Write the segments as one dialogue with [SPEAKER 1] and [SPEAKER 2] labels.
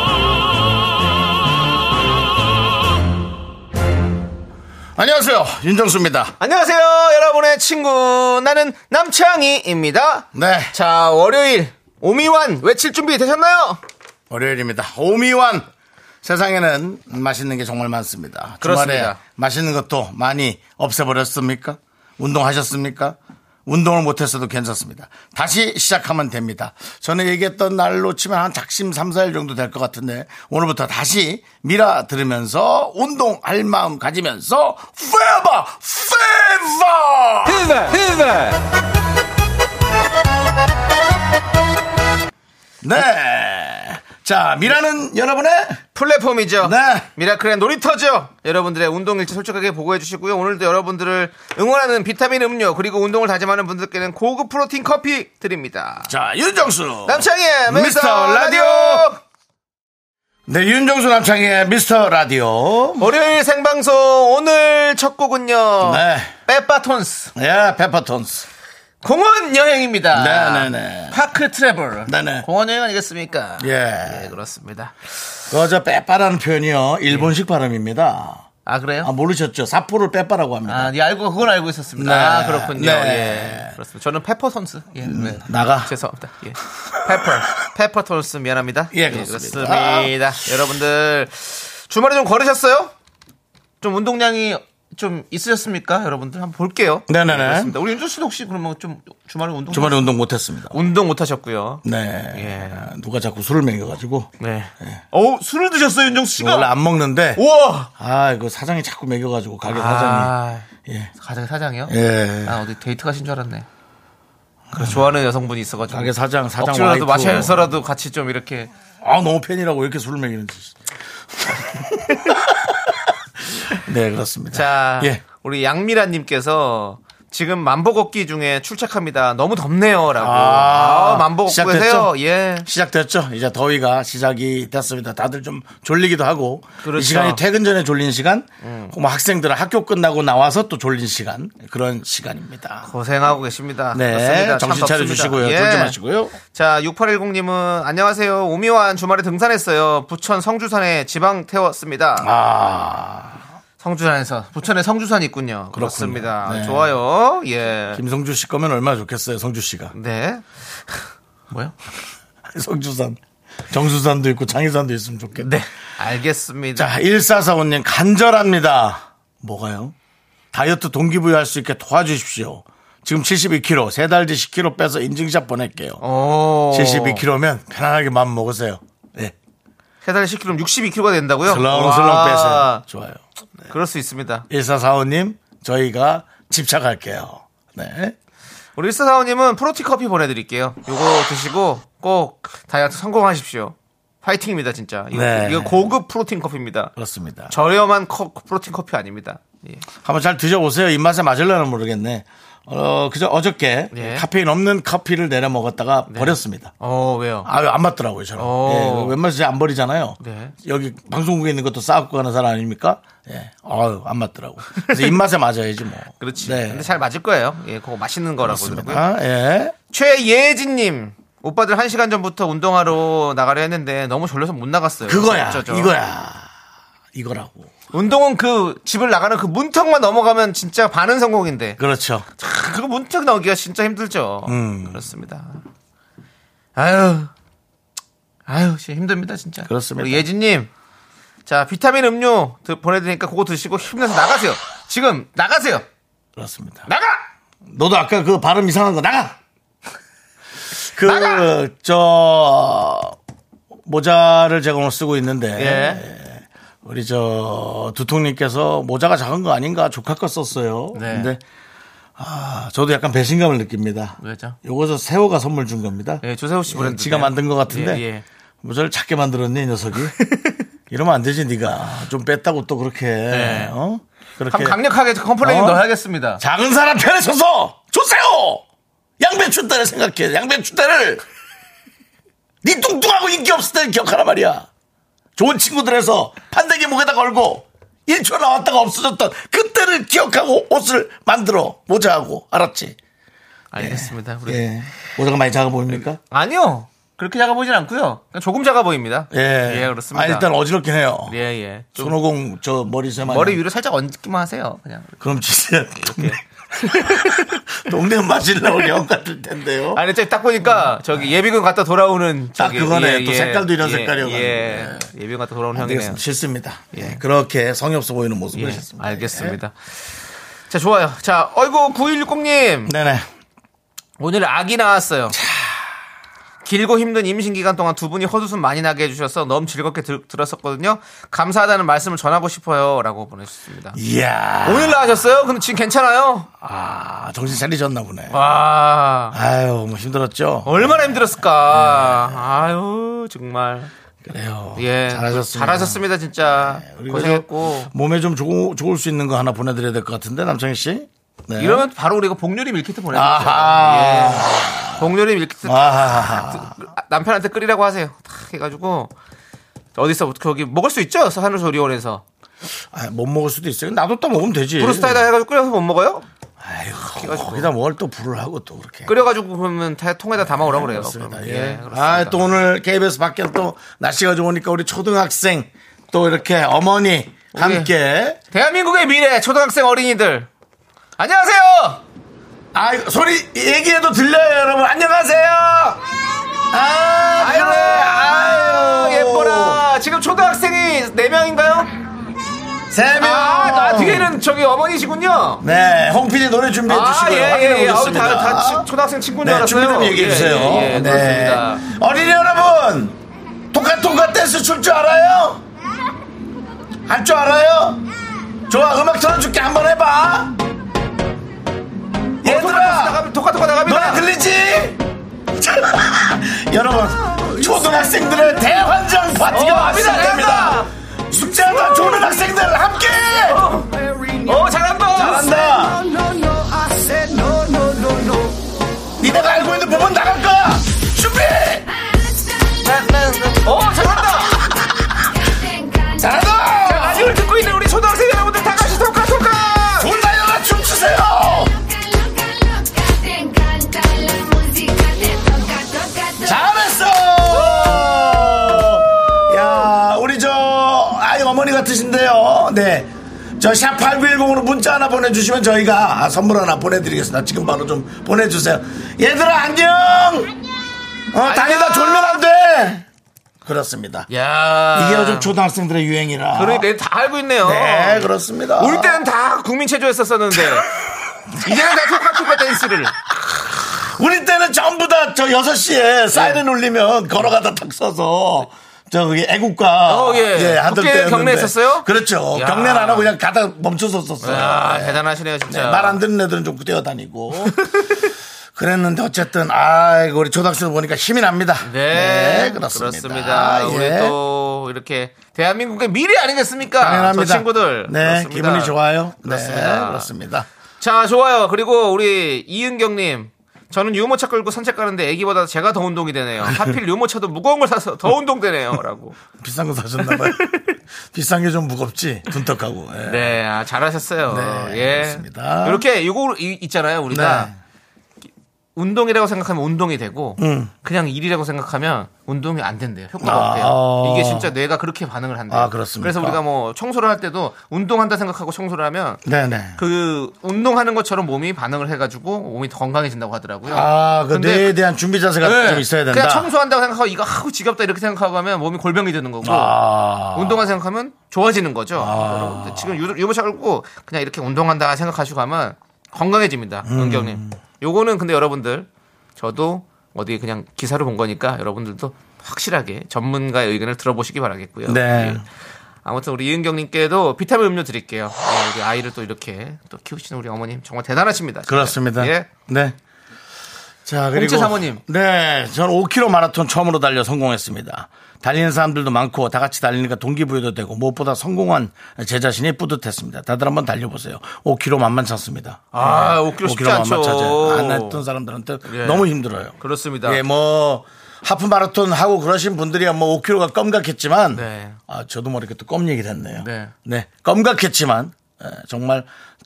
[SPEAKER 1] 안녕하세요. 윤정수입니다.
[SPEAKER 2] 안녕하세요, 여러분의 친구. 나는 남창희입니다.
[SPEAKER 1] 네.
[SPEAKER 2] 자, 월요일, 오미완 외칠 준비 되셨나요?
[SPEAKER 1] 월요일입니다. 오미완. 세상에는 맛있는 게 정말 많습니다. 주말에
[SPEAKER 2] 그렇습니다.
[SPEAKER 1] 맛있는 것도 많이 없애버렸습니까? 운동하셨습니까? 운동을 못했어도 괜찮습니다. 다시 시작하면 됩니다. 전에 얘기했던 날로 치면 한 작심 3, 4일 정도 될 것 같은데 오늘부터 다시 미라 들으면서 운동할 마음 가지면서 페버! 페버! 네. 자, 미라는 여러분의
[SPEAKER 2] 플랫폼이죠.
[SPEAKER 1] 네.
[SPEAKER 2] 미라클의 놀이터죠. 여러분들의 운동 일지 솔직하게 보고해 주시고요. 오늘도 여러분들을 응원하는 비타민 음료 그리고 운동을 다짐하는 분들께는 고급 프로틴 커피 드립니다.
[SPEAKER 1] 자, 윤정수.
[SPEAKER 2] 남창희의
[SPEAKER 1] 미스터
[SPEAKER 2] 미스터 라디오.
[SPEAKER 1] 라디오. 네, 윤정수 남창의 미스터 라디오.
[SPEAKER 2] 월요일 생방송 오늘 첫 곡은요.
[SPEAKER 1] 네.
[SPEAKER 2] 페파톤스
[SPEAKER 1] 예, 페퍼톤스.
[SPEAKER 2] 공원 여행입니다.
[SPEAKER 1] 네, 네, 네.
[SPEAKER 2] 아, 파크 트래블.
[SPEAKER 1] 네, 네.
[SPEAKER 2] 공원 여행 아니겠습니까?
[SPEAKER 1] 예.
[SPEAKER 2] 예, 그렇습니다.
[SPEAKER 1] 그저 빼빠라는 표현이요.
[SPEAKER 2] 예.
[SPEAKER 1] 일본식 발음입니다.
[SPEAKER 2] 아 그래요?
[SPEAKER 1] 아, 모르셨죠? 사포를 빼빠라고 합니다.
[SPEAKER 2] 아, 네, 알고 그걸 알고
[SPEAKER 1] 네.
[SPEAKER 2] 있었습니다. 아, 그렇군요.
[SPEAKER 1] 네. 음.
[SPEAKER 2] 예. 그렇습니다. 저는 페퍼 선수. 예. 네.
[SPEAKER 1] 나가.
[SPEAKER 2] 죄송합니다. 예. 페퍼. 페퍼 선수 미안합니다.
[SPEAKER 1] 예, 그렇습니다.
[SPEAKER 2] 그렇습니다. 여러분들 주말에 좀 걸으셨어요? 좀 운동량이 좀 있으셨습니까? 여러분들 한번 볼게요.
[SPEAKER 1] 네네네.
[SPEAKER 2] 예, 그렇습니다. 우리 윤주 씨도 혹시 그러면 좀 주말에 운동
[SPEAKER 1] 주말에 운동 못했습니다.
[SPEAKER 2] 운동 못 하셨고요.
[SPEAKER 1] 네.
[SPEAKER 2] 예.
[SPEAKER 1] 누가 자꾸 술을 먹여가지고.
[SPEAKER 2] 네. 어우, 술을 드셨어요, 윤정수 씨가?
[SPEAKER 1] 원래 안 먹는데.
[SPEAKER 2] 우와!
[SPEAKER 1] 아, 이거 사장이 자꾸 먹여가지고, 가게 사장이.
[SPEAKER 2] 아,
[SPEAKER 1] 예.
[SPEAKER 2] 가장 사장이요?
[SPEAKER 1] 예.
[SPEAKER 2] 아 어디 데이트 가신 줄 알았네. 그래 좋아하는 여성분이 있어가지고
[SPEAKER 1] 가게 사장, 사장
[SPEAKER 2] 억지로라도
[SPEAKER 1] 와이프.
[SPEAKER 2] 마셔서라도 같이 좀 이렇게
[SPEAKER 1] 아 너무 팬이라고 왜 이렇게 술을 먹이는지. 네 그렇습니다.
[SPEAKER 2] 자
[SPEAKER 1] 예.
[SPEAKER 2] 우리 양미라님께서 지금 만보 걷기 중에 출첵합니다. 너무 덥네요라고.
[SPEAKER 1] 아,
[SPEAKER 2] 아, 만보 걷고
[SPEAKER 1] 시작됐죠?
[SPEAKER 2] 계세요. 예.
[SPEAKER 1] 시작됐죠. 이제 더위가 시작이 됐습니다. 다들 좀 졸리기도 하고 이
[SPEAKER 2] 그렇죠. 음.
[SPEAKER 1] 시간이 퇴근 전에 졸린 시간, 뭐 학생들은 학교 끝나고 나와서 또 졸린 시간 그런 시간입니다.
[SPEAKER 2] 고생하고 계십니다.
[SPEAKER 1] 네,
[SPEAKER 2] 그렇습니다. 참
[SPEAKER 1] 정신 차려
[SPEAKER 2] 덥습니다.
[SPEAKER 1] 주시고요.
[SPEAKER 2] 예.
[SPEAKER 1] 졸지 마시고요.
[SPEAKER 2] 자, 6810님은 안녕하세요. 오미완 주말에 등산했어요. 부천 성주산에 지방 태웠습니다.
[SPEAKER 1] 아
[SPEAKER 2] 성주산에서 부천에 성주산이
[SPEAKER 1] 그렇군요.
[SPEAKER 2] 있군요. 그렇습니다.
[SPEAKER 1] 네.
[SPEAKER 2] 좋아요. 예.
[SPEAKER 1] 김성주 씨 거면 얼마나 좋겠어요, 성주 씨가.
[SPEAKER 2] 네. 뭐요?
[SPEAKER 1] 성주산, 정수산도 있고 장희산도 있으면 좋겠네.
[SPEAKER 2] 알겠습니다.
[SPEAKER 1] 자, 1445님 간절합니다. 뭐가요? 다이어트 동기부여 할 수 있게 도와주십시오. 지금 72kg, 세 달 뒤 10kg 빼서 인증샷 보낼게요.
[SPEAKER 2] 어. 오.
[SPEAKER 1] 72kg면 편안하게 마음 먹으세요. 예.
[SPEAKER 2] 세달 10kg, 62kg가 된다고요?
[SPEAKER 1] 슬렁슬렁
[SPEAKER 2] 와, 네.
[SPEAKER 1] 빼세요. 좋아요.
[SPEAKER 2] 그럴 수 있습니다.
[SPEAKER 1] 1445님, 저희가 집착할게요. 네.
[SPEAKER 2] 우리 일사사원님은 프로티 커피 보내드릴게요. 요거 드시고 꼭 다이어트 성공하십시오. 파이팅입니다, 진짜. 이거,
[SPEAKER 1] 네.
[SPEAKER 2] 이거 고급 프로틴 커피입니다.
[SPEAKER 1] 그렇습니다.
[SPEAKER 2] 저렴한 컵 프로틴 커피 아닙니다. 예.
[SPEAKER 1] 한번 잘 드셔보세요. 입맛에 맞을려나 모르겠네. 어, 그저 어저께
[SPEAKER 2] 예.
[SPEAKER 1] 카페인 없는 커피를 내려 먹었다가
[SPEAKER 2] 네.
[SPEAKER 1] 버렸습니다.
[SPEAKER 2] 어, 왜요?
[SPEAKER 1] 아유 안 맞더라고요 저는
[SPEAKER 2] 어.
[SPEAKER 1] 예, 웬만해서 안 버리잖아요
[SPEAKER 2] 네.
[SPEAKER 1] 여기 방송국에 있는 것도 싸갖고 가는 사람 아닙니까 예. 아유 안 맞더라고 그래서 입맛에 맞아야지 뭐
[SPEAKER 2] 그렇지.
[SPEAKER 1] 네.
[SPEAKER 2] 근데 잘 맞을 거예요. 예, 그거 맛있는 거라고 그러고요.
[SPEAKER 1] 그렇습니다 예.
[SPEAKER 2] 최예진님 오빠들 한 시간 전부터 운동하러 나가려 했는데 너무 졸려서 못 나갔어요.
[SPEAKER 1] 그거야
[SPEAKER 2] 어쩌죠?
[SPEAKER 1] 이거야 이거라고
[SPEAKER 2] 운동은 그 집을 나가는 그 문턱만 넘어가면 진짜 반은 성공인데
[SPEAKER 1] 그렇죠
[SPEAKER 2] 크, 그 문턱 나오기가 진짜 힘들죠.
[SPEAKER 1] 음.
[SPEAKER 2] 그렇습니다. 아유, 아유, 진짜 힘듭니다 진짜.
[SPEAKER 1] 그렇습니다.
[SPEAKER 2] 우리 예진님, 자 비타민 음료 드- 보내드리니까 그거 드시고 힘내서 나가세요. 지금 나가세요.
[SPEAKER 1] 그렇습니다
[SPEAKER 2] 나가.
[SPEAKER 1] 너도 아까 그 발음 이상한 거 나가
[SPEAKER 2] 나가!
[SPEAKER 1] 그 저 모자를 제가 오늘 쓰고 있는데
[SPEAKER 2] 예.
[SPEAKER 1] 우리 저 두통님께서 모자가 작은 거 아닌가 조카 거 썼어요.
[SPEAKER 2] 네.
[SPEAKER 1] 근데 아 저도 약간 배신감을 느낍니다.
[SPEAKER 2] 왜죠?
[SPEAKER 1] 요거 저 세호가 선물 준 겁니다.
[SPEAKER 2] 예, 조세호 씨 브랜드.
[SPEAKER 1] 지가 만든 것 같은데
[SPEAKER 2] 예, 예.
[SPEAKER 1] 모자를 작게 만들었네 이 녀석이. 이러면 안 되지 네가 좀 뺐다고 또 그렇게 어? 그렇게.
[SPEAKER 2] 한 강력하게 컴플레인
[SPEAKER 1] 어?
[SPEAKER 2] 넣어야겠습니다.
[SPEAKER 1] 작은 사람 편에 서서 주세요. 양배추 때를 생각해. 양배추 때를 니 뚱뚱하고 인기 없을 때를 기억하라 말이야. 좋은 친구들에서 판대기 목에다 걸고 1초 나왔다가 없어졌던 그때를 기억하고 옷을 만들어 모자하고 알았지?
[SPEAKER 2] 알겠습니다. 우리.
[SPEAKER 1] 예. 모자가 많이 작아 보입니까?
[SPEAKER 2] 아니요. 그렇게 작아 보이진 않고요. 그냥 조금 작아 보입니다.
[SPEAKER 1] 예.
[SPEAKER 2] 그렇습니다.
[SPEAKER 1] 아, 일단 어지럽긴 해요.
[SPEAKER 2] 예, 예. 좀
[SPEAKER 1] 손오공 저 아, 머리 세마
[SPEAKER 2] 머리 위로 살짝 얹기만 하세요. 그냥.
[SPEAKER 1] 그럼 진짜 동네 동네 마실라 우리 형 같을 텐데요.
[SPEAKER 2] 어? 아니, 저기 딱 보니까 저기 예비군 갔다 돌아오는
[SPEAKER 1] 음. 딱
[SPEAKER 2] 저기
[SPEAKER 1] 그거네. 또 색깔도 이런
[SPEAKER 2] 예,
[SPEAKER 1] 색깔이어가지고. 네.
[SPEAKER 2] 예. 예비군 갔다 돌아오는
[SPEAKER 1] 안
[SPEAKER 2] 형이네요.
[SPEAKER 1] 되겠습니다. 싫습니다. 예, 그렇게 성의 없어 보이는 모습을
[SPEAKER 2] 예,
[SPEAKER 1] 했습니다.
[SPEAKER 2] 알겠습니다. 자, 좋아요. 자, 어이구, 9160님.
[SPEAKER 1] 예. 네네.
[SPEAKER 2] 오늘 아기 나왔어요. 길고 힘든 임신 기간 동안 두 분이 헛웃음 많이 나게 해주셔서 너무 즐겁게 들, 들었었거든요. 감사하다는 말씀을 전하고 싶어요라고 보내주셨습니다.
[SPEAKER 1] 이야.
[SPEAKER 2] 오늘 나으셨어요? 그럼 지금 괜찮아요?
[SPEAKER 1] 아, 정신 차리셨나 보네.
[SPEAKER 2] 와
[SPEAKER 1] 아유, 뭐 힘들었죠?
[SPEAKER 2] 얼마나
[SPEAKER 1] 네.
[SPEAKER 2] 힘들었을까. 아유 정말.
[SPEAKER 1] 그래요.
[SPEAKER 2] 예
[SPEAKER 1] 잘하셨습니다. 네,
[SPEAKER 2] 잘하셨습니다 진짜
[SPEAKER 1] 그리고
[SPEAKER 2] 고생했고
[SPEAKER 1] 몸에 좀 좋, 좋을 수 있는 거 하나 보내드려야 될 것 같은데, 남창희 씨. 네. 아.
[SPEAKER 2] 이러면 바로 우리가 복요리 밀키트 보내드릴게요.
[SPEAKER 1] 아하.
[SPEAKER 2] 예. 복요리 밀키트
[SPEAKER 1] 아. 아하.
[SPEAKER 2] 아, 남편한테 끓이라고 하세요. 탁 해가지고 어디서 거기 먹을 수 있죠? 산후조리원에서
[SPEAKER 1] 아, 못 먹을 수도 있어요. 나도 또 먹으면 되지.
[SPEAKER 2] 브루스타에다 해가지고 끓여서 못 먹어요?
[SPEAKER 1] 네. 아유, 거기다 뭘 또 불을 하고 또 그렇게.
[SPEAKER 2] 끓여가지고 그러면 다- 통에다 담아 오라고 그래요.
[SPEAKER 1] 그렇습니다.
[SPEAKER 2] 그러면.
[SPEAKER 1] 예.
[SPEAKER 2] 예, 그렇습니다.
[SPEAKER 1] 아, 또 오늘 KBS 밖에 또 날씨가 좋으니까 우리 초등학생 또 이렇게 어머니
[SPEAKER 2] 예.
[SPEAKER 1] 함께
[SPEAKER 2] 대한민국의 미래 초등학생 어린이들 안녕하세요.
[SPEAKER 1] 아 소리 얘기해도 들려요 여러분 안녕하세요 아
[SPEAKER 2] 아유, 네.
[SPEAKER 1] 그래
[SPEAKER 2] 아유
[SPEAKER 1] 아유
[SPEAKER 2] 예뻐라. 지금 초등학생이 네 명인가요? 아,
[SPEAKER 1] 세명
[SPEAKER 2] 아, 뒤에는 저기 어머니시군요.
[SPEAKER 1] 네 홍피디 노래 준비해
[SPEAKER 2] 아,
[SPEAKER 1] 주시고요
[SPEAKER 2] 예,
[SPEAKER 1] 확인해
[SPEAKER 2] 예, 예. 아우,
[SPEAKER 1] 보겠습니다
[SPEAKER 2] 다, 다 치- 초등학생 친구인 줄
[SPEAKER 1] 네
[SPEAKER 2] 알았어요.
[SPEAKER 1] 준비 좀 얘기해 주세요
[SPEAKER 2] 예, 예, 예,
[SPEAKER 1] 네
[SPEAKER 2] 그렇습니다.
[SPEAKER 1] 어린이 여러분 토카토카 댄스 출 줄 알아요 할 줄 알아요 좋아 음악 틀어줄게 한번 해봐 얘들아
[SPEAKER 2] 나가면 토카토카 나갑니다.
[SPEAKER 1] 노래 들리지? 여러분 초등학생들의 대환장 파티가
[SPEAKER 2] 어,
[SPEAKER 1] 왔습니다
[SPEAKER 2] 합니다,
[SPEAKER 1] 숙제하다 좋은 학생들 함께
[SPEAKER 2] 어, 잘한다.
[SPEAKER 1] 잘한다 니네가 알고 있는 부분 나갈 거야 준비
[SPEAKER 2] 어, 잘한다.
[SPEAKER 1] 잘한다
[SPEAKER 2] 라디오를 듣고 있는 우리 초등학생 여러분들 다 같이 토카토카.
[SPEAKER 1] 둘다 일어나 춤추세요 잘했어 야 우리 저 아이 어머니 같으신데요 네저 샵 8910으로 문자 하나 보내주시면 저희가 선물 하나 보내드리겠습니다 지금 바로 좀 보내주세요 얘들아 안녕 어 다니다 졸면 안돼 그렇습니다
[SPEAKER 2] 야
[SPEAKER 1] 이게 요즘 초등학생들의 유행이라
[SPEAKER 2] 아. 그러니까 다 알고 있네요.
[SPEAKER 1] 네 그렇습니다
[SPEAKER 2] 올 때는 다 국민 체조였었었는데 이제는 다 토카토카 댄스를.
[SPEAKER 1] 우리 때는 전부 다 저
[SPEAKER 2] 네.
[SPEAKER 1] 6시에 사이렌 울리면 걸어가다 탁 서서 저 그게 애국가
[SPEAKER 2] 어, 예.
[SPEAKER 1] 하던
[SPEAKER 2] 국회
[SPEAKER 1] 때였는데.
[SPEAKER 2] 경례했었어요?
[SPEAKER 1] 그렇죠.
[SPEAKER 2] 야.
[SPEAKER 1] 경례는 안 하고 그냥 가다 멈춰섰었어요.
[SPEAKER 2] 야 아, 대단하시네요 진짜.
[SPEAKER 1] 말 안 듣는 애들은 좀 뛰어다니고 그랬는데 어쨌든 아 우리 초등학생 보니까 힘이 납니다.
[SPEAKER 2] 네,
[SPEAKER 1] 그렇습니다. 예.
[SPEAKER 2] 우리 또 이렇게 대한민국의 미래 아니겠습니까?
[SPEAKER 1] 당연합니다.
[SPEAKER 2] 저 친구들.
[SPEAKER 1] 네,
[SPEAKER 2] 그렇습니다.
[SPEAKER 1] 기분이 좋아요. 네,
[SPEAKER 2] 그렇습니다.
[SPEAKER 1] 그렇습니다.
[SPEAKER 2] 자, 좋아요. 그리고 우리 이은경님. 저는 유모차 끌고 산책 가는데 애기보다 제가 더 운동이 되네요. 하필 유모차도 무거운 걸 사서 더 운동되네요. 라고.
[SPEAKER 1] 비싼 거 사셨나봐요. 비싼 게 좀 무겁지, 둔턱하고. 예.
[SPEAKER 2] 네, 아, 잘하셨어요.
[SPEAKER 1] 네,
[SPEAKER 2] 예.
[SPEAKER 1] 그렇습니다.
[SPEAKER 2] 이렇게 이거 이- 있잖아요. 우리가
[SPEAKER 1] 네.
[SPEAKER 2] 운동이라고 생각하면 운동이 되고 그냥 일이라고 생각하면 운동이 안 된대요. 효과가
[SPEAKER 1] 음. 아,
[SPEAKER 2] 없대요.
[SPEAKER 1] 아.
[SPEAKER 2] 이게 진짜 뇌가 그렇게 반응을 한대요.
[SPEAKER 1] 아, 그렇습니까?
[SPEAKER 2] 그래서 우리가 뭐 청소를 할 때도 운동한다 생각하고 청소를 하면
[SPEAKER 1] 네네.
[SPEAKER 2] 그 운동하는 것처럼 몸이 반응을 해가지고 몸이 더 건강해진다고 하더라고요.
[SPEAKER 1] 아, 그
[SPEAKER 2] 근데
[SPEAKER 1] 뇌에 대한 준비 자세가
[SPEAKER 2] 네.
[SPEAKER 1] 좀 있어야 된다.
[SPEAKER 2] 그냥 청소한다고 생각하고 이거 하고 지겹다 이렇게 생각하고 하면 몸이 골병이 드는 거고
[SPEAKER 1] 아.
[SPEAKER 2] 운동한 생각하면 좋아지는 거죠. 여러분들 지금 유- 유모차 끌고 그냥 이렇게 운동한다 생각하시고 가면 건강해집니다. 은경님. 요거는 근데 여러분들 저도 어디 그냥 기사로 본 거니까 여러분들도 확실하게 전문가의 의견을 들어보시기 바라겠고요.
[SPEAKER 1] 네.
[SPEAKER 2] 예. 아무튼 우리 이은경님께도 비타민 음료 드릴게요. 예, 우리 아이를 또 이렇게 또 키우시는 우리 어머님 정말 대단하십니다. 진짜.
[SPEAKER 1] 그렇습니다.
[SPEAKER 2] 예.
[SPEAKER 1] 네. 자, 그리고
[SPEAKER 2] 홍채 사모님.
[SPEAKER 1] 네, 저는 5km 마라톤 처음으로 달려 성공했습니다. 달리는 사람들도 많고 다 같이 달리니까 동기부여도 되고 무엇보다 성공한 제 자신이 뿌듯했습니다. 다들 한번 달려보세요. 5km 만만찮습니다. 네.
[SPEAKER 2] 아, 5km 쉽지 않죠.
[SPEAKER 1] 만만찮아요. 안 했던 사람들한테
[SPEAKER 2] 예.
[SPEAKER 1] 너무 힘들어요.
[SPEAKER 2] 그렇습니다.
[SPEAKER 1] 예, 뭐 하프 마라톤 하고 그러신 분들이야 뭐 5km가 껌같겠지만
[SPEAKER 2] 네.
[SPEAKER 1] 아, 저도 모르게 또 껌 얘기를 했네요.
[SPEAKER 2] 네.
[SPEAKER 1] 껌같겠지만 예, 정말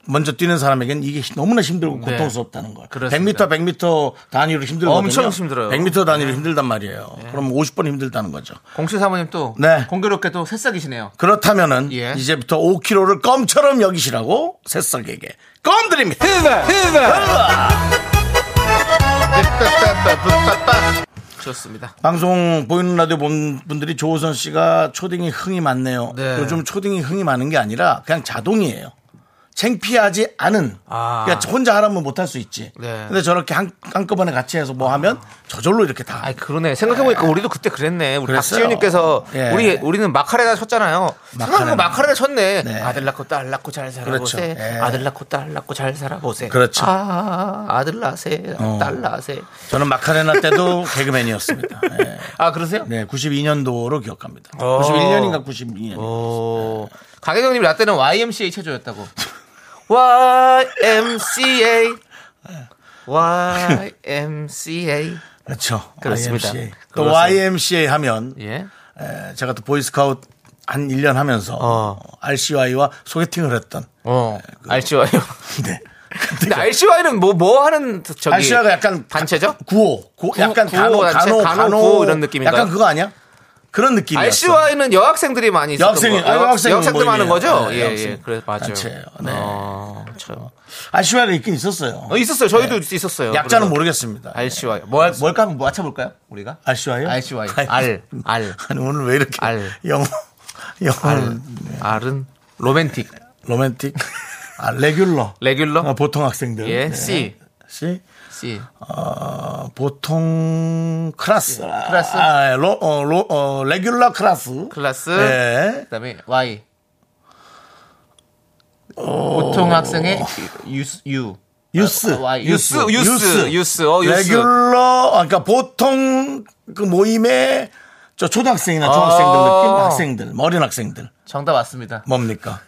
[SPEAKER 1] 먼저 뛰는 사람에겐 이게 너무나 힘들고
[SPEAKER 2] 네.
[SPEAKER 1] 고통스럽다는 거예요.
[SPEAKER 2] 그렇습니다.
[SPEAKER 1] 100m, 100m 단위로 힘들거든요.
[SPEAKER 2] 엄청 힘들어요. 네.
[SPEAKER 1] 100m 단위로 힘들단 말이에요. 그럼 50번 힘들다는 거죠.
[SPEAKER 2] 공시 사모님 또
[SPEAKER 1] 네.
[SPEAKER 2] 공교롭게 또 새싹이시네요.
[SPEAKER 1] 그렇다면은
[SPEAKER 2] 예.
[SPEAKER 1] 이제부터 5km를 껌처럼 여기시라고 새싹에게 껌 드립니다.
[SPEAKER 2] 좋습니다.
[SPEAKER 1] 방송 보이는 라디오 본 분들이 조호선 씨가 초딩이 흥이 많네요.
[SPEAKER 2] 네.
[SPEAKER 1] 요즘 초딩이 흥이 많은 게 아니라 그냥 자동이에요. 창피하지 않은.
[SPEAKER 2] 아.
[SPEAKER 1] 그러니까 혼자 하라면 못할 수 있지.
[SPEAKER 2] 네.
[SPEAKER 1] 근데 저렇게 한, 한꺼번에 같이 해서 뭐 하면 저절로 이렇게 다.
[SPEAKER 2] 아, 그러네. 생각해보니까 우리도 그때 그랬네. 우리
[SPEAKER 1] 그랬어요.
[SPEAKER 2] 박지훈님께서
[SPEAKER 1] 예.
[SPEAKER 2] 우리 우리는 마카레나 쳤잖아요. 생각해보면 마카레나 쳤네.
[SPEAKER 1] 네.
[SPEAKER 2] 아들 낳고 딸 낳고 잘 살아보세.
[SPEAKER 1] 그렇죠. 예.
[SPEAKER 2] 아들 낳고 딸 낳고 잘 살아보세.
[SPEAKER 1] 그렇죠.
[SPEAKER 2] 아, 아들 낳으세,
[SPEAKER 1] 어.
[SPEAKER 2] 딸 낳으세.
[SPEAKER 1] 저는 마카레나 때도 개그맨이었습니다. 예.
[SPEAKER 2] 아 그러세요?
[SPEAKER 1] 네, 92년도로 기억합니다.
[SPEAKER 2] 어.
[SPEAKER 1] 91년인가 92년.
[SPEAKER 2] 오. 강혜경님 라떼는 YMCA 체조였다고. YMCA. YMCA.
[SPEAKER 1] 그렇죠.
[SPEAKER 2] 그렇습니다.
[SPEAKER 1] YMCA. 또
[SPEAKER 2] 그렇습니다.
[SPEAKER 1] YMCA 하면 에,
[SPEAKER 2] 예.
[SPEAKER 1] 제가 또 보이스카웃 한 1년 하면서
[SPEAKER 2] 어.
[SPEAKER 1] RCY와 소개팅을 했던
[SPEAKER 2] 어.
[SPEAKER 1] 그
[SPEAKER 2] RCY.
[SPEAKER 1] 네.
[SPEAKER 2] 근데 RCY는 뭐, 뭐 하는 저기.
[SPEAKER 1] RCY가 약간
[SPEAKER 2] 단체죠?
[SPEAKER 1] 구호, 구- 약간
[SPEAKER 2] 구호
[SPEAKER 1] 간호,
[SPEAKER 2] 단체,
[SPEAKER 1] 간호,
[SPEAKER 2] 간호,
[SPEAKER 1] 간호,
[SPEAKER 2] 구호 이런 느낌인가요?
[SPEAKER 1] 약간 그거 아니야? 그런 느낌이었어.
[SPEAKER 2] RCY는 여학생들이 많이 있었던
[SPEAKER 1] 여학생이-
[SPEAKER 2] 거.
[SPEAKER 1] 아, 여학생
[SPEAKER 2] 여학생들 많은
[SPEAKER 1] 모임이에요.
[SPEAKER 2] 거죠?
[SPEAKER 1] 네,
[SPEAKER 2] 예, 예.
[SPEAKER 1] 여학생
[SPEAKER 2] 그래, 맞아요.
[SPEAKER 1] 단체예요. 네.
[SPEAKER 2] 어, 참.
[SPEAKER 1] RCY가 있긴 있었어요.
[SPEAKER 2] 어, 있었어요. 저희도 있었어요.
[SPEAKER 1] 약자는
[SPEAKER 2] 그래서.
[SPEAKER 1] 모르겠습니다. 네.
[SPEAKER 2] RCY. 뭐, 뭘까 한번 맞춰볼까요? 우리가?
[SPEAKER 1] RCY요?
[SPEAKER 2] RCY. R. R.
[SPEAKER 1] 아니, 오늘 왜 이렇게
[SPEAKER 2] 알.
[SPEAKER 1] 영어, 영어,
[SPEAKER 2] R.
[SPEAKER 1] 네.
[SPEAKER 2] R은 로맨틱.
[SPEAKER 1] 로맨틱, 아, 레귤러.
[SPEAKER 2] 레귤러.
[SPEAKER 1] 어, 보통 학생들.
[SPEAKER 2] 예,
[SPEAKER 1] 네.
[SPEAKER 2] C.
[SPEAKER 1] C.
[SPEAKER 2] C.
[SPEAKER 1] 어, 보통 클라스.
[SPEAKER 2] 클라스.
[SPEAKER 1] 아, 예, 로, 어, 로, 어, 레귤러 클라스.
[SPEAKER 2] 클라스.
[SPEAKER 1] 예.
[SPEAKER 2] 그다음에 Y. 보통 학생의 유스 유.
[SPEAKER 1] 유스.
[SPEAKER 2] 아, 와, 유스, 유스, 유스, 어, 유스.
[SPEAKER 1] 레귤러, 아, 그러니까 보통 그 모임에 저 초등학생이나 중학생들
[SPEAKER 2] 아.
[SPEAKER 1] 느낌, 학생들, 뭐 어린 학생들.
[SPEAKER 2] 정답 맞습니다.
[SPEAKER 1] 뭡니까?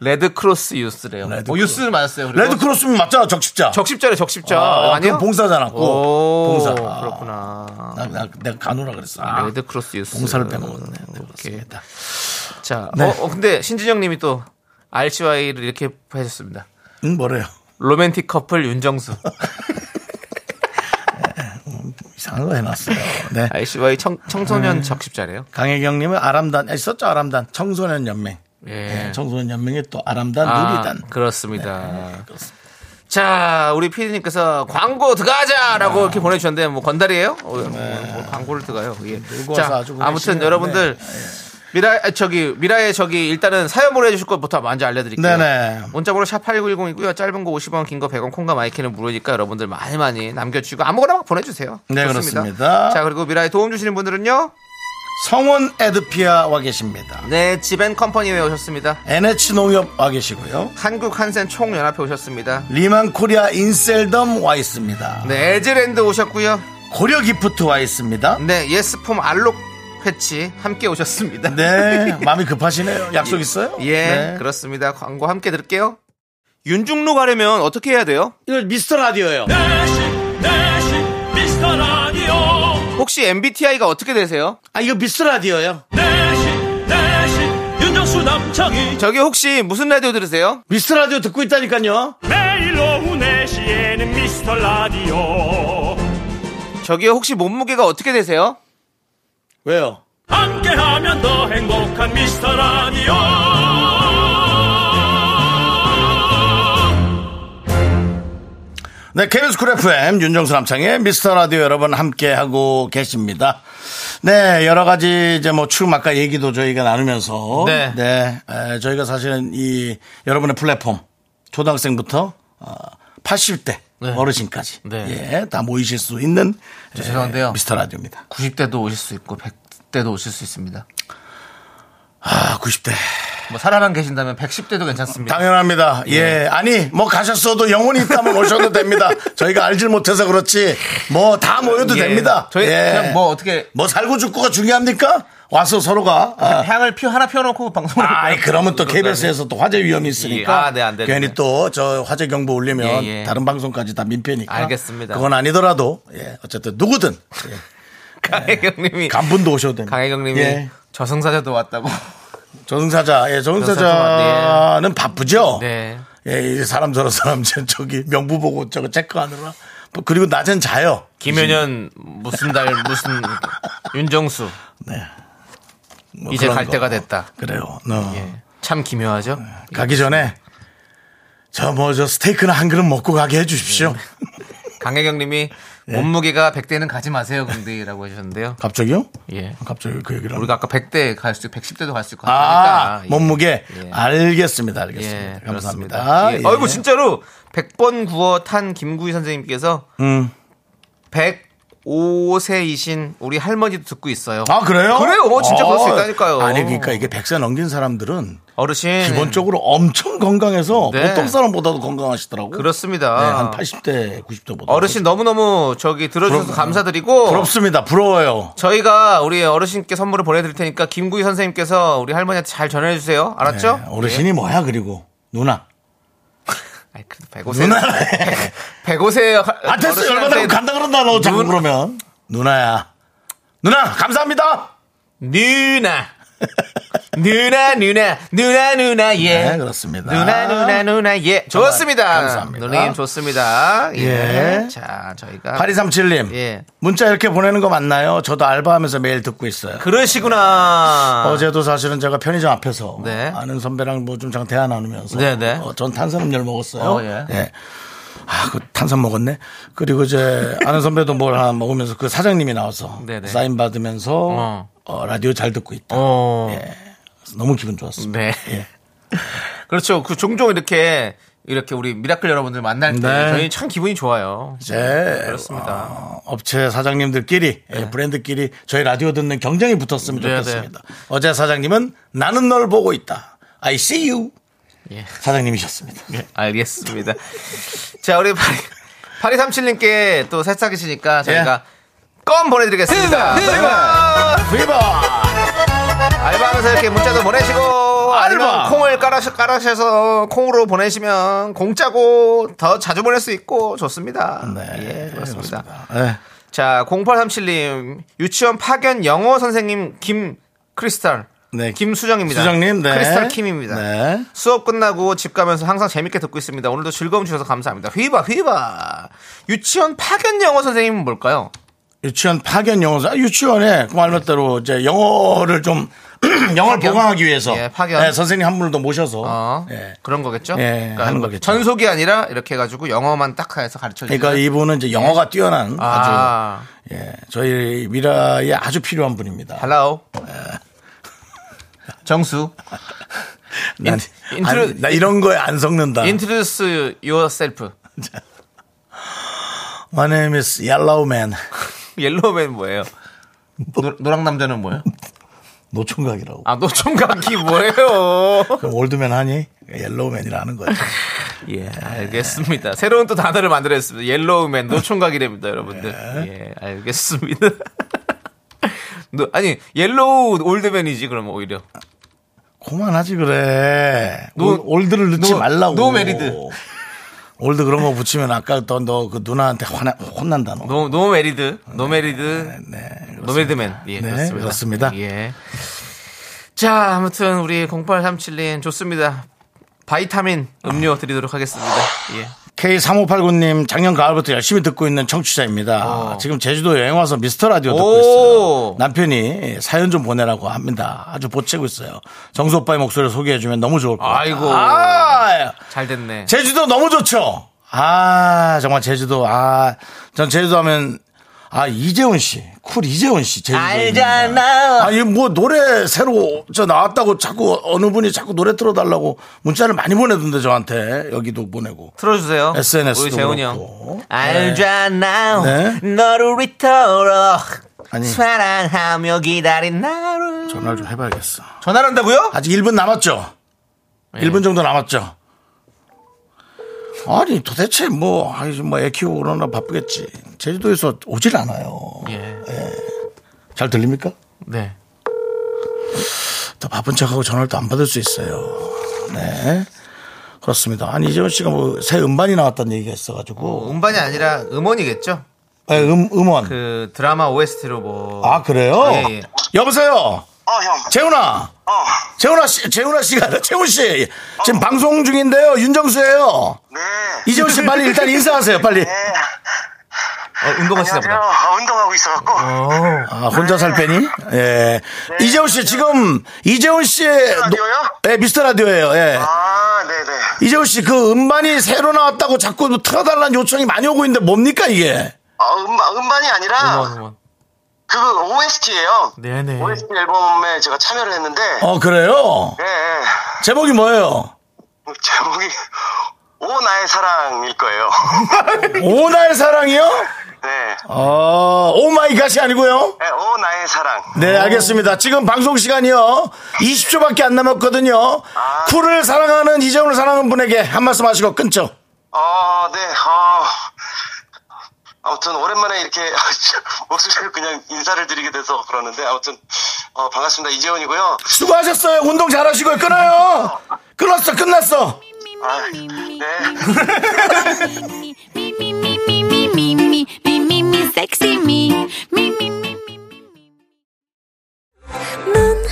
[SPEAKER 2] 레드 크로스 유스래요.
[SPEAKER 1] 레드
[SPEAKER 2] 어, 유스는 맞았어요. 그리고.
[SPEAKER 1] 레드크로스면 맞잖아, 적십자.
[SPEAKER 2] 적십자래 적십자.
[SPEAKER 1] 아,
[SPEAKER 2] 아, 니요
[SPEAKER 1] 그건 봉사잖아, 꼭. 봉사. 아.
[SPEAKER 2] 그렇구나.
[SPEAKER 1] 나, 나, 내가 간호라 그랬어. 아,
[SPEAKER 2] 레드 크로스 유스.
[SPEAKER 1] 봉사를 빼먹었네.
[SPEAKER 2] 오케이.
[SPEAKER 1] 그렇습니다.
[SPEAKER 2] 자,
[SPEAKER 1] 네.
[SPEAKER 2] 어, 어, 근데 신진영 님이 또 RCY를 이렇게 하셨습니다.
[SPEAKER 1] 응, 음, 뭐래요?
[SPEAKER 2] 로맨틱 커플 윤정수.
[SPEAKER 1] 이상한 거 해놨어요.
[SPEAKER 2] 아,
[SPEAKER 1] 네.
[SPEAKER 2] RCY 청, 청소년
[SPEAKER 1] 음.
[SPEAKER 2] 적십자래요.
[SPEAKER 1] 강혜경님은 아람단, 아, 썼죠, 아람단. 청소년 연맹.
[SPEAKER 2] 예.
[SPEAKER 1] 네, 청소년 연맹이 또 아람단, 그렇죠. 누리단. 네,
[SPEAKER 2] 그렇습니다. 자, 우리 피디님께서 광고
[SPEAKER 1] 아.
[SPEAKER 2] 들어가자라고 이렇게 보내주셨는데 뭐 건달이에요? 어, 뭐 광고를 들어가요. 예.
[SPEAKER 1] 들고 네. 와서
[SPEAKER 2] 자,
[SPEAKER 1] 아주 그냥
[SPEAKER 2] 아무튼
[SPEAKER 1] 신나네.
[SPEAKER 2] 여러분들 미라 아, 저기 미라의 저기 일단은 사연 보내주실 것부터 먼저 알려드릴게요.
[SPEAKER 1] 네네.
[SPEAKER 2] 문자번호 샵 #8910이고요. 짧은 거 50원, 긴 거 100원, 콩과 마이크는 무료니까 여러분들 많이 많이 남겨주시고 아무거나 막 보내주세요.
[SPEAKER 1] 네, 그렇습니다.
[SPEAKER 2] 자, 그리고 미라에 도움 주시는 분들은요.
[SPEAKER 1] 성원 에드피아 와 계십니다.
[SPEAKER 2] 네, 지벤컴퍼니에 오셨습니다.
[SPEAKER 1] NH농협 와 계시고요.
[SPEAKER 2] 한국 한센 총연합회 오셨습니다.
[SPEAKER 1] 리만 코리아 인셀덤 와 있습니다.
[SPEAKER 2] 네, 에즈랜드 오셨고요.
[SPEAKER 1] 고려 기프트 와 있습니다.
[SPEAKER 2] 네, 예스폼 알록 패치 함께 오셨습니다.
[SPEAKER 1] 네. 마음이 급하시네요. 약속 있어요?
[SPEAKER 2] 예,
[SPEAKER 1] 네.
[SPEAKER 2] 그렇습니다. 광고 함께 들을게요. 윤중로 가려면 어떻게 해야 돼요?
[SPEAKER 1] 이거 미스터 라디오예요.
[SPEAKER 3] 내시 내시 미스터 라디오
[SPEAKER 2] 혹시 MBTI가 어떻게 되세요?
[SPEAKER 1] 아, 이거 미스터 라디오예요.
[SPEAKER 3] 내시 내시 윤정수 남창희
[SPEAKER 2] 저기 혹시 무슨 라디오 들으세요?
[SPEAKER 1] 미스터 라디오 듣고 있다니까요.
[SPEAKER 3] 매일 오후 4시에는 미스터 라디오
[SPEAKER 2] 저기 혹시 몸무게가 어떻게 되세요?
[SPEAKER 1] 왜요?
[SPEAKER 3] 함께하면 더 행복한 미스터 라디오
[SPEAKER 1] 네, KBS 쿨 FM 윤정수 남창의 미스터 라디오 여러분 함께하고 계십니다. 네, 여러 가지 이제 뭐 추억 아까 얘기도 저희가 나누면서
[SPEAKER 2] 네.
[SPEAKER 1] 에, 저희가 사실은 이 여러분의 플랫폼 초등학생부터 어, 80대
[SPEAKER 2] 네.
[SPEAKER 1] 어르신까지
[SPEAKER 2] 네.
[SPEAKER 1] 예, 다 모이실 수 있는 에,
[SPEAKER 2] 죄송한데요.
[SPEAKER 1] 미스터 라디오입니다.
[SPEAKER 2] 90대도 오실 수 있고 100대도 오실 수 있습니다.
[SPEAKER 1] 아, 90대.
[SPEAKER 2] 뭐 살아만 계신다면 110대도 괜찮습니다.
[SPEAKER 1] 당연합니다.
[SPEAKER 2] 네.
[SPEAKER 1] 예. 아니, 뭐 가셨어도 영혼이 있다면 오셔도 됩니다. 저희가 알질 못해서 그렇지. 뭐 다 모여도
[SPEAKER 2] 예.
[SPEAKER 1] 됩니다.
[SPEAKER 2] 저희
[SPEAKER 1] 예.
[SPEAKER 2] 그냥 뭐 어떻게
[SPEAKER 1] 뭐 살고 죽고가 중요합니까? 와서 서로가. 아.
[SPEAKER 2] 향을 피 하나 피워놓고 방송을.
[SPEAKER 1] 아이,
[SPEAKER 2] 할까요?
[SPEAKER 1] 그러면 또
[SPEAKER 2] 그런 거 아니에요?
[SPEAKER 1] KBS에서 또 화재 위험이 있으니까
[SPEAKER 2] 아, 네, 안 되는데.
[SPEAKER 1] 괜히 또 저 화재 경보 올리면
[SPEAKER 2] 예, 예.
[SPEAKER 1] 다른 방송까지 다 민폐니까
[SPEAKER 2] 알겠습니다.
[SPEAKER 1] 그건 아니더라도 예, 어쨌든 누구든 예.
[SPEAKER 2] 강혜경님이
[SPEAKER 1] 간분도 오셔도 됩니다.
[SPEAKER 2] 강혜경님이
[SPEAKER 1] 예.
[SPEAKER 2] 저승사자도 왔다고.
[SPEAKER 1] 조승사자, 예, 조승사자는 바쁘죠.
[SPEAKER 2] 네.
[SPEAKER 1] 예, 이 사람 저런 사람 저- 저기 명부 보고 저거 체크하느라 뭐, 그리고 낮엔 자요.
[SPEAKER 2] 김연현 무슨 달 무슨 윤정수
[SPEAKER 1] 뭐
[SPEAKER 2] 이제
[SPEAKER 1] 그런
[SPEAKER 2] 갈
[SPEAKER 1] 거.
[SPEAKER 2] 때가 됐다.
[SPEAKER 1] 그래요. 어.
[SPEAKER 2] 예. 참 기묘하죠.
[SPEAKER 1] 가기 전에 저 뭐 저 스테이크나 한 그릇 먹고 가게 해주십시오.
[SPEAKER 2] 음. 강혜경님이
[SPEAKER 1] 예.
[SPEAKER 2] 몸무게가 100대는 가지 마세요, 근데라고 해주셨는데요.
[SPEAKER 1] 갑자기요?
[SPEAKER 2] 예.
[SPEAKER 1] 갑자기 그 얘기를
[SPEAKER 2] 우리가 아까 100대 갈 수, 있고 110대도 갈 수 있고
[SPEAKER 1] 아,
[SPEAKER 2] 하니까. 예.
[SPEAKER 1] 몸무게.
[SPEAKER 2] 예.
[SPEAKER 1] 알겠습니다. 알겠습니다.
[SPEAKER 2] 예,
[SPEAKER 1] 감사합니다.
[SPEAKER 2] 그렇습니다. 예.
[SPEAKER 1] 예.
[SPEAKER 2] 아이고 진짜로 100번 구워 탄 김구희 선생님께서
[SPEAKER 1] 음.
[SPEAKER 2] 105세이신 우리 할머니도 듣고 있어요.
[SPEAKER 1] 아, 그래요?
[SPEAKER 2] 그래요. 진짜 그럴 수
[SPEAKER 1] 어,
[SPEAKER 2] 있다니까요.
[SPEAKER 1] 아니, 그러니까 이게 100세 넘긴 사람들은
[SPEAKER 2] 어르신
[SPEAKER 1] 기본적으로 엄청 건강해서
[SPEAKER 2] 네.
[SPEAKER 1] 보통 사람보다도 건강하시더라고.
[SPEAKER 2] 그렇습니다.
[SPEAKER 1] 네, 한 80대, 90대보다.
[SPEAKER 2] 어르신 너무너무 저기 들어주셔서
[SPEAKER 1] 부럽-
[SPEAKER 2] 감사드리고
[SPEAKER 1] 부럽습니다. 부러워요.
[SPEAKER 2] 저희가 우리 어르신께 선물을 보내드릴 테니까 김구희 선생님께서 우리 할머니한테 잘 전해주세요. 알았죠?
[SPEAKER 1] 네, 어르신이 뭐야, 그리고. 누나.
[SPEAKER 2] 아이, 그 105세.
[SPEAKER 1] 누나. 네.
[SPEAKER 2] 105세.
[SPEAKER 1] 아, 됐어. 열받아. 간다 그런다, 너. 자꾸
[SPEAKER 2] 누-
[SPEAKER 1] 그러면. 누나야. 누나, 감사합니다.
[SPEAKER 2] 누나. 누나, 누나, 누나, 누나, 예.
[SPEAKER 1] 네, 그렇습니다.
[SPEAKER 2] 누나 누나 누나 예 좋습니다.
[SPEAKER 1] 감사합니다.
[SPEAKER 2] 누님 좋습니다. 예.
[SPEAKER 1] 예.
[SPEAKER 2] 자 저희가
[SPEAKER 1] 8237님.
[SPEAKER 2] 예.
[SPEAKER 1] 문자 이렇게 보내는 거 맞나요? 저도 알바하면서 매일 듣고 있어요.
[SPEAKER 2] 그러시구나.
[SPEAKER 1] 어제도 사실은 제가 편의점 앞에서
[SPEAKER 2] 아. 네.
[SPEAKER 1] 아는 선배랑 뭐 좀 잠깐 대화 나누면서
[SPEAKER 2] 네, 네.
[SPEAKER 1] 어, 전 탄산음료 를 먹었어요.
[SPEAKER 2] 어, 예.
[SPEAKER 1] 아, 그 탄산 먹었네. 그리고 이제 아는 선배도 뭘 하나 먹으면서 그 사장님이 나와서
[SPEAKER 2] 네, 네.
[SPEAKER 1] 사인 받으면서
[SPEAKER 2] 어.
[SPEAKER 1] 어, 라디오 잘 듣고 있다.
[SPEAKER 2] 어.
[SPEAKER 1] 예. 그래서 너무 기분 좋았습니다.
[SPEAKER 2] 네. 그렇죠. 그 종종 이렇게 이렇게 우리 미라클 여러분들 만날 때
[SPEAKER 1] 네.
[SPEAKER 2] 저희 참 기분이 좋아요. 네,
[SPEAKER 1] 이제
[SPEAKER 2] 그렇습니다.
[SPEAKER 1] 어, 업체 사장님들끼리 예, 브랜드끼리 저희 라디오 듣는 경쟁이 붙었으면
[SPEAKER 2] 네,
[SPEAKER 1] 좋겠습니다. 어제 사장님은 나는 널 보고 있다. I see you.
[SPEAKER 2] 예.
[SPEAKER 1] 사장님이셨습니다.
[SPEAKER 2] 알겠습니다. 자 우리 파리 파리 삼칠님께 또 새싹이시니까 저희가
[SPEAKER 1] 예.
[SPEAKER 2] 껌
[SPEAKER 1] 네,
[SPEAKER 2] 보내드리겠습니다. 네. 그리고
[SPEAKER 1] 브이바!
[SPEAKER 2] 알바하면서 이렇게 문자도 보내시고
[SPEAKER 1] 알바.
[SPEAKER 2] 아니면 콩을 깔아서 깔아셔서 콩으로 보내시면 공짜고 더 자주 보낼 수 있고 좋습니다.
[SPEAKER 1] 네,
[SPEAKER 2] 예, 그렇습니다.
[SPEAKER 1] 네.
[SPEAKER 2] 자, 0837님 유치원 파견 영어 선생님 김 크리스탈
[SPEAKER 1] 네.
[SPEAKER 2] 김수정입니다.
[SPEAKER 1] 수정님, 네.
[SPEAKER 2] 크리스탈 킴입니다.
[SPEAKER 1] 네.
[SPEAKER 2] 수업 끝나고 집 가면서 항상 재밌게 듣고 있습니다. 오늘도 즐거움 주셔서 감사합니다. 휘바 휘바. 유치원 파견 영어 선생님은 뭘까요?
[SPEAKER 1] 유치원 파견 영어사 아, 유치원에 그 말대로 이제 영어를 좀 영어를
[SPEAKER 2] 파견?
[SPEAKER 1] 보강하기 위해서
[SPEAKER 2] 예, 파견.
[SPEAKER 1] 네, 선생님 한 분을 더 모셔서
[SPEAKER 2] 어,
[SPEAKER 1] 예.
[SPEAKER 2] 그런 거겠죠? 그러니까
[SPEAKER 1] 예, 하는 거겠죠.
[SPEAKER 2] 전속이 아니라 이렇게 해가지고 영어만 딱 해서 가르쳐 주는.
[SPEAKER 1] 그러니까 이분은 이제 영어가 뛰어난 아주
[SPEAKER 2] 예. 아,
[SPEAKER 1] 예, 저희 미라에 아주 필요한 분입니다.
[SPEAKER 2] 헬로. 예. 정수,
[SPEAKER 1] 난,
[SPEAKER 2] 인- 인트로-
[SPEAKER 1] 아니, 나 이런 거에 안 섞는다.
[SPEAKER 2] introduce yourself.
[SPEAKER 1] My name is Yellow Man.
[SPEAKER 2] 옐로우맨 뭐예요? 노, 노랑 남자는 뭐예요?
[SPEAKER 1] 노총각이라고.
[SPEAKER 2] 아, 노총각이 뭐예요?
[SPEAKER 1] 그럼 올드맨 하니? 옐로우맨이라는 거죠.
[SPEAKER 2] 예, 알겠습니다. 새로운 또 단어를 만들어냈습니다. 옐로우맨, 노총각이랍니다, 여러분들. 예, 알겠습니다. 노- 아니, 옐로우 올드맨이지, 그럼 오히려.
[SPEAKER 1] 그만하지 그래.
[SPEAKER 2] 노-
[SPEAKER 1] 올- 올드를 넣지
[SPEAKER 2] 노-
[SPEAKER 1] 말라고.
[SPEAKER 2] 노 메리드.
[SPEAKER 1] 올드 그런 거 붙이면 아까 어떤 너그 누나한테 화나, 혼난다 너.
[SPEAKER 2] 노, 노메리드, 노메리드, 노메리드맨. 예,
[SPEAKER 1] 네,
[SPEAKER 2] 그렇습니다.
[SPEAKER 1] 그렇습니다.
[SPEAKER 2] 예. 자, 아무튼 우리 0837님 좋습니다. 바이타민
[SPEAKER 1] 아.
[SPEAKER 2] 음료 드리도록 하겠습니다. 예.
[SPEAKER 1] K3589님 작년 가을부터 열심히 듣고 있는 청취자입니다.
[SPEAKER 2] 어.
[SPEAKER 1] 지금 제주도 여행 와서 미스터 라디오 듣고
[SPEAKER 2] 오.
[SPEAKER 1] 있어요. 남편이 사연 좀 보내라고 합니다. 아주 보채고 있어요. 정수 오빠의 목소리를 소개해주면 너무 좋을 것 같아요.
[SPEAKER 2] 아이고.
[SPEAKER 1] 아,
[SPEAKER 2] 잘 됐네.
[SPEAKER 1] 제주도 너무 좋죠? 아, 정말 제주도. 아, 전 제주도 하면, 아, 이재훈 씨. 쿨 이재훈 씨. 제주도.
[SPEAKER 2] 알잖아.
[SPEAKER 1] 아니, 뭐, 노래 새로 저 나왔다고 자꾸 어느 분이 자꾸 노래 틀어달라고 문자를 많이 보내던데 저한테. 여기도 보내고.
[SPEAKER 2] 틀어주세요.
[SPEAKER 1] SNS 도
[SPEAKER 2] 우리 재훈이
[SPEAKER 1] 그렇고.
[SPEAKER 2] 형. 알잖아.
[SPEAKER 1] 네.
[SPEAKER 2] 너를 이토록
[SPEAKER 1] 아니.
[SPEAKER 2] 사랑하며 기다린 나를.
[SPEAKER 1] 전화를 좀 해봐야겠어.
[SPEAKER 2] 전화를 한다고요? 예.
[SPEAKER 1] 아직 1분 남았죠? 1분 정도 남았죠. 아니 도대체 뭐 아이 뭐애 키우고 그러나 바쁘겠지. 제주도에서 오질 않아요.
[SPEAKER 2] 예.
[SPEAKER 1] 네. 잘 들립니까?
[SPEAKER 2] 네.
[SPEAKER 1] 또 바쁜 척하고 전화를 또 안 받을 수 있어요. 네. 그렇습니다. 아니 이재원 씨가 뭐 새 음반이 나왔다는 얘기가
[SPEAKER 2] 뭐
[SPEAKER 1] 있어가지고
[SPEAKER 2] 음반이 아니라 음원이겠죠?
[SPEAKER 1] 아, 음 음원.
[SPEAKER 2] 그 드라마 OST로 뭐.
[SPEAKER 1] 아 그래요?
[SPEAKER 2] 예, 예.
[SPEAKER 1] 여보세요.
[SPEAKER 4] 어, 형.
[SPEAKER 1] 재훈아.
[SPEAKER 4] 어.
[SPEAKER 1] 재훈아 씨, 재훈아 씨가 아니라 재훈 씨 지금 방송 중인데요. 윤정수예요.
[SPEAKER 4] 네.
[SPEAKER 1] 이재훈 씨 빨리 일단 인사하세요. 빨리.
[SPEAKER 4] 네.
[SPEAKER 2] 어, 운동하시나
[SPEAKER 4] 안녕하세요.
[SPEAKER 2] 보다.
[SPEAKER 4] 아, 운동하고 있어갖고.
[SPEAKER 1] 아, 혼자 살 빼니? 예. 이재훈 씨 지금 이재훈 씨의 노-
[SPEAKER 4] 라디오요?
[SPEAKER 1] 예, 미스터 라디오예요. 예.
[SPEAKER 4] 아, 네네.
[SPEAKER 1] 이재훈 씨 그 음반이 새로 나왔다고 자꾸 뭐 틀어달라는 요청이 많이 오고 있는데 뭡니까 이게?
[SPEAKER 4] 아, 음반, 음반이 아니라
[SPEAKER 2] 음원, 음원.
[SPEAKER 4] 그 OST예요.
[SPEAKER 2] 네네.
[SPEAKER 4] OST 앨범에 제가 참여를 했는데.
[SPEAKER 1] 어 그래요?
[SPEAKER 4] 네, 네.
[SPEAKER 1] 제목이 뭐예요?
[SPEAKER 4] 제목이 오 나의 사랑일 거예요.
[SPEAKER 1] 오나의 사랑이요?
[SPEAKER 4] 네.
[SPEAKER 1] 어, 오 마이 갓이 아니고요.
[SPEAKER 4] 네, 오 나의 사랑.
[SPEAKER 2] 어.
[SPEAKER 1] 네, 알겠습니다. 지금 방송 시간이요. 20초밖에 안 남았거든요. 쿨을 사랑하는 이재훈을 사랑하는 분에게 한 말씀 하시고 끊죠.
[SPEAKER 4] 어, 네. 어. 아무튼 오랜만에 이렇게 목소리를 그냥 인사를 드리게 돼서 그러는데 아무튼 어, 반갑습니다. 이재훈이고요.
[SPEAKER 1] 수고하셨어요. 운동 잘하시고요. 끊어요. 끊었어. 끝났어.
[SPEAKER 4] 아, 네.
[SPEAKER 5] me, me, me, me, me, me, me, me, me, me, sexy me, me, me, me, me, me. 넌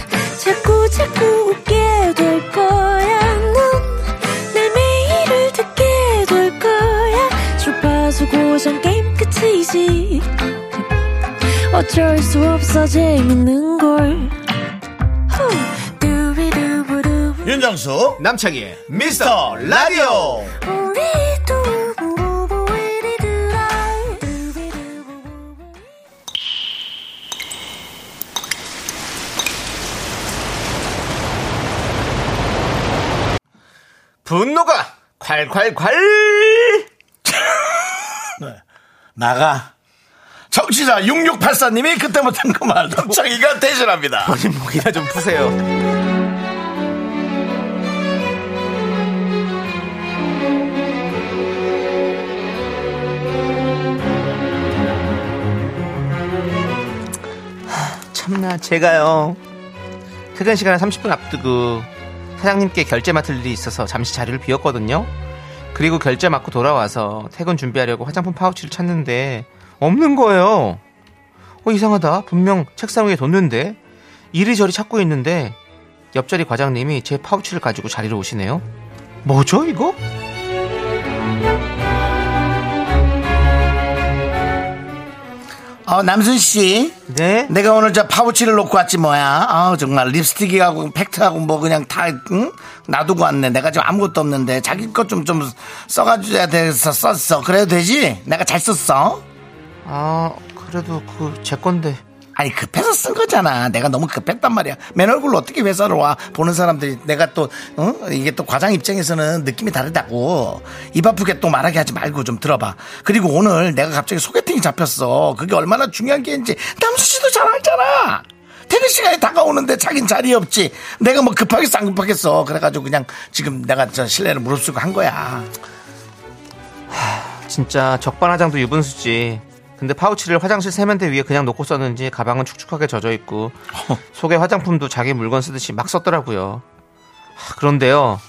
[SPEAKER 5] 자꾸 자꾸 웃게 될 거야. 넌내 매일을 듣게 될 거야. 주파수 고정 게임 끝이지. 어쩔 수 없어 재밌는 걸. 후. 두비두부두.
[SPEAKER 1] 윤정수
[SPEAKER 2] 남창희의 미스터 라디오.
[SPEAKER 5] 우리 두부부부 우리 두라. 두비두부부부.
[SPEAKER 2] 분노가 콸콸콸!
[SPEAKER 1] 네. 나가. 정치자 6684님이 그때 못한 그말 남창희가 대신합니다.
[SPEAKER 2] 본인 목이나 좀 푸세요. 하, 참나 제가요 퇴근 시간을 30분 앞두고 사장님께 결제 맡을 일이 있어서 잠시 자리를 비웠거든요. 그리고 결제 맡고 돌아와서 퇴근 준비하려고 화장품 파우치를 찾는데 없는 거예요. 어 이상하다 분명 책상 위에 뒀는데 이리저리 찾고 있는데 옆자리 과장님이 제 파우치를 가지고 자리로 오시네요. 뭐죠 이거?
[SPEAKER 1] 어, 남순 씨.
[SPEAKER 2] 네.
[SPEAKER 1] 내가 오늘 저 파우치를 놓고 왔지 뭐야. 아 정말 립스틱하고 팩트하고 뭐 그냥 다 응? 놔두고 왔네. 내가 지금 아무것도 없는데 자기 것 좀 좀 써가줘야 돼서 썼어. 그래도 되지? 내가 잘 썼어.
[SPEAKER 2] 아 그래도 그 제 건데.
[SPEAKER 1] 아니 급해서 쓴 거잖아. 내가 너무 급했단 말이야. 맨 얼굴로 어떻게 회사를 와 보는 사람들이 내가 또 어? 이게 또 과장 입장에서는 느낌이 다르다고 입 아프게 또 말하게 하지 말고 좀 들어봐. 그리고 오늘 내가 갑자기 소개팅이 잡혔어. 그게 얼마나 중요한 게인지 남수 씨도 잘 알잖아. 퇴근 시간이 다가오는데 자긴 자리 없지. 내가 뭐 급하게 안 급하겠어. 그래가지고 그냥 지금 내가 저 실례를 무릅쓰고 한 거야.
[SPEAKER 2] 진짜 적반하장도 유분수지. 근데 파우치를 화장실 세면대 위에 그냥 놓고 썼는지 가방은 축축하게 젖어 있고 속에 화장품도 자기 물건 쓰듯이 막 썼더라고요. 하, 그런데요.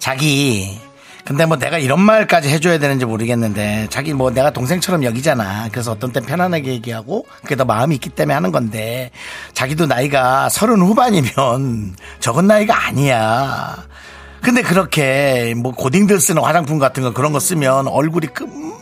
[SPEAKER 1] 자기 근데 뭐 내가 이런 말까지 해줘야 되는지 모르겠는데 자기 뭐 내가 동생처럼 여기잖아 그래서 어떤 땐 편안하게 얘기하고 그게 더 마음이 있기 때문에 하는 건데 자기도 나이가 서른 후반이면 적은 나이가 아니야 근데 그렇게 뭐 고딩들 쓰는 화장품 같은 거 그런 거 쓰면 얼굴이 금방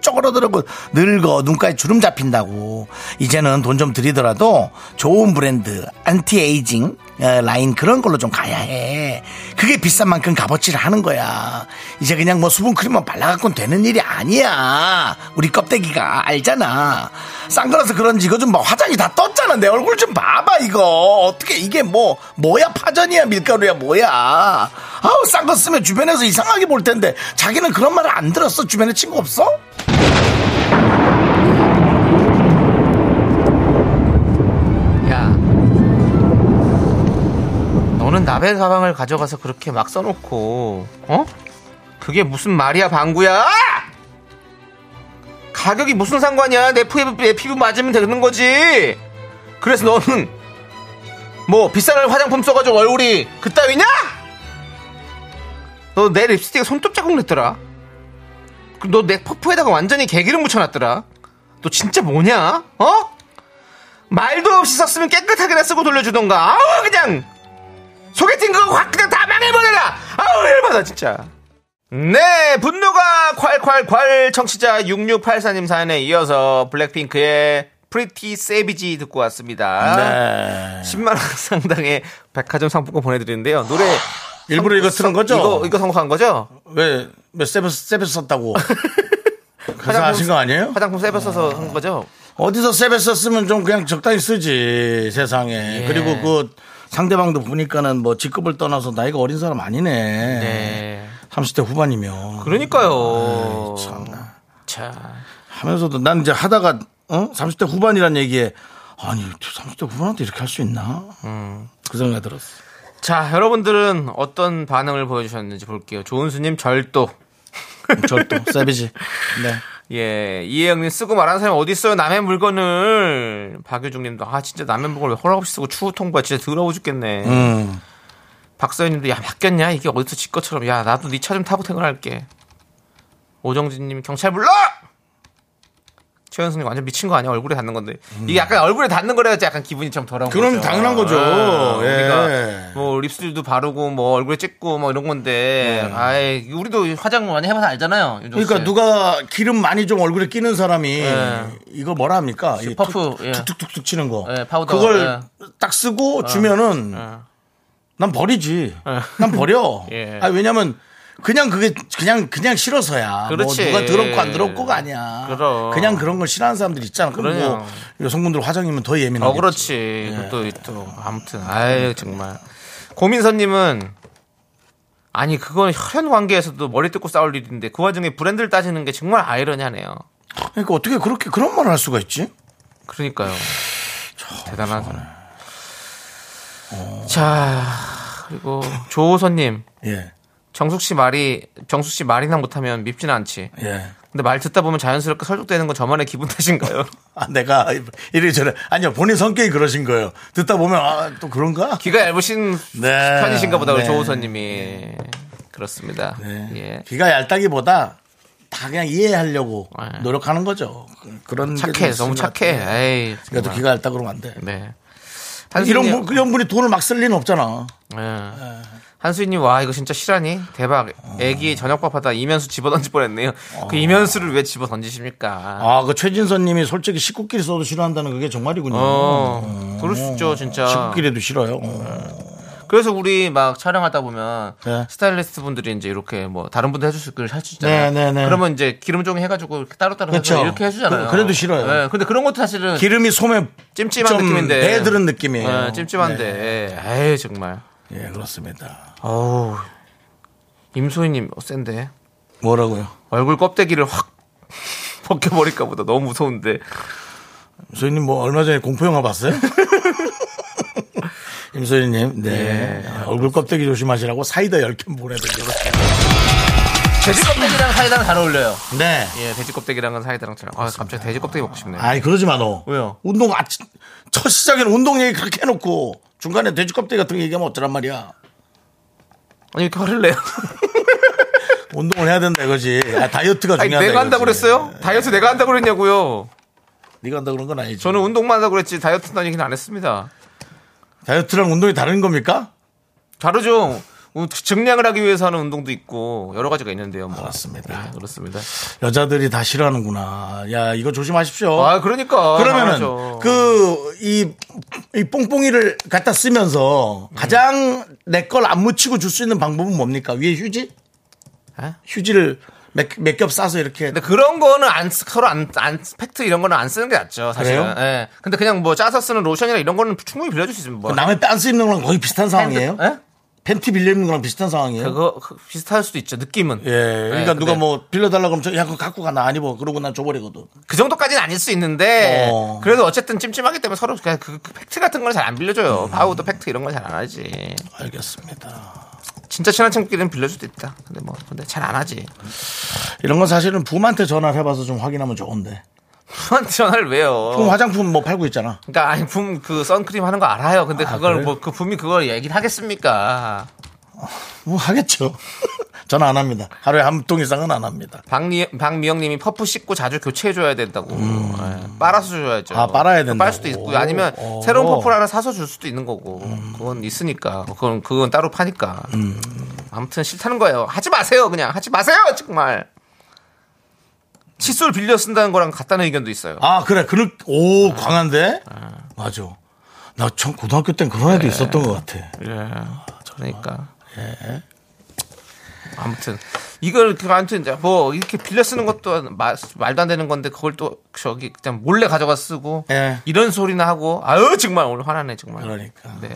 [SPEAKER 1] 쪼그러들고 늙어 눈가에 주름 잡힌다고 이제는 돈 좀 들이더라도 좋은 브랜드 안티에이징 어, 라인 그런 걸로 좀 가야 해 그게 비싼 만큼 값어치를 하는 거야 이제 그냥 뭐 수분 크림만 발라갖고는 되는 일이 아니야 우리 껍데기가 알잖아 싼 거라서 그런지 이거 좀 봐 화장이 다 떴잖아 내 얼굴 좀 봐봐 이거 어떻게 이게 뭐 뭐야 파전이야 밀가루야 뭐야 아우 싼 거 쓰면 주변에서 이상하게 볼 텐데 자기는 그런 말을 안 들었어 주변에 친구 없어?
[SPEAKER 2] 야. 너는 난 라벨 가방을 가져가서 그렇게 막 써놓고 어? 그게 무슨 말이야 방구야? 아! 가격이 무슨 상관이야? 내 피부, 내 피부 맞으면 되는 거지. 그래서 너는 뭐 비싼 화장품 써가지고 얼굴이 그따위냐? 너 내 립스틱에 손톱 자국 냈더라. 그 너 내 퍼프에다가 완전히 개기름 묻혀놨더라. 너 진짜 뭐냐? 어? 말도 없이 썼으면 깨끗하게 나 쓰고 돌려주던가. 아우 그냥 소개팅 그거 확 그냥 다 망해버려라. 아우 열받아 진짜. 네, 분노가 콸콸콸 청취자 6684님 사연에 이어서 블랙핑크의 프리티 세비지 듣고 왔습니다.
[SPEAKER 1] 네.
[SPEAKER 2] 10만 원 상당의 백화점 상품권 보내드리는데요. 노래
[SPEAKER 1] 일부러 이거 쓰는 거죠?
[SPEAKER 2] 이거 이거 선곡한 거죠?
[SPEAKER 1] 왜, 왜 세베스, 세베스 썼다고. 그래서 하신 거 아니에요? 어.
[SPEAKER 2] 화장품 세배 써서 한 거죠?
[SPEAKER 1] 어디서 세베스 쓰면 좀 그냥 적당히 쓰지, 세상에.
[SPEAKER 2] 예.
[SPEAKER 1] 그리고 그 상대방도 보니까는 뭐 직급을 떠나서 나이가 어린 사람 아니네.
[SPEAKER 2] 네. 그러니까.
[SPEAKER 1] 30대 후반이면.
[SPEAKER 2] 그러니까요.
[SPEAKER 1] 참나.
[SPEAKER 2] 자,
[SPEAKER 1] 하면서도 난 이제 하다가, 어? 30대 후반이란 얘기에, 아니, 30대 후반한테 이렇게 할 수 있나? 그 생각이 들었어.
[SPEAKER 2] 자, 여러분들은 어떤 반응을 보여주셨는지 볼게요. 조은수님 절도.
[SPEAKER 1] 절도, 음, 세비지. 네.
[SPEAKER 2] 예, 이혜영님 쓰고 말하는 사람이 어디 있어요? 남의 물건을 박유중님도 아 진짜 남의 물건을 왜 허락 없이 쓰고 추후 통보야 진짜 더러워 죽겠네.
[SPEAKER 1] 음.
[SPEAKER 2] 박서연님도 야 바뀌었냐 이게 어디서 지 것처럼 야 나도 네 차 좀 타고 퇴근할게. 오정진님 경찰 불러. 최현수님 완전 미친 거 아니야 얼굴에 닿는 건데 이게 약간 얼굴에 닿는 거라 약간 기분이 좀 더러운 거죠.
[SPEAKER 1] 음. 그럼 당연한 거죠.
[SPEAKER 2] 아,
[SPEAKER 1] 예.
[SPEAKER 2] 우리가 뭐 립스틱도 바르고 뭐 얼굴에 찍고 뭐 이런 건데 아이 우리도 화장 많이 해봐서 알잖아요. 윤종 씨.
[SPEAKER 1] 예. 그러니까 누가 기름 많이 좀 얼굴에 끼는 사람이
[SPEAKER 2] 예.
[SPEAKER 1] 이거 뭐라 합니까? 이
[SPEAKER 2] 퍼프,
[SPEAKER 1] 툭-
[SPEAKER 2] 예.
[SPEAKER 1] 툭툭툭툭 치는 거.
[SPEAKER 2] 예, 어, 파우더,
[SPEAKER 1] 그걸 딱 쓰고 주면은 난 버리지. 난 버려.
[SPEAKER 2] 예.
[SPEAKER 1] 아 왜냐면 그냥 그게 그냥 그냥 싫어서야.
[SPEAKER 2] 그렇지. 예.
[SPEAKER 1] 뭐 누가 더럽고 안 더럽고가 아니야.
[SPEAKER 2] 그럼.
[SPEAKER 1] 그냥 그런 걸 싫어하는 사람들 있잖아. 그럼 뭐
[SPEAKER 2] 그럼요.
[SPEAKER 1] 여성분들 화장이면 더 음, 예민하겠지. 예.
[SPEAKER 2] 어, 그렇지. 그것도 또 아무튼 아유 정말 고민선님은 아니 그건 혈연 관계에서도 머리 뜯고 싸울 일인데 그 와중에 브랜드를 따지는 게 정말 아이러니하네요.
[SPEAKER 1] 그러니까 어떻게 그렇게 그런 말을 할 수가 있지?
[SPEAKER 2] 그러니까요. 대단하다. 자 그리고 조호선님
[SPEAKER 1] 예.
[SPEAKER 2] 정숙 씨 말이 정숙 씨 말이나 못하면 밉진 않지.
[SPEAKER 1] 예.
[SPEAKER 2] 근데 말 듣다 보면 자연스럽게 설득되는 건 저만의 기분 탓인가요?
[SPEAKER 1] 아, 내가 이래저래 아니요 본인 성격이 그러신 거예요. 듣다 보면 아 또 그런가?
[SPEAKER 2] 귀가 얇으신
[SPEAKER 1] 네.
[SPEAKER 2] 편이신가 보다 우리
[SPEAKER 1] 네.
[SPEAKER 2] 조호선님이 그렇습니다.
[SPEAKER 1] 네.
[SPEAKER 2] 예.
[SPEAKER 1] 귀가 얇다기보다 다 그냥 이해하려고
[SPEAKER 2] 네.
[SPEAKER 1] 노력하는 거죠. 그- 그런
[SPEAKER 2] 착해,
[SPEAKER 1] 게
[SPEAKER 2] 너무
[SPEAKER 1] 있습니다. 네.
[SPEAKER 2] 착해. 에이,
[SPEAKER 1] 그래도
[SPEAKER 2] 정말.
[SPEAKER 1] 그러니까 귀가 얇다 그러면 안 돼.
[SPEAKER 2] 네.
[SPEAKER 1] 이런
[SPEAKER 2] 한수인님,
[SPEAKER 1] 분, 이런 분이 돈을 막 쓸 리는 없잖아. 어.
[SPEAKER 2] 예. 한수인님 와 이거 진짜 실화니? 대박. 애기 저녁밥 하다 이면수 집어 던질 뻔했네요. 그 이면수를 왜 집어 던지십니까?
[SPEAKER 1] 아, 그 최진선님이 솔직히 식구끼리 써도 싫어한다는 그게 정말이군요.
[SPEAKER 2] 어,
[SPEAKER 1] 음.
[SPEAKER 2] 그럴 수 있죠, 진짜.
[SPEAKER 1] 식구끼리도 싫어요. 어.
[SPEAKER 2] 그래서 우리 막 촬영하다 보면
[SPEAKER 1] 네.
[SPEAKER 2] 스타일리스트 분들이 이제 이렇게 뭐 다른 분들 해줄 수 있고
[SPEAKER 1] 네,
[SPEAKER 2] 해주잖아요.
[SPEAKER 1] 네, 네.
[SPEAKER 2] 그러면 이제 기름 종이 해가지고 이렇게 따로따로
[SPEAKER 1] 그쵸.
[SPEAKER 2] 해서 이렇게 해주잖아요.
[SPEAKER 1] 그- 그래도 싫어요.
[SPEAKER 2] 네, 근데 그런 것도 사실은
[SPEAKER 1] 기름이 솜에
[SPEAKER 2] 찜찜한
[SPEAKER 1] 좀
[SPEAKER 2] 느낌인데.
[SPEAKER 1] 배들은 느낌이에요.
[SPEAKER 2] 네, 찜찜한데. 에이, 정말.
[SPEAKER 1] 네. 예, 그렇습니다.
[SPEAKER 2] 어우. 임소희님, 어, 센데.
[SPEAKER 1] 뭐라고요?
[SPEAKER 2] 얼굴 껍데기를 확 벗겨버릴까 보다. 너무 무서운데.
[SPEAKER 1] 임소희님 뭐 얼마 전에 공포 영화 봤어요? 임소희님, 네.
[SPEAKER 2] 예.
[SPEAKER 1] 얼굴 껍데기 조심하시라고 사이다 10캔 보내드리겠습니다.
[SPEAKER 2] 돼지 껍데기랑 사이다랑 잘 어울려요.
[SPEAKER 1] 네.
[SPEAKER 2] 예, 돼지 껍데기랑은 사이다랑 잘 어울려요. 아, 갑자기 돼지 껍데기 먹고 싶네. 요
[SPEAKER 1] 아이 그러지 마 너.
[SPEAKER 2] 왜요?
[SPEAKER 1] 운동 아침 첫 시작엔 운동 얘기 그렇게 해놓고 중간에 돼지 껍데기 같은 거 얘기하면 어쩌란 말이야.
[SPEAKER 2] 아니, 이렇게 화를 내요?
[SPEAKER 1] 운동을 해야 된다 이거지. 아, 다이어트가
[SPEAKER 2] 아니,
[SPEAKER 1] 중요하다.
[SPEAKER 2] 내가 한다고
[SPEAKER 1] 이거지.
[SPEAKER 2] 그랬어요? 다이어트 내가 한다고 그랬냐고요.
[SPEAKER 1] 네가 한다 그런 건 아니지.
[SPEAKER 2] 저는 운동만 한다고 그랬지, 다이어트는 얘기는 안 했습니다.
[SPEAKER 1] 다이어트랑 운동이 다른 겁니까?
[SPEAKER 2] 다르죠. 우- 증량을 하기 위해서 하는 운동도 있고, 여러 가지가 있는데요. 뭐.
[SPEAKER 1] 맞습니다.
[SPEAKER 2] 예, 그렇습니다.
[SPEAKER 1] 여자들이 다 싫어하는구나. 야 이거 조심하십시오.
[SPEAKER 2] 아, 그러니까.
[SPEAKER 1] 그러면은
[SPEAKER 2] 당연하죠.
[SPEAKER 1] 그이이 뽕뽕이를 갖다 쓰면서 가장 내 걸 안 묻히고 줄 수 있는 방법은 뭡니까? 위에 휴지?
[SPEAKER 2] 에?
[SPEAKER 1] 휴지를 몇 겹 싸서 이렇게
[SPEAKER 2] 근데 그런 거는 안 쓰- 서로 안, 안 팩트 이런 거는 안 쓰는 게 낫죠 사실은.
[SPEAKER 1] 그래요?
[SPEAKER 2] 예. 근데 그냥 뭐 짜서 쓰는 로션이나 이런 거는 충분히 빌려줄 수 있습니다. 뭐.
[SPEAKER 1] 남의 뺨 쓰는 거랑 거의 비슷한 상황이에요?
[SPEAKER 2] 예?
[SPEAKER 1] 팬티 빌려입는 거랑 비슷한 상황이에요.
[SPEAKER 2] 그거 비슷할 수도 있죠. 느낌은.
[SPEAKER 1] 예, 그러니까
[SPEAKER 2] 네,
[SPEAKER 1] 누가
[SPEAKER 2] 근데
[SPEAKER 1] 뭐 빌려달라 그러면 저, 야 그거 갖고 가나 안 입어. 그러고 난 줘버리거든.
[SPEAKER 2] 그 정도까지는 아닐 수 있는데
[SPEAKER 1] 어.
[SPEAKER 2] 그래도 어쨌든 찜찜하기 때문에 서로 그냥 그, 그 팩트 같은 걸 잘 안
[SPEAKER 1] 음.
[SPEAKER 2] 빌려줘요. 바우도 팩트 이런 걸 잘 안 하지.
[SPEAKER 1] 알겠습니다.
[SPEAKER 2] 진짜 친한 친구끼리는 빌려줄 수도 있다. 근데 뭐 근데 잘 안 하지.
[SPEAKER 1] 이런 건 사실은 부모한테 전화를 해봐서 좀 확인하면 좋은데.
[SPEAKER 2] 부모한테 전화를 왜요?
[SPEAKER 1] 그럼 화장품 뭐 팔고 있잖아.
[SPEAKER 2] 그러니까 아니 붐 그 선크림 하는 거 알아요. 근데 그걸
[SPEAKER 1] 그래요?
[SPEAKER 2] 뭐 그 붐이 그걸 얘기를 하겠습니까?
[SPEAKER 1] 뭐 하겠죠. 전화 안 합니다. 하루에 한 통 이상은 안 합니다.
[SPEAKER 2] 박미 박미영님이 퍼프 씻고 자주 교체해줘야 된다고. 예, 빨아서 줘야죠.
[SPEAKER 1] 음. 아, 빨아야 된다고.
[SPEAKER 2] 빨 수도 있고 아니면
[SPEAKER 1] 오.
[SPEAKER 2] 새로운 퍼프를 하나 사서 줄 수도 있는 거고. 그건 있으니까. 그건 그건 따로 파니까.
[SPEAKER 1] 음.
[SPEAKER 2] 아무튼 싫다는 거예요. 하지 마세요. 그냥 하지 마세요. 정말. 칫솔 빌려 쓴다는 거랑 같다는 의견도 있어요.
[SPEAKER 1] 아 그래 그는오 강한데 맞아 네. 나 전 고등학교 땐 그런 애도 있었던 것 같아
[SPEAKER 2] 예. 그러니까.
[SPEAKER 1] 예.
[SPEAKER 2] 아무튼 이걸 그 아무튼 이제 뭐 이렇게 빌려 쓰는 것도 마- 말도 안 되는 건데 그걸 또 저기 그냥 몰래 가져가 쓰고
[SPEAKER 1] 예.
[SPEAKER 2] 이런 소리나 하고 아유 정말 오늘 화나네 정말.
[SPEAKER 1] 그러니까
[SPEAKER 2] 네.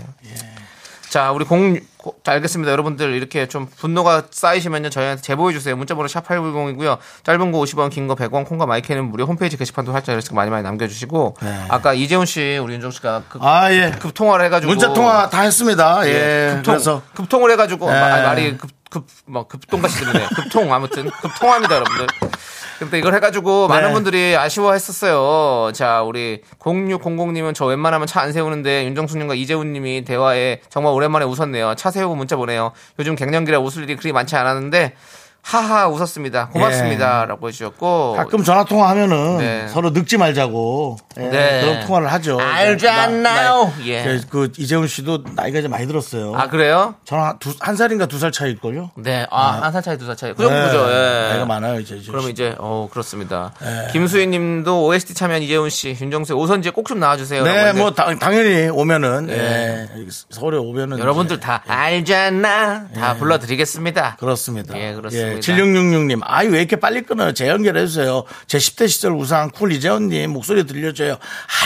[SPEAKER 2] 자, 우리 공, 고- 자, 알겠습니다. 여러분들 이렇게 좀 분노가 쌓이시면요. 저희한테 제보해 주세요. 문자번호 샵8910이고요. 짧은 거 50원, 긴 거 100원, 콩과 마이크는 무료 홈페이지 게시판도 활짝 열어서 많이 많이 남겨주시고.
[SPEAKER 1] 네.
[SPEAKER 2] 아까 이재훈 씨, 우리 윤종 씨가 그,
[SPEAKER 1] 아예
[SPEAKER 2] 급 통화를 해가지고
[SPEAKER 1] 문자 통화 다 했습니다 예,
[SPEAKER 2] 급통,
[SPEAKER 1] 그래서
[SPEAKER 2] 급통을 해가지고
[SPEAKER 1] 예.
[SPEAKER 2] 마- 아니, 말이 급급뭐 급통같이 들리네. 급통 아무튼 급통합니다 여러분들. 근데 이걸 해가지고
[SPEAKER 1] 네.
[SPEAKER 2] 많은 분들이 아쉬워했었어요. 자 우리 0600님은 저 웬만하면 차 안 세우는데 윤정수님과 이재훈님이 대화에 정말 오랜만에 웃었네요. 차 세우고 문자 보내요. 요즘 갱년기라 웃을 일이 그리 많지 않았는데 하하 웃었습니다. 고맙습니다라고 해주셨고
[SPEAKER 1] 예. 가끔 전화 통화하면은
[SPEAKER 2] 어, 네.
[SPEAKER 1] 서로 늙지 말자고 예,
[SPEAKER 2] 네.
[SPEAKER 1] 그런 통화를 하죠
[SPEAKER 2] 알잖아요. 예.
[SPEAKER 1] 예. 그 이재훈 씨도 나이가 이제 많이 들었어요
[SPEAKER 2] 아 그래요?
[SPEAKER 1] 전화 두, 한 살인가 두 살 차일걸요 네.
[SPEAKER 2] 네, 아, 한 살 차이, 두 살 차이. 그 정도죠, 예.
[SPEAKER 1] 나이가 많아요 이제 이재훈
[SPEAKER 2] 그러면
[SPEAKER 1] 씨. 네.
[SPEAKER 2] 이제 어 그렇습니다. 김수희 님도 OST 참여한 이재훈 씨, 윤정수의 오선지에 꼭 좀 나와주세요.
[SPEAKER 1] 네,
[SPEAKER 2] 라고
[SPEAKER 1] 뭐
[SPEAKER 2] 했는데
[SPEAKER 1] 당, 당연히 오면은 예, 서울에 오면은
[SPEAKER 2] 여러분들
[SPEAKER 1] 이제
[SPEAKER 2] 다 알잖아. 다 불러드리겠습니다.
[SPEAKER 1] 예. 그렇습니다.
[SPEAKER 2] 예, 그렇습니다.
[SPEAKER 1] 7666님, 아이, 왜 이렇게 빨리 끊어요? 재연결해주세요. 제 10대 시절 우상 쿨 이재원님 목소리 들려줘요.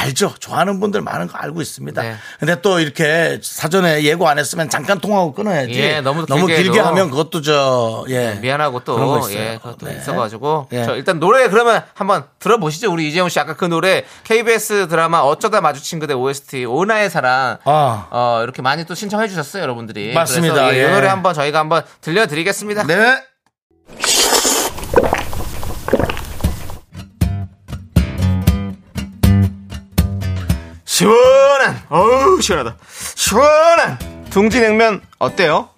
[SPEAKER 1] 알죠. 좋아하는 분들 많은 거 알고 있습니다.
[SPEAKER 2] 네.
[SPEAKER 1] 근데 또 이렇게 사전에 예고 안 했으면 잠깐 통화하고 끊어야지.
[SPEAKER 2] 예, 너무 길게
[SPEAKER 1] 길게
[SPEAKER 2] 해도.
[SPEAKER 1] 하면 그것도 저, 예.
[SPEAKER 2] 미안하고
[SPEAKER 1] 그런 거
[SPEAKER 2] 또
[SPEAKER 1] 있어요.
[SPEAKER 2] 예, 그것도
[SPEAKER 1] 네.
[SPEAKER 2] 있어가지고
[SPEAKER 1] 예.
[SPEAKER 2] 저 일단 노래 그러면 한번 들어보시죠. 우리 이재훈 씨 아까 그 노래 KBS 드라마 어쩌다 마주친 그대 OST 오나의 사랑
[SPEAKER 1] 아.
[SPEAKER 2] 어 이렇게 많이 또 신청해 주셨어요, 여러분들이.
[SPEAKER 1] 맞습니다.
[SPEAKER 2] 그래서 예,
[SPEAKER 1] 예.
[SPEAKER 2] 이 노래 한번 저희가 한번 들려드리겠습니다.
[SPEAKER 1] 네.
[SPEAKER 2] 시원한 어우 시원하다 시원한 둥지냉면 어때요?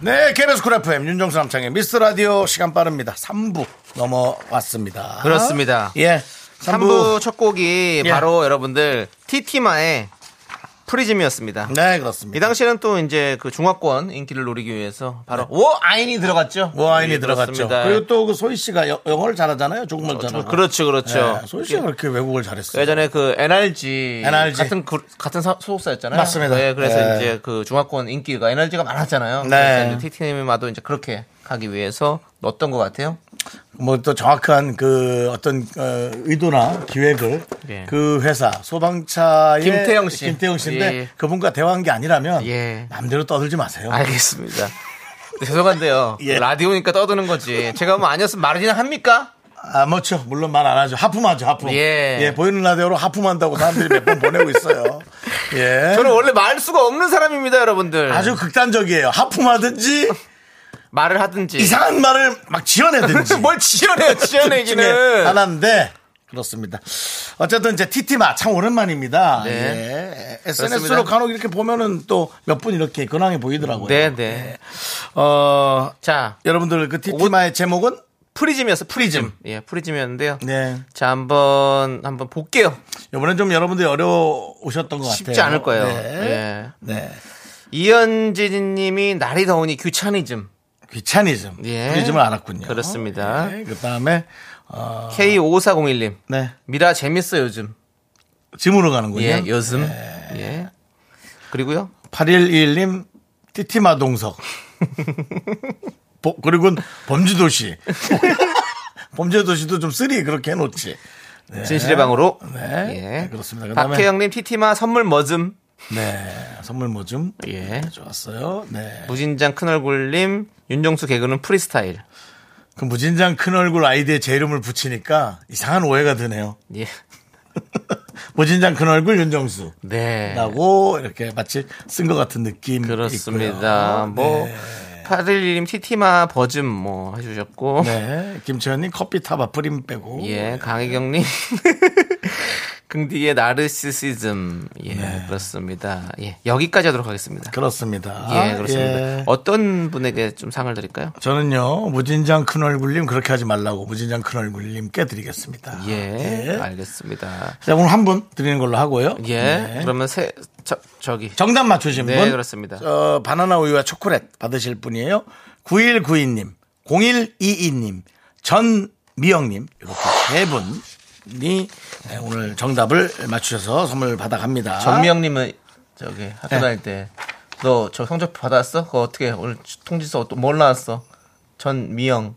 [SPEAKER 1] 네, KBS 쿨 FM 윤정수 남창의 미스터 라디오 시간 빠릅니다. 3부 넘어왔습니다.
[SPEAKER 2] 그렇습니다.
[SPEAKER 1] 예.
[SPEAKER 2] 3부,
[SPEAKER 1] 3부.
[SPEAKER 2] 첫 곡이
[SPEAKER 1] 예.
[SPEAKER 2] 바로 여러분들 티티마의 프리즘이었습니다.
[SPEAKER 1] 네,
[SPEAKER 2] 이
[SPEAKER 1] 그렇습니다.
[SPEAKER 2] 당시에는 또 이제 그 중화권 인기를 노리기 위해서
[SPEAKER 1] 네.
[SPEAKER 2] 바로 워 아인이 들어갔죠.
[SPEAKER 1] 워아인이
[SPEAKER 2] 예,
[SPEAKER 1] 들어갔죠.
[SPEAKER 2] 그렇습니다.
[SPEAKER 1] 그리고 또 그 소희 씨가 여- 영어를 잘하잖아요. 조금만 잘하고.
[SPEAKER 2] 그렇죠, 그렇죠.
[SPEAKER 1] 예, 소희 씨가 그렇게 외국어를 잘했어요.
[SPEAKER 2] 예전에 그 NRG,
[SPEAKER 1] NRG.
[SPEAKER 2] 같은 그, 같은 사- 소속사였잖아요.
[SPEAKER 1] 맞습니다.
[SPEAKER 2] 예, 그래서
[SPEAKER 1] 예.
[SPEAKER 2] 이제 그 중화권 인기가 NRG가 많았잖아요.
[SPEAKER 1] 네.
[SPEAKER 2] 그래서 티티님마도 이제 그렇게 가기 위해서 넣었던 것 같아요.
[SPEAKER 1] 뭐 또 정확한 그 어떤 어, 의도나 기획을
[SPEAKER 2] 예.
[SPEAKER 1] 그 회사 소방차의
[SPEAKER 2] 김태형 씨.
[SPEAKER 1] 김태형 씨인데
[SPEAKER 2] 예.
[SPEAKER 1] 그분과 대화한 게 아니라면
[SPEAKER 2] 예.
[SPEAKER 1] 남대로 떠들지 마세요.
[SPEAKER 2] 알겠습니다. 네, 죄송한데요.
[SPEAKER 1] 예.
[SPEAKER 2] 라디오니까 떠드는 거지. 제가 뭐 아니었으면 말이나 합니까?
[SPEAKER 1] 아, 뭐죠. 물론 말 안 하죠. 하품하죠, 하품.
[SPEAKER 2] 예.
[SPEAKER 1] 보이는 라디오로 하품한다고 사람들이 몇 번 보내고 있어요. 예.
[SPEAKER 2] 저는 원래 말 수가 없는 사람입니다, 여러분들.
[SPEAKER 1] 아주 극단적이에요. 하품하든지
[SPEAKER 2] 예. 말을 하든지.
[SPEAKER 1] 이상한 말을 막 지어내든지.
[SPEAKER 2] 뭘 지어내요, 지어내기는.
[SPEAKER 1] 하나인데 그렇습니다. 어쨌든 이제 티티마 참 오랜만입니다.
[SPEAKER 2] 네.
[SPEAKER 1] 예. SNS로
[SPEAKER 2] 그렇습니다.
[SPEAKER 1] 간혹 이렇게 보면은 또 몇 분 이렇게 근황이 보이더라고요.
[SPEAKER 2] 네, 네.
[SPEAKER 1] 어
[SPEAKER 2] 자,
[SPEAKER 1] 여러분들 그 티티마의 제목은
[SPEAKER 2] 프리즘이었어, 프리즘. 예, 프리즘이었는데요.
[SPEAKER 1] 네
[SPEAKER 2] 자, 한번 한번 볼게요.
[SPEAKER 1] 이번엔 좀 여러분들이 어려우셨던 것 같아요.
[SPEAKER 2] 쉽지 않을 거예요.
[SPEAKER 1] 네.
[SPEAKER 2] 예.
[SPEAKER 1] 네.
[SPEAKER 2] 이현진 님이 날이 더우니 귀차니즘.
[SPEAKER 1] 귀차니즘.
[SPEAKER 2] 예.
[SPEAKER 1] 프리즘을 알았군요.
[SPEAKER 2] 그렇습니다.
[SPEAKER 1] 그 다음에,
[SPEAKER 2] K5401 님.
[SPEAKER 1] 네.
[SPEAKER 2] 미라 재밌어 요즘.
[SPEAKER 1] 즘으로 가는군요.
[SPEAKER 2] 예, 요즘. 예. 그리고요.
[SPEAKER 1] 8121님, 티티마 동석. 보- 그리고 범죄도시. 범죄도시도 좀 쓰리 그렇게 해놓지.
[SPEAKER 2] 진실의 방으로.
[SPEAKER 1] 네.
[SPEAKER 2] 예.
[SPEAKER 1] 네, 그렇습니다. 그다음에-
[SPEAKER 2] 박혜영 님 티티마 선물 머즘.
[SPEAKER 1] 네. 선물 뭐 좀.
[SPEAKER 2] 예.
[SPEAKER 1] 좋았어요. 네.
[SPEAKER 2] 무진장 큰 얼굴 님. 윤정수 개그는 프리스타일.
[SPEAKER 1] 그 무진장 큰 얼굴 아이디에 제 이름을 붙이니까 이상한 오해가 드네요.
[SPEAKER 2] 예.
[SPEAKER 1] 무진장 큰 얼굴 윤정수.
[SPEAKER 2] 네.
[SPEAKER 1] 라고 이렇게 마치 쓴 것 같은 느낌.
[SPEAKER 2] 그렇습니다.
[SPEAKER 1] 있고요.
[SPEAKER 2] 뭐 811님 티티마 버즘 뭐 해주셨고
[SPEAKER 1] 네. 김채연님 커피 타바 프림 빼고.
[SPEAKER 2] 예 강혜경님 긍디의 나르시시즘 예
[SPEAKER 1] 네.
[SPEAKER 2] 그렇습니다. 예 여기까지 하도록 하겠습니다.
[SPEAKER 1] 그렇습니다.
[SPEAKER 2] 예 그렇습니다.
[SPEAKER 1] 예.
[SPEAKER 2] 어떤 분에게 좀 상을 드릴까요?
[SPEAKER 1] 저는요 무진장 큰 얼굴님 그렇게 하지 말라고 무진장 큰 얼굴님 깨드리겠습니다. 네.
[SPEAKER 2] 예, 알겠습니다.
[SPEAKER 1] 자 오늘 한 분 드리는 걸로 하고요.
[SPEAKER 2] 예
[SPEAKER 1] 네.
[SPEAKER 2] 그러면 세 저, 저기
[SPEAKER 1] 정답 맞추신
[SPEAKER 2] 네,
[SPEAKER 1] 분.
[SPEAKER 2] 그렇습니다.
[SPEAKER 1] 어, 바나나 우유와 초콜릿 받으실 분이에요. 9192님, 0122님, 전미영님, 이렇게 세 분이 네, 오늘 정답을 맞추셔서 선물 받아갑니다.
[SPEAKER 2] 전미영님은 저기 학교
[SPEAKER 1] 네.
[SPEAKER 2] 다닐 때 너 저 성적 받았어? 그거 어떻게 오늘 통지서 또 뭘 나왔어? 전미영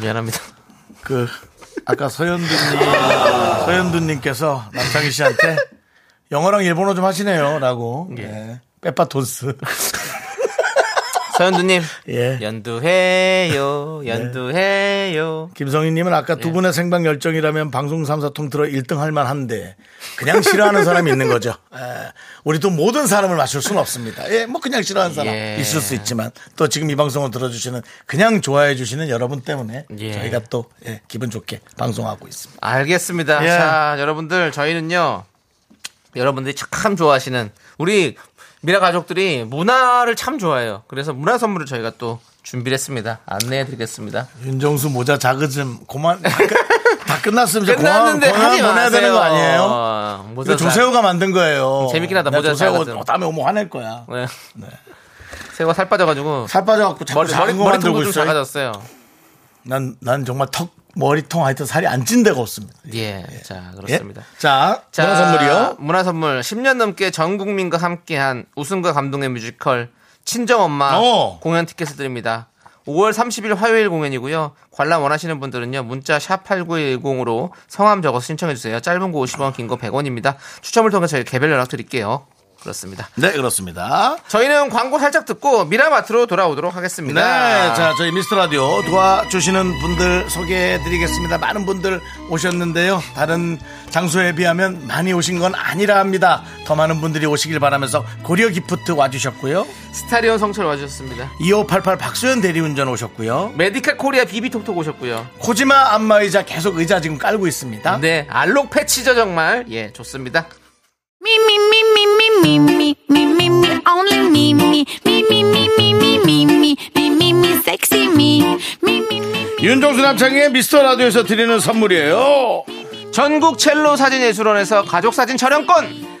[SPEAKER 2] 미안합니다.
[SPEAKER 1] 그 아까 서현두님, 서현두님께서 남창희 씨한테 영어랑 일본어 좀 하시네요. 라고.
[SPEAKER 2] 예.
[SPEAKER 1] 예. 빼빠토스.
[SPEAKER 2] 서현두님
[SPEAKER 1] 예. 네.
[SPEAKER 2] 연두해요 연두해요
[SPEAKER 1] 김성희님은 아까
[SPEAKER 2] 예.
[SPEAKER 1] 두 분의 생방 열정이라면 방송 삼사 통틀어 1등 할 만한데 그냥 싫어하는 사람이 있는 거죠. 예. 우리 또 모든 사람을 맞출 수는 없습니다. 예, 뭐 그냥 싫어하는 사람
[SPEAKER 2] 예.
[SPEAKER 1] 있을 수 있지만 또 지금 이 방송을 들어주시는 그냥 좋아해 주시는 여러분 때문에
[SPEAKER 2] 예.
[SPEAKER 1] 저희가 또 예, 기분 좋게 방송하고 있습니다.
[SPEAKER 2] 알겠습니다
[SPEAKER 1] 예.
[SPEAKER 2] 자 여러분들 저희는요 여러분들이 참 좋아하시는 우리 미라 가족들이 문화를 참 좋아해요 그래서 문화 선물을 저희가 또 준비를 했습니다 안내해 드리겠습니다
[SPEAKER 1] 윤정수 모자 자그즘 고만 다, 끝- 다 끝났으면 이제 고만
[SPEAKER 2] 끝났는데
[SPEAKER 1] 고만
[SPEAKER 2] 하지
[SPEAKER 1] 보내야
[SPEAKER 2] 마세요
[SPEAKER 1] 되는 거 아니에요? 이거
[SPEAKER 2] 모자
[SPEAKER 1] 조세호가 만든 거예요.
[SPEAKER 2] 재밌긴 하다,
[SPEAKER 1] 내가
[SPEAKER 2] 모자
[SPEAKER 1] 조세호
[SPEAKER 2] 자그즘.
[SPEAKER 1] 어, 다음에 오면 화낼 거야.
[SPEAKER 2] 네. 새우가 살 빠져가지고
[SPEAKER 1] 살 빠져갖고 자꾸
[SPEAKER 2] 머리 머리
[SPEAKER 1] 작은 거
[SPEAKER 2] 머리통도
[SPEAKER 1] 만들고
[SPEAKER 2] 좀
[SPEAKER 1] 있어요.
[SPEAKER 2] 작아졌어요.
[SPEAKER 1] 난, 난 정말 턱, 머리통 하여튼 살이 안 찐 데가 없습니다.
[SPEAKER 2] 예, 자 그렇습니다.
[SPEAKER 1] 예? 자, 문화 선물이요.
[SPEAKER 2] 문화 선물. 10년 넘게 전 국민과 함께한 웃음과 감동의 뮤지컬 친정 엄마
[SPEAKER 1] 어.
[SPEAKER 2] 공연 티켓을 드립니다. 5월 30일 화요일 공연이고요. 관람 원하시는 분들은요. 문자 샵 8910으로 성함 적어서 신청해 주세요. 짧은 거 50원, 긴 거 100원입니다. 추첨을 통해 저희 개별 연락 드릴게요. 그렇습니다.
[SPEAKER 1] 네, 그렇습니다.
[SPEAKER 2] 저희는 광고 살짝 듣고 미라마트로 돌아오도록
[SPEAKER 1] 네,
[SPEAKER 2] 하겠습니다.
[SPEAKER 1] 자, 저희 미스터 라디오 도와주시는 분들 소개해 드리겠습니다. 많은 분들 오셨는데요. 다른 장소에 비하면 많이 오신 건 아니라 합니다. 더 많은 분들이 오시길 바라면서 고려 기프트 와주셨고요.
[SPEAKER 2] 스타리온 성철 와주셨습니다.
[SPEAKER 1] 2588 박수현 대리운전 오셨고요.
[SPEAKER 2] 메디카 코리아 비비톡톡 오셨고요.
[SPEAKER 1] 코지마 안마의자 계속 의자 지금 깔고 있습니다.
[SPEAKER 2] 네, 알록 패치죠 정말. 예, 좋습니다.
[SPEAKER 5] Me me me me me me me me me me only me me me me me me me me me me me me sexy me me me me
[SPEAKER 1] 윤종수 남창의 미스터 라디오에서 드리는 선물이에요.
[SPEAKER 2] 전국 첼로 사진 예술원에서 가족 사진 촬영권,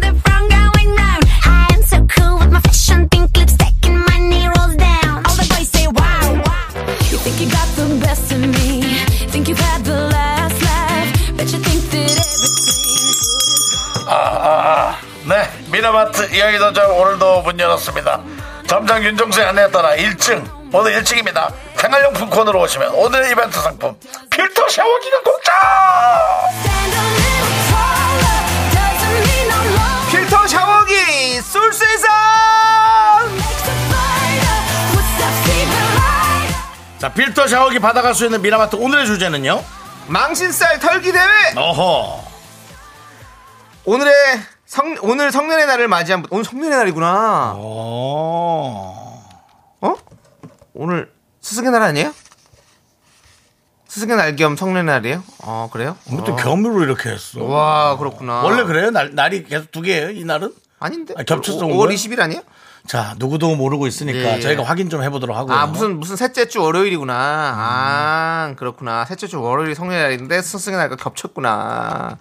[SPEAKER 5] the front going round. I am so cool with my fashion pink lipstick and my knee rolls down. All the boys say wow. You think you got the best of me? Think you've had the last laugh? Bet you think that everything.
[SPEAKER 1] 네 미나마트 여의도점 오늘도 문 열었습니다 점장 윤종수의 안내에 따라 1층 오늘 1층입니다 생활용품 코너로 오시면 오늘의 이벤트 상품 필터 샤워기가 공짜
[SPEAKER 5] Stand a little taller. Doesn't mean I'm low.
[SPEAKER 2] 필터 샤워기 솔스에서!
[SPEAKER 5] Makes a fighter. What's up, sleeping light?
[SPEAKER 1] 자 필터 샤워기 받아갈 수 있는 미나마트 오늘의 주제는요
[SPEAKER 2] 망신살 털기 대회!
[SPEAKER 1] 어허
[SPEAKER 2] 오늘의 성, 오늘 성년의 날을 맞이한 분- 오늘 성년의 날이구나.
[SPEAKER 1] 어.
[SPEAKER 2] 어? 오늘 스승의 날 아니에요? 스승의 날 겸 성년의 날이에요? 어 그래요?
[SPEAKER 1] 이것도
[SPEAKER 2] 어.
[SPEAKER 1] 겸으로 이렇게 했어.
[SPEAKER 2] 와 그렇구나.
[SPEAKER 1] 원래 그래요? 날, 날이 계속 두 개예요, 이날은?
[SPEAKER 2] 아닌데.
[SPEAKER 1] 아니, 겹쳐서 온
[SPEAKER 2] 5월
[SPEAKER 1] 거예요?
[SPEAKER 2] 20일 아니에요?
[SPEAKER 1] 자, 누구도 모르고 있으니까
[SPEAKER 2] 예.
[SPEAKER 1] 저희가 확인 좀 해보도록 하고요.
[SPEAKER 2] 아 무슨 무슨 셋째 주 월요일이구나.
[SPEAKER 1] 음.
[SPEAKER 2] 아 그렇구나. 셋째 주 월요일이 성년의 날인데 스승의 날과 겹쳤구나.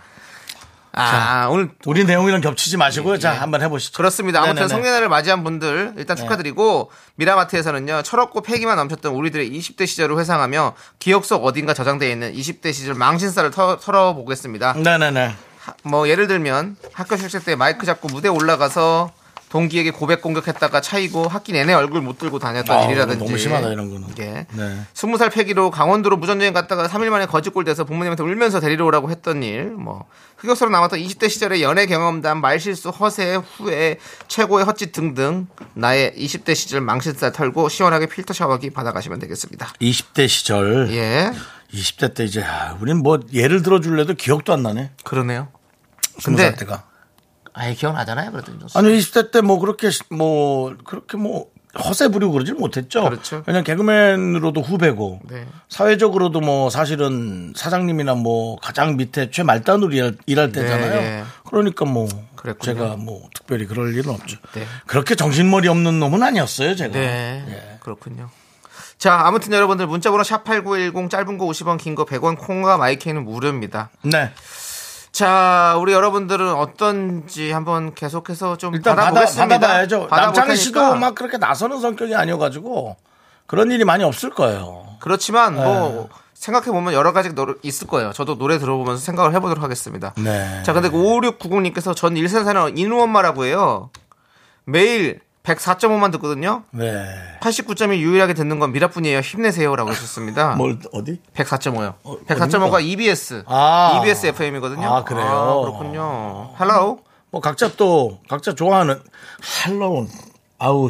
[SPEAKER 2] 아 오늘
[SPEAKER 1] 우리 내용이랑 겹치지 마시고요. 자, 한번 해보시죠.
[SPEAKER 2] 그렇습니다. 아무튼
[SPEAKER 1] 네네네. 네.
[SPEAKER 2] 성년회를 맞이한 분들 일단 축하드리고 미라마트에서는요 철없고 패기만 넘쳤던 우리들의 20대 시절을 회상하며 기억 속 어딘가 저장되어 있는 20대 시절 망신살을 터,
[SPEAKER 1] 음.
[SPEAKER 2] 털어보겠습니다.
[SPEAKER 1] 네네네.
[SPEAKER 2] 하- 뭐 예를 들면 학교 실습 때 마이크 잡고 무대 올라가서 동기에게 고백 공격했다가 차이고 학기 내내 얼굴 못 들고 다녔던
[SPEAKER 1] 아,
[SPEAKER 2] 일이라든지
[SPEAKER 1] 너무 심하다, 이런 거는.
[SPEAKER 2] 예.
[SPEAKER 1] 네.
[SPEAKER 2] 20살 패기로 강원도로 무전여행 갔다가 3일 만에 거지꼴 돼서 부모님한테 울면서 데리러 오라고 했던 일, 뭐 흑역사로 남았던 20대 시절의 연애 경험담, 말실수, 허세, 후회, 최고의 헛짓 등등 나의 20대 시절 망신살 털고 시원하게 필터 샤워기 받아가시면 되겠습니다.
[SPEAKER 1] 20대 시절.
[SPEAKER 2] 예,
[SPEAKER 1] 20대 때 이제, 아, 우린 뭐 예를 들어줄래도 기억도 안 나네.
[SPEAKER 2] 그러네요. 근데-
[SPEAKER 1] 20살 때가.
[SPEAKER 2] 아예 기억나잖아요, 그래도 윤정수 씨.
[SPEAKER 1] 아니 20대 때 뭐 그렇게 시- 뭐 그렇게 뭐 허세 부리고 그러질 못했죠.
[SPEAKER 2] 그렇죠.
[SPEAKER 1] 왜냐면 개그맨으로도 후배고
[SPEAKER 2] 네.
[SPEAKER 1] 사회적으로도 뭐 사실은 사장님이나 뭐 가장 밑에 최말단으로 일할, 일할 때잖아요.
[SPEAKER 2] 네.
[SPEAKER 1] 그러니까 뭐
[SPEAKER 2] 그랬군요.
[SPEAKER 1] 제가 뭐 특별히 그럴 일은 없죠.
[SPEAKER 2] 네.
[SPEAKER 1] 그렇게 정신머리 없는 놈은 아니었어요, 제가. 예.
[SPEAKER 2] 네. 그렇군요. 자, 아무튼 여러분들 문자번호 샵8910 짧은 거 50원, 긴 거 100원, 콩과 마이크는 무료입니다.
[SPEAKER 1] 네.
[SPEAKER 2] 자, 우리 여러분들은 어떤지 한번 계속해서 좀
[SPEAKER 1] 일단 받아,
[SPEAKER 2] 받아보겠습니다.
[SPEAKER 1] 받아봐야죠.
[SPEAKER 2] 받아볼
[SPEAKER 1] 남창희 씨도
[SPEAKER 2] 테니까.
[SPEAKER 1] 막 그렇게 나서는 성격이 아니어가지고 그런 일이 많이 없을 거예요.
[SPEAKER 2] 그렇지만
[SPEAKER 1] 네.
[SPEAKER 2] 뭐 생각해 보면 여러 가지 노 있을 거예요. 저도 노래 들어보면서 생각을 해보도록 하겠습니다.
[SPEAKER 1] 네.
[SPEAKER 2] 자, 근데 5690님께서 전 일산 사는 인우 엄마라고 해요. 매일 104.5만 듣거든요.
[SPEAKER 1] 네.
[SPEAKER 2] 89.1 유일하게 듣는 건 미라뿐이에요. 힘내세요라고 하셨습니다.
[SPEAKER 1] 뭘 어디?
[SPEAKER 2] 104.5요.
[SPEAKER 1] 어,
[SPEAKER 2] 104.5가 E EBS,
[SPEAKER 1] 아.
[SPEAKER 2] EBS FM이거든요.
[SPEAKER 1] 아, 그래요?
[SPEAKER 2] 그렇군요. 헬로우.
[SPEAKER 1] 뭐 각자 또 각자 좋아하는 할로운 아우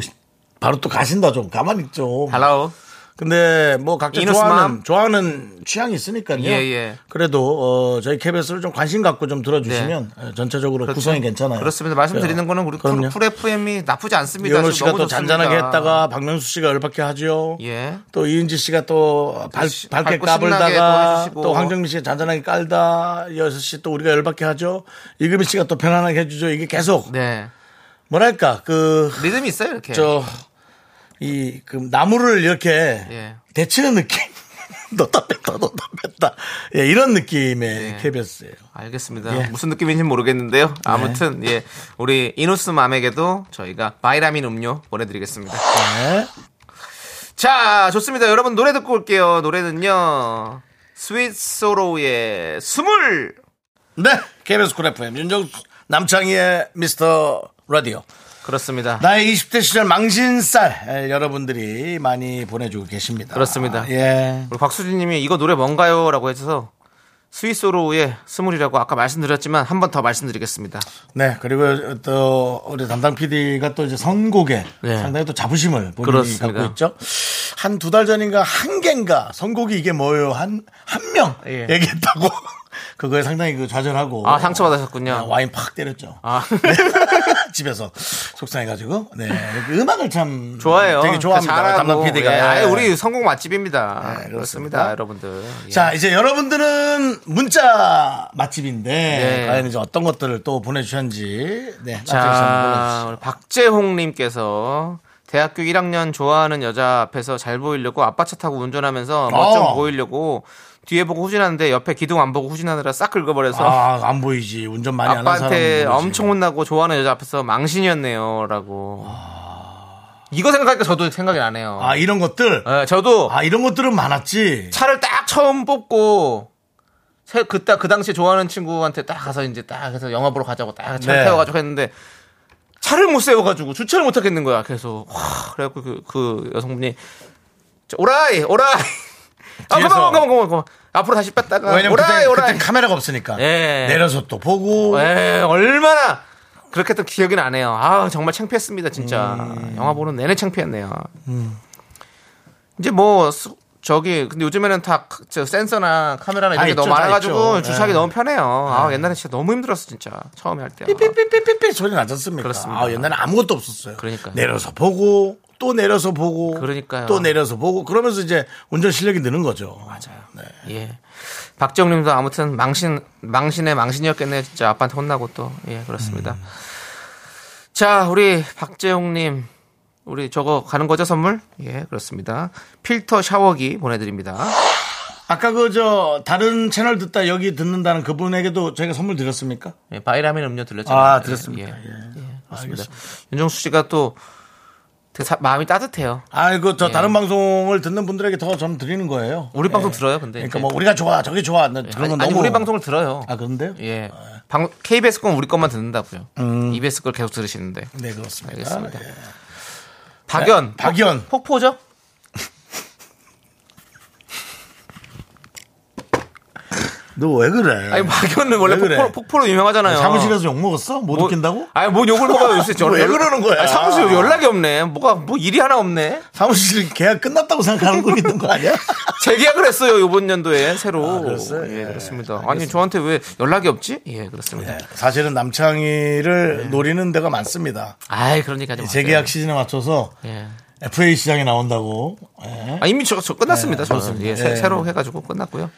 [SPEAKER 1] 바로 또 가신다 좀 가만히 있죠.
[SPEAKER 2] 헬로우.
[SPEAKER 1] 근데 뭐 각자
[SPEAKER 2] 이노스
[SPEAKER 1] 좋아하는
[SPEAKER 2] 맘.
[SPEAKER 1] 좋아하는 취향이 있으니까요.
[SPEAKER 2] 예, 예.
[SPEAKER 1] 그래도 어 저희 KBS를 좀 관심 갖고 좀 들어주시면 에, 전체적으로 구성이 괜찮아요. 예.
[SPEAKER 2] 네. 그렇죠. 그렇습니다. 말씀드리는 거는 우리
[SPEAKER 1] 그럼요.
[SPEAKER 2] 쿨, 쿨 FM이 나쁘지 않습니다.
[SPEAKER 1] 이현우
[SPEAKER 2] 지금
[SPEAKER 1] 씨가
[SPEAKER 2] 너무
[SPEAKER 1] 또
[SPEAKER 2] 좋습니다.
[SPEAKER 1] 잔잔하게 했다가 박명수 씨가 열받게 하죠.
[SPEAKER 2] 예.
[SPEAKER 1] 또 이은지 씨가 또 발,
[SPEAKER 2] 시-
[SPEAKER 1] 밝게
[SPEAKER 2] 밝고 신나게 또
[SPEAKER 1] 까불다가
[SPEAKER 2] 해주시고.
[SPEAKER 1] 또 황정민 씨가 잔잔하게 깔다 여섯 시 또 우리가 열받게 하죠. 이금희 씨가 또 편안하게 해주죠. 이게 계속
[SPEAKER 2] 네.
[SPEAKER 1] 뭐랄까 그
[SPEAKER 2] 리듬이 있어요, 이렇게.
[SPEAKER 1] 저, 이, 그, 나무를 이렇게
[SPEAKER 2] 예.
[SPEAKER 1] 데치는 느낌. 넣다 뺐다, 넣다 뺐다. 예, 이런 느낌의
[SPEAKER 2] 예.
[SPEAKER 1] KBS예요.
[SPEAKER 2] 알겠습니다.
[SPEAKER 1] 예. 네.
[SPEAKER 2] 무슨 느낌인지 모르겠는데요. 아무튼 예, 우리 이누스 맘에게도 저희가 바이라민 음료 보내드리겠습니다.
[SPEAKER 1] 네.
[SPEAKER 2] 자, 좋습니다. 여러분 노래 듣고 올게요. 노래는요, 스윗 소로우의 스물.
[SPEAKER 1] 네, KBS 쿨 FM. 윤정수 남창희의 미스터 라디오.
[SPEAKER 2] 그렇습니다.
[SPEAKER 1] 나의 20대 시절 망신살 예, 여러분들이 많이 보내주고 계십니다.
[SPEAKER 2] 그렇습니다.
[SPEAKER 1] 예.
[SPEAKER 2] 우리 박수진님이 이거 노래 뭔가요?라고 해줘서 스윗 소로우의 스물이라고 아까 말씀드렸지만 한 번 더 말씀드리겠습니다.
[SPEAKER 1] 네, 그리고 또 우리 담당 PD가 또 이제 선곡에
[SPEAKER 2] 네.
[SPEAKER 1] 상당히 또 자부심을 본인이
[SPEAKER 2] 그렇습니다.
[SPEAKER 1] 갖고 있죠. 한 두 달 전인가 한 개인가 선곡이 이게 뭐예요? 한 한 명
[SPEAKER 2] 예.
[SPEAKER 1] 얘기했다고 그거에 상당히 그 좌절하고 어,
[SPEAKER 2] 아 상처 받으셨군요.
[SPEAKER 1] 와인 팍 때렸죠.
[SPEAKER 2] 아.
[SPEAKER 1] 네. 집에서 속상해가지고 네 그 음악을 참
[SPEAKER 2] 좋아요. 그
[SPEAKER 1] 되게 좋아합니다.
[SPEAKER 2] 잘하고,
[SPEAKER 1] 담당 PD가
[SPEAKER 2] 예, 아예 우리 성공 맛집입니다.
[SPEAKER 1] 네, 그렇습니다.
[SPEAKER 2] 그렇습니다, 여러분들. 예.
[SPEAKER 1] 자, 이제 여러분들은 문자 맛집인데
[SPEAKER 2] 네.
[SPEAKER 1] 과연 이제 어떤 것들을 또 보내주셨는지 네, 남창희 씨 한번
[SPEAKER 2] 자,
[SPEAKER 1] 골라주시죠.
[SPEAKER 2] 우리 박재홍님께서 대학교 1학년 좋아하는 여자 앞에서 잘 보이려고 아빠 차 타고 운전하면서 멋져
[SPEAKER 1] 어.
[SPEAKER 2] 보이려고 뒤에 보고 후진하는데 옆에 기둥 안 보고 후진하느라 싹 긁어버려서 아.
[SPEAKER 1] 아, 안 보이지. 운전 많이 안
[SPEAKER 2] 빠
[SPEAKER 1] 한
[SPEAKER 2] 한
[SPEAKER 1] 사람.
[SPEAKER 2] 테 엄청 혼나고 좋아하는 여자 앞에서 망신이었네요라고. 이거 생각하니까 저도 생각이 나네요.
[SPEAKER 1] 아, 이런 것들.
[SPEAKER 2] 예, 저도
[SPEAKER 1] 아, 이런 것들은 많았지.
[SPEAKER 2] 차를 딱 처음 뽑고 새- 그때 그 당시 좋아하는 친구한테 딱 가서 이제 딱 해서 영화 보러 가자고 딱 차를
[SPEAKER 1] 네.
[SPEAKER 2] 태워가지고 했는데 차를 못 세워가지고 주차를 못 하겠는 거야. 그래서 와, 그래갖고 그, 그 여성분이 저, 오라이 오라이 아
[SPEAKER 1] 뒤에서.
[SPEAKER 2] 그만 그만 그만 그만 그만 앞으로 다시 뺐다가
[SPEAKER 1] 왜냐면
[SPEAKER 2] 오라이
[SPEAKER 1] 그때,
[SPEAKER 2] 오라이
[SPEAKER 1] 그때 카메라가 없으니까.
[SPEAKER 2] 예.
[SPEAKER 1] 내려서 또 보고.
[SPEAKER 2] 에 예, 얼마나 그렇게 했던 기억이 나네요. 아 정말 창피했습니다 진짜
[SPEAKER 1] 음.
[SPEAKER 2] 영화 보는 내내 창피했네요. 이제 뭐 수- 저기 근데 요즘에는 다 카- 저 센서나 카메라나 이런
[SPEAKER 1] 다
[SPEAKER 2] 게 너무
[SPEAKER 1] 있죠, 다
[SPEAKER 2] 많아가지고
[SPEAKER 1] 있죠.
[SPEAKER 2] 주차하기
[SPEAKER 1] 네.
[SPEAKER 2] 너무 편해요. 아 옛날에 진짜 너무 힘들었어 진짜 처음에 할 때.
[SPEAKER 1] 삐삐삐삐삐 소리 나지 않습니까?
[SPEAKER 2] 그렇습니다.
[SPEAKER 1] 아, 옛날에 아무것도 없었어요.
[SPEAKER 2] 그러니까요.
[SPEAKER 1] 내려서 보고, 또 내려서 보고.
[SPEAKER 2] 그러니까요.
[SPEAKER 1] 또 내려서 보고. 그러면서 이제 운전 실력이 느는 거죠. 네. 맞아요.
[SPEAKER 2] 예. 박정님도 아무튼 망신 망신의 망신이었겠네요. 진짜 아빠한테 혼나고 또 예 그렇습니다.
[SPEAKER 1] 음.
[SPEAKER 2] 자 우리 박재홍님 우리 저거 가는 거죠 선물? 예 그렇습니다. 필터 샤워기 보내드립니다.
[SPEAKER 1] 아까 그 저 다른 채널 듣다 여기 듣는다는 그분에게도 저희가 선물 드렸습니까?
[SPEAKER 2] 예, 바이라민 음료 들렸잖아요.
[SPEAKER 1] 아, 들었습니다. 예.
[SPEAKER 2] 맞습니다. 윤정수 씨가 또 되게 사- 마음이 따뜻해요.
[SPEAKER 1] 아, 이거 저
[SPEAKER 2] 예.
[SPEAKER 1] 다른 방송을 듣는 분들에게 더 좀 드리는 거예요.
[SPEAKER 2] 우리 방송
[SPEAKER 1] 예.
[SPEAKER 2] 들어요, 근데.
[SPEAKER 1] 그러니까 뭐 우리가 좋아, 저게 좋아. 나
[SPEAKER 2] 예.
[SPEAKER 1] 그런 건
[SPEAKER 2] 네, 아니, 아니,
[SPEAKER 1] 너무
[SPEAKER 2] 우리 방송을 들어요.
[SPEAKER 1] 아, 음. 그런데요?
[SPEAKER 2] 예. 방, KBS 건 우리 것만 듣는다고요. EBS 걸 계속 들으시는데.
[SPEAKER 1] 네, 그렇습니다.
[SPEAKER 2] 알겠습니다.
[SPEAKER 1] 예.
[SPEAKER 2] 박연.
[SPEAKER 1] 네, 박연.
[SPEAKER 2] 폭포죠?
[SPEAKER 1] 너 왜 그래?
[SPEAKER 2] 아니, 박연은 원래
[SPEAKER 1] 예. 왜 그래?
[SPEAKER 2] 폭포, 폭포로 유명하잖아요.
[SPEAKER 1] 사무실에서 욕 먹었어? 못
[SPEAKER 2] 뭐-
[SPEAKER 1] 웃긴다고?
[SPEAKER 2] 아니, 뭐 욕을 먹어요, 요새. 저는
[SPEAKER 1] 왜
[SPEAKER 2] 연락-
[SPEAKER 1] 그러는 거야?
[SPEAKER 2] 아니, 사무실 연락이 없네. 뭐가, 뭐 일이 하나 없네.
[SPEAKER 1] 사무실 계약 끝났다고 생각하는 거 있는 거 아니야?
[SPEAKER 2] 재계약을 했어요, 요번 연도에, 새로.
[SPEAKER 1] 그랬어요?
[SPEAKER 2] 예,
[SPEAKER 1] 예,
[SPEAKER 2] 그렇습니다. 아니,
[SPEAKER 1] 알겠습니다.
[SPEAKER 2] 저한테 왜 연락이 없지? 예,
[SPEAKER 1] 네,
[SPEAKER 2] 그렇습니다.
[SPEAKER 1] 사실은 남창희를 노리는 데가 많습니다.
[SPEAKER 2] 네. 아이, 그런 얘기 하지 마세요.
[SPEAKER 1] 재계약 시즌에 맞춰서
[SPEAKER 2] 예.
[SPEAKER 1] FA 시장에 나온다고. 예.
[SPEAKER 2] 아, 이미 저, 저 끝났습니다.
[SPEAKER 1] 네,
[SPEAKER 2] 저는.
[SPEAKER 1] 그렇습니다.
[SPEAKER 2] 예, 새-
[SPEAKER 1] 예.
[SPEAKER 2] 새로 해가지고 끝났고요.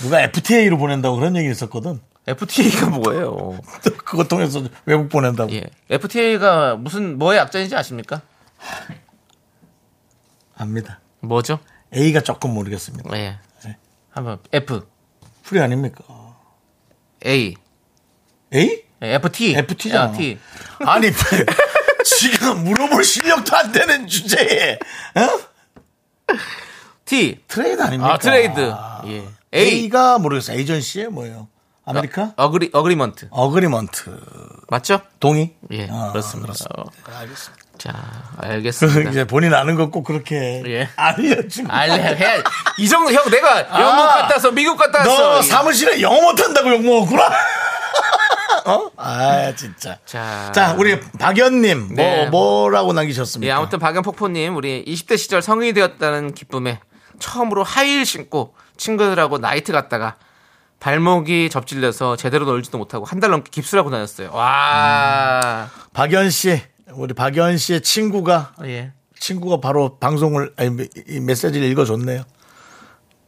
[SPEAKER 1] 누가 FTA로 보낸다고 그런 얘기 있었거든.
[SPEAKER 2] FTA가 뭐예요?
[SPEAKER 1] 그거 통해서 외국 보낸다고.
[SPEAKER 2] 예. FTA가 무슨, 뭐의 약자인지 아십니까?
[SPEAKER 1] 압니다.
[SPEAKER 2] 뭐죠?
[SPEAKER 1] A가 조금 모르겠습니다.
[SPEAKER 2] 예.
[SPEAKER 1] 네.
[SPEAKER 2] 한번, F,
[SPEAKER 1] 풀이 아닙니까?
[SPEAKER 2] A,
[SPEAKER 1] 에이?
[SPEAKER 2] 예, FT.
[SPEAKER 1] FT 잖아.
[SPEAKER 2] FT.
[SPEAKER 1] 아니, 지금 물어볼 실력도 안 되는 주제에, 어?
[SPEAKER 2] T.
[SPEAKER 1] 트레이드 아닙니까?
[SPEAKER 2] 아, 트레이드. 예. A.
[SPEAKER 1] A가 모르겠어요. 에이전시에 뭐예요? 아메리카?
[SPEAKER 2] 어그리, 어그리먼트.
[SPEAKER 1] 어그리먼트.
[SPEAKER 2] 맞죠?
[SPEAKER 1] 동의?
[SPEAKER 2] 예.
[SPEAKER 1] 아,
[SPEAKER 2] 그렇습니다. 어,
[SPEAKER 1] 알겠습니다. 예.
[SPEAKER 2] 자, 알겠습니다.
[SPEAKER 1] 이제 본인 아는 거 꼭 그렇게
[SPEAKER 2] 네. 예.
[SPEAKER 1] 알려주고.
[SPEAKER 2] 알레, 해. 이 정도, 형, 내가 영국
[SPEAKER 1] 아,
[SPEAKER 2] 갔다 와서, 미국 갔다 왔어.
[SPEAKER 1] 너
[SPEAKER 2] 예.
[SPEAKER 1] 사무실에 영어 못한다고 욕먹었구나. 어? 아, 진짜.
[SPEAKER 2] 자.
[SPEAKER 1] 자, 우리 박연님, 뭐,
[SPEAKER 2] 네.
[SPEAKER 1] 뭐라고 남기셨습니까?
[SPEAKER 2] 예, 아무튼 박연폭포님, 우리 20대 시절 성인이 되었다는 기쁨에 처음으로 하이힐 신고 친구들하고 나이트 갔다가 발목이 접질려서 제대로 놀지도 못하고 한 달 넘게 깁스를 하고 다녔어요. 와.
[SPEAKER 1] 박연 씨, 우리 박연 씨의 친구가,
[SPEAKER 2] 예.
[SPEAKER 1] 친구가 바로 방송을, 아니, 이 메시지를 읽어줬네요.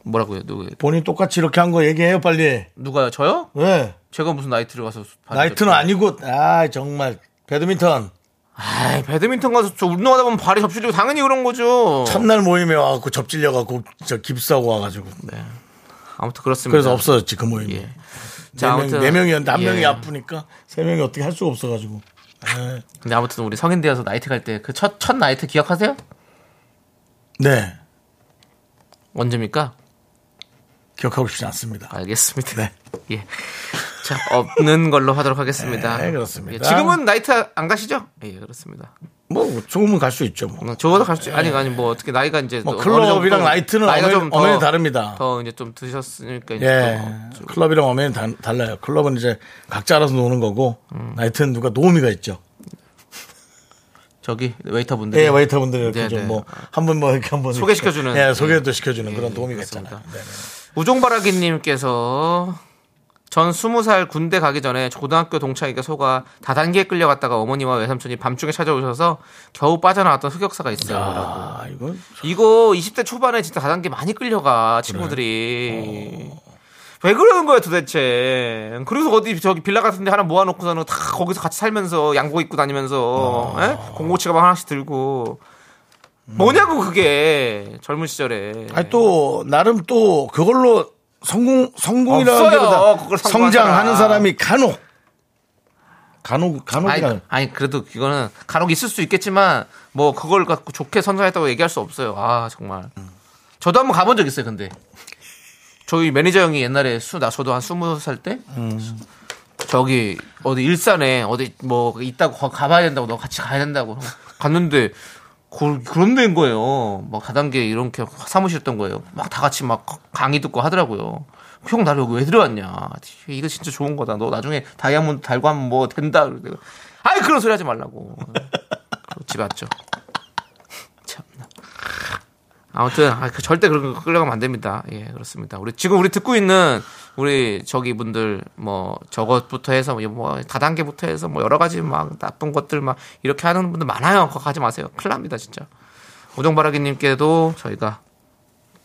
[SPEAKER 2] 뭐라고요? 누구?
[SPEAKER 1] 본인 똑같이 이렇게 한 거 얘기해요, 빨리.
[SPEAKER 2] 누가요? 저요?
[SPEAKER 1] 왜?
[SPEAKER 2] 제가 무슨 나이트를 가서
[SPEAKER 1] 나이트는 아니고, 아, 정말. 배드민턴.
[SPEAKER 2] 아, 배드민턴 가서 저 운동하다 보면 발이 접질리고 당연히 그런 거죠.
[SPEAKER 1] 첫날 모임에 와갖고 접질려갖고, 저 깁스하고 와가지고.
[SPEAKER 2] 아무튼 그렇습니다.
[SPEAKER 1] 그래서 없어졌지, 그 모임이.
[SPEAKER 2] 예. 자, 아무튼-
[SPEAKER 1] 네 명이었는데 한
[SPEAKER 2] 예.
[SPEAKER 1] 명이 아프니까 세 명이 어떻게 할 수가 없어가지고 예.
[SPEAKER 2] 근데 아무튼 우리 성인 되어서 나이트 갈 때 그 첫 첫 나이트 기억하세요?
[SPEAKER 1] 네
[SPEAKER 2] 언제입니까?
[SPEAKER 1] 기억하고 싶지 않습니다.
[SPEAKER 2] 아, 알겠습니다.
[SPEAKER 1] 네.
[SPEAKER 2] 예. 자, 없는 걸로 하도록 하겠습니다.
[SPEAKER 1] 네, 그렇습니다.
[SPEAKER 2] 예, 지금은 나이트 안 가시죠? 예, 그렇습니다.
[SPEAKER 1] 뭐 좋으면 갈 수 있죠. 뭐,
[SPEAKER 2] 적어도 갈수 아니 아니 뭐 어떻게 나이가 이제
[SPEAKER 1] 뭐
[SPEAKER 2] 어느
[SPEAKER 1] 클럽이랑
[SPEAKER 2] 정도
[SPEAKER 1] 나이트는
[SPEAKER 2] 나이가
[SPEAKER 1] 엄연히-
[SPEAKER 2] 좀 더-
[SPEAKER 1] 엄연히 다릅니다.
[SPEAKER 2] 더 이제 좀 드셨으니까 이제
[SPEAKER 1] 예
[SPEAKER 2] 또 좀-
[SPEAKER 1] 클럽이랑 엄연히 다- 달라요. 클럽은 이제 각자 알아서 노는 거고
[SPEAKER 2] 음.
[SPEAKER 1] 나이트는 누가 노미가 있죠.
[SPEAKER 2] 저기 웨이터분들
[SPEAKER 1] 예 웨이터분들 이렇게
[SPEAKER 2] 네,
[SPEAKER 1] 좀
[SPEAKER 2] 네.
[SPEAKER 1] 뭐 한 분 뭐 이렇게 한번
[SPEAKER 2] 소개시켜주는.
[SPEAKER 1] 예 소개도 시켜주는 그런
[SPEAKER 2] 예,
[SPEAKER 1] 도움이가
[SPEAKER 2] 그렇습니다.
[SPEAKER 1] 있잖아요. 네, 네.
[SPEAKER 2] 우종바라기님께서 전 스무 살 군대 가기 전에 고등학교 동창에게 속아 다단계에 끌려갔다가 어머니와 외삼촌이 밤중에 찾아오셔서 겨우 빠져나왔던 흑역사가 있어요. 라고.
[SPEAKER 1] 아 이거
[SPEAKER 2] 이거 20대 초반에 진짜 다단계 많이 끌려가 친구들이
[SPEAKER 1] 어.
[SPEAKER 2] 왜 그러는 거야 도대체 그래서 어디 저기 빌라 같은 데 하나 모아놓고서는 다 거기서 같이 살면서 양복 입고 다니면서
[SPEAKER 1] 아.
[SPEAKER 2] 예? 공고치 가방 하나씩 들고 뭐냐고 그게 젊은 시절에
[SPEAKER 1] 아니 또 나름 또 그걸로 성공
[SPEAKER 2] 없어요.
[SPEAKER 1] 성공이라기보다
[SPEAKER 2] 그걸 성공한
[SPEAKER 1] 성장하는
[SPEAKER 2] 사람.
[SPEAKER 1] 사람이 간혹 간혹 간혹이란
[SPEAKER 2] 아니, 아니 그래도 그거는 간혹 있을 수 있겠지만 뭐 그걸 갖고 좋게 선전했다고 얘기할 수 없어요. 아 정말. 저도 한번 가본 적 있어요. 근데 저희 매니저 형이 옛날에 수 나 저도 한 스무 살 때 저기 어디 일산에 어디 뭐 있다고 거- 가봐야 된다고 너 같이 가야 된다고 갔는데 그, 런 데인 거예요. 막 다단계 이렇게 사무실였던 거예요. 막 다 같이 막 강의 듣고 하더라고요. 형 나를 여기 왜 들어왔냐? 이거 진짜 좋은 거다. 너 나중에 다이아몬드 달고 하면 뭐 된다. 그러고 내가, 아이 그런 소리 하지 말라고. 그리고 집에 왔죠. 참나. 아무튼 아, 그 절대 그런 거 끌려가면 안 됩니다. 예, 그렇습니다. 우리 지금 우리 듣고 있는 우리 저기 분들 뭐 저것부터 해서 뭐, 뭐 다단계부터 해서 뭐 여러 가지 막 나쁜 것들 막 이렇게 하는 분들 많아요. 그거 가지 마세요. 큰일 납니다, 진짜. 우정바라기님께도 저희가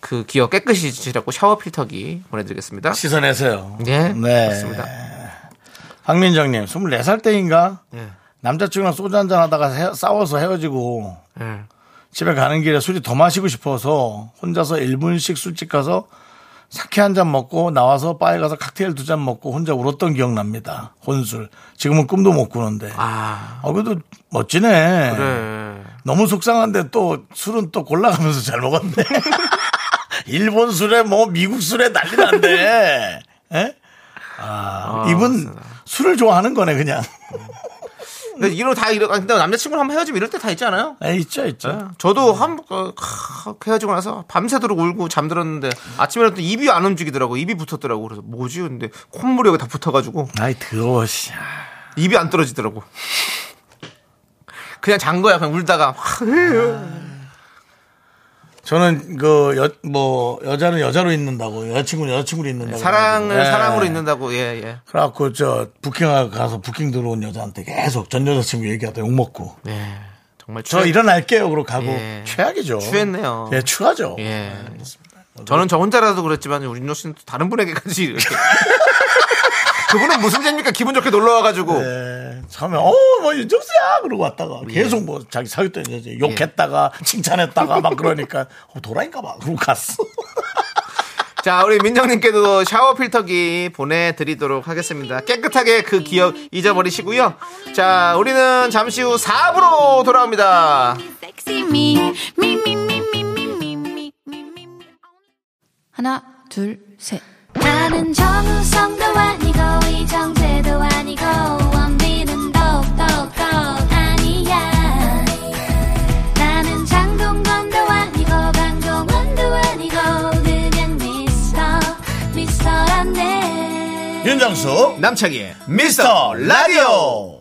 [SPEAKER 2] 그 기억 깨끗이 지시라고 샤워 필터기 보내드리겠습니다.
[SPEAKER 1] 시선에서요.
[SPEAKER 2] 네,
[SPEAKER 1] 네.
[SPEAKER 2] 그렇습니다.
[SPEAKER 1] 박민정님 24살 때인가
[SPEAKER 2] 예,
[SPEAKER 1] 남자친구랑 소주 한잔 하다가 헤- 싸워서 헤어지고
[SPEAKER 2] 예.
[SPEAKER 1] 집에 가는 길에 술이 더 마시고 싶어서 혼자서 1분씩 술집 가서 사케 한 잔 먹고 나와서 바에 가서 칵테일 두 잔 먹고 혼자 울었던 기억 납니다. 혼술. 지금은 꿈도 못 꾸는데. 아,
[SPEAKER 2] 아, 예.
[SPEAKER 1] 그래도 멋지네.
[SPEAKER 2] 그래.
[SPEAKER 1] 너무 속상한데 또 술은 또 골라가면서 잘 먹었네. 일본 술에 뭐 미국 술에 난리 난데. 예? 아, 이분 술을 좋아하는 거네 그냥.
[SPEAKER 2] 근데 이런 다 이런 근데 남자친구랑 한번 헤어지면 이럴 때 다 있지 않아요?
[SPEAKER 1] 아, 있죠 있죠.
[SPEAKER 2] 저도 한 번, 어, 캬, 헤어지고 나서 밤새도록 울고 잠들었는데 아침에 일어났더니 입이 안 움직이더라고. 입이 붙었더라고. 그래서 뭐지? 근데 콧물이 여기 다 붙어가지고
[SPEAKER 1] 아이 더러워 씨.
[SPEAKER 2] 입이 안 떨어지더라고. 그냥 잔 거야. 그냥 울다가. 확.
[SPEAKER 1] 저는 그여뭐 여자는 여자로 있는다고 여자친구는 여자친구로 있는다고.
[SPEAKER 2] 사랑을
[SPEAKER 1] 예.
[SPEAKER 2] 사랑으로 있는다고. 예, 예.
[SPEAKER 1] 그래갖고 저 부킹 가서 부킹 들어온 여자한테 계속 전 여자친구 얘기하다 욕 먹고.
[SPEAKER 2] 예. 정말
[SPEAKER 1] 저
[SPEAKER 2] 추-
[SPEAKER 1] 일어날게요. 그러고 가고
[SPEAKER 2] 예.
[SPEAKER 1] 최악이죠.
[SPEAKER 2] 추했네요.
[SPEAKER 1] 예, 추하죠.
[SPEAKER 2] 예.
[SPEAKER 1] 알겠습니다.
[SPEAKER 2] 저는 저 혼자라도 그랬지만 우리 윤호 씨는 또 다른 분에게까지 이렇게. 그분은 무슨 죄입니까? 기분 좋게 놀러 와가지고.
[SPEAKER 1] 예, 처음에 어뭐 윤정수야 그러고 왔다가
[SPEAKER 2] 예.
[SPEAKER 1] 계속 뭐 자기 사귀던 여자 욕했다가 칭찬했다가 막 그러니까 어, 도라인가 봐 그러고 갔어
[SPEAKER 2] 자, 우리 민정님께도 샤워 필터기 보내드리도록 하겠습니다. 깨끗하게 그 기억 잊어버리시고요. 자, 우리는 잠시 후 4부로 돌아옵니다.
[SPEAKER 5] Sexy me, me, me, me, me, me, me, me, me, me, me.
[SPEAKER 6] 하나, 둘, 셋.
[SPEAKER 5] 나는 정우성도 아니고 이정재도 아니고 원빈은 더욱더 아니야 나는 장동건도 아니고 강동원도 아니고 그냥 미스터 미스터란데
[SPEAKER 1] 윤정수
[SPEAKER 2] 남창희의 음.
[SPEAKER 1] 미스터 라디오.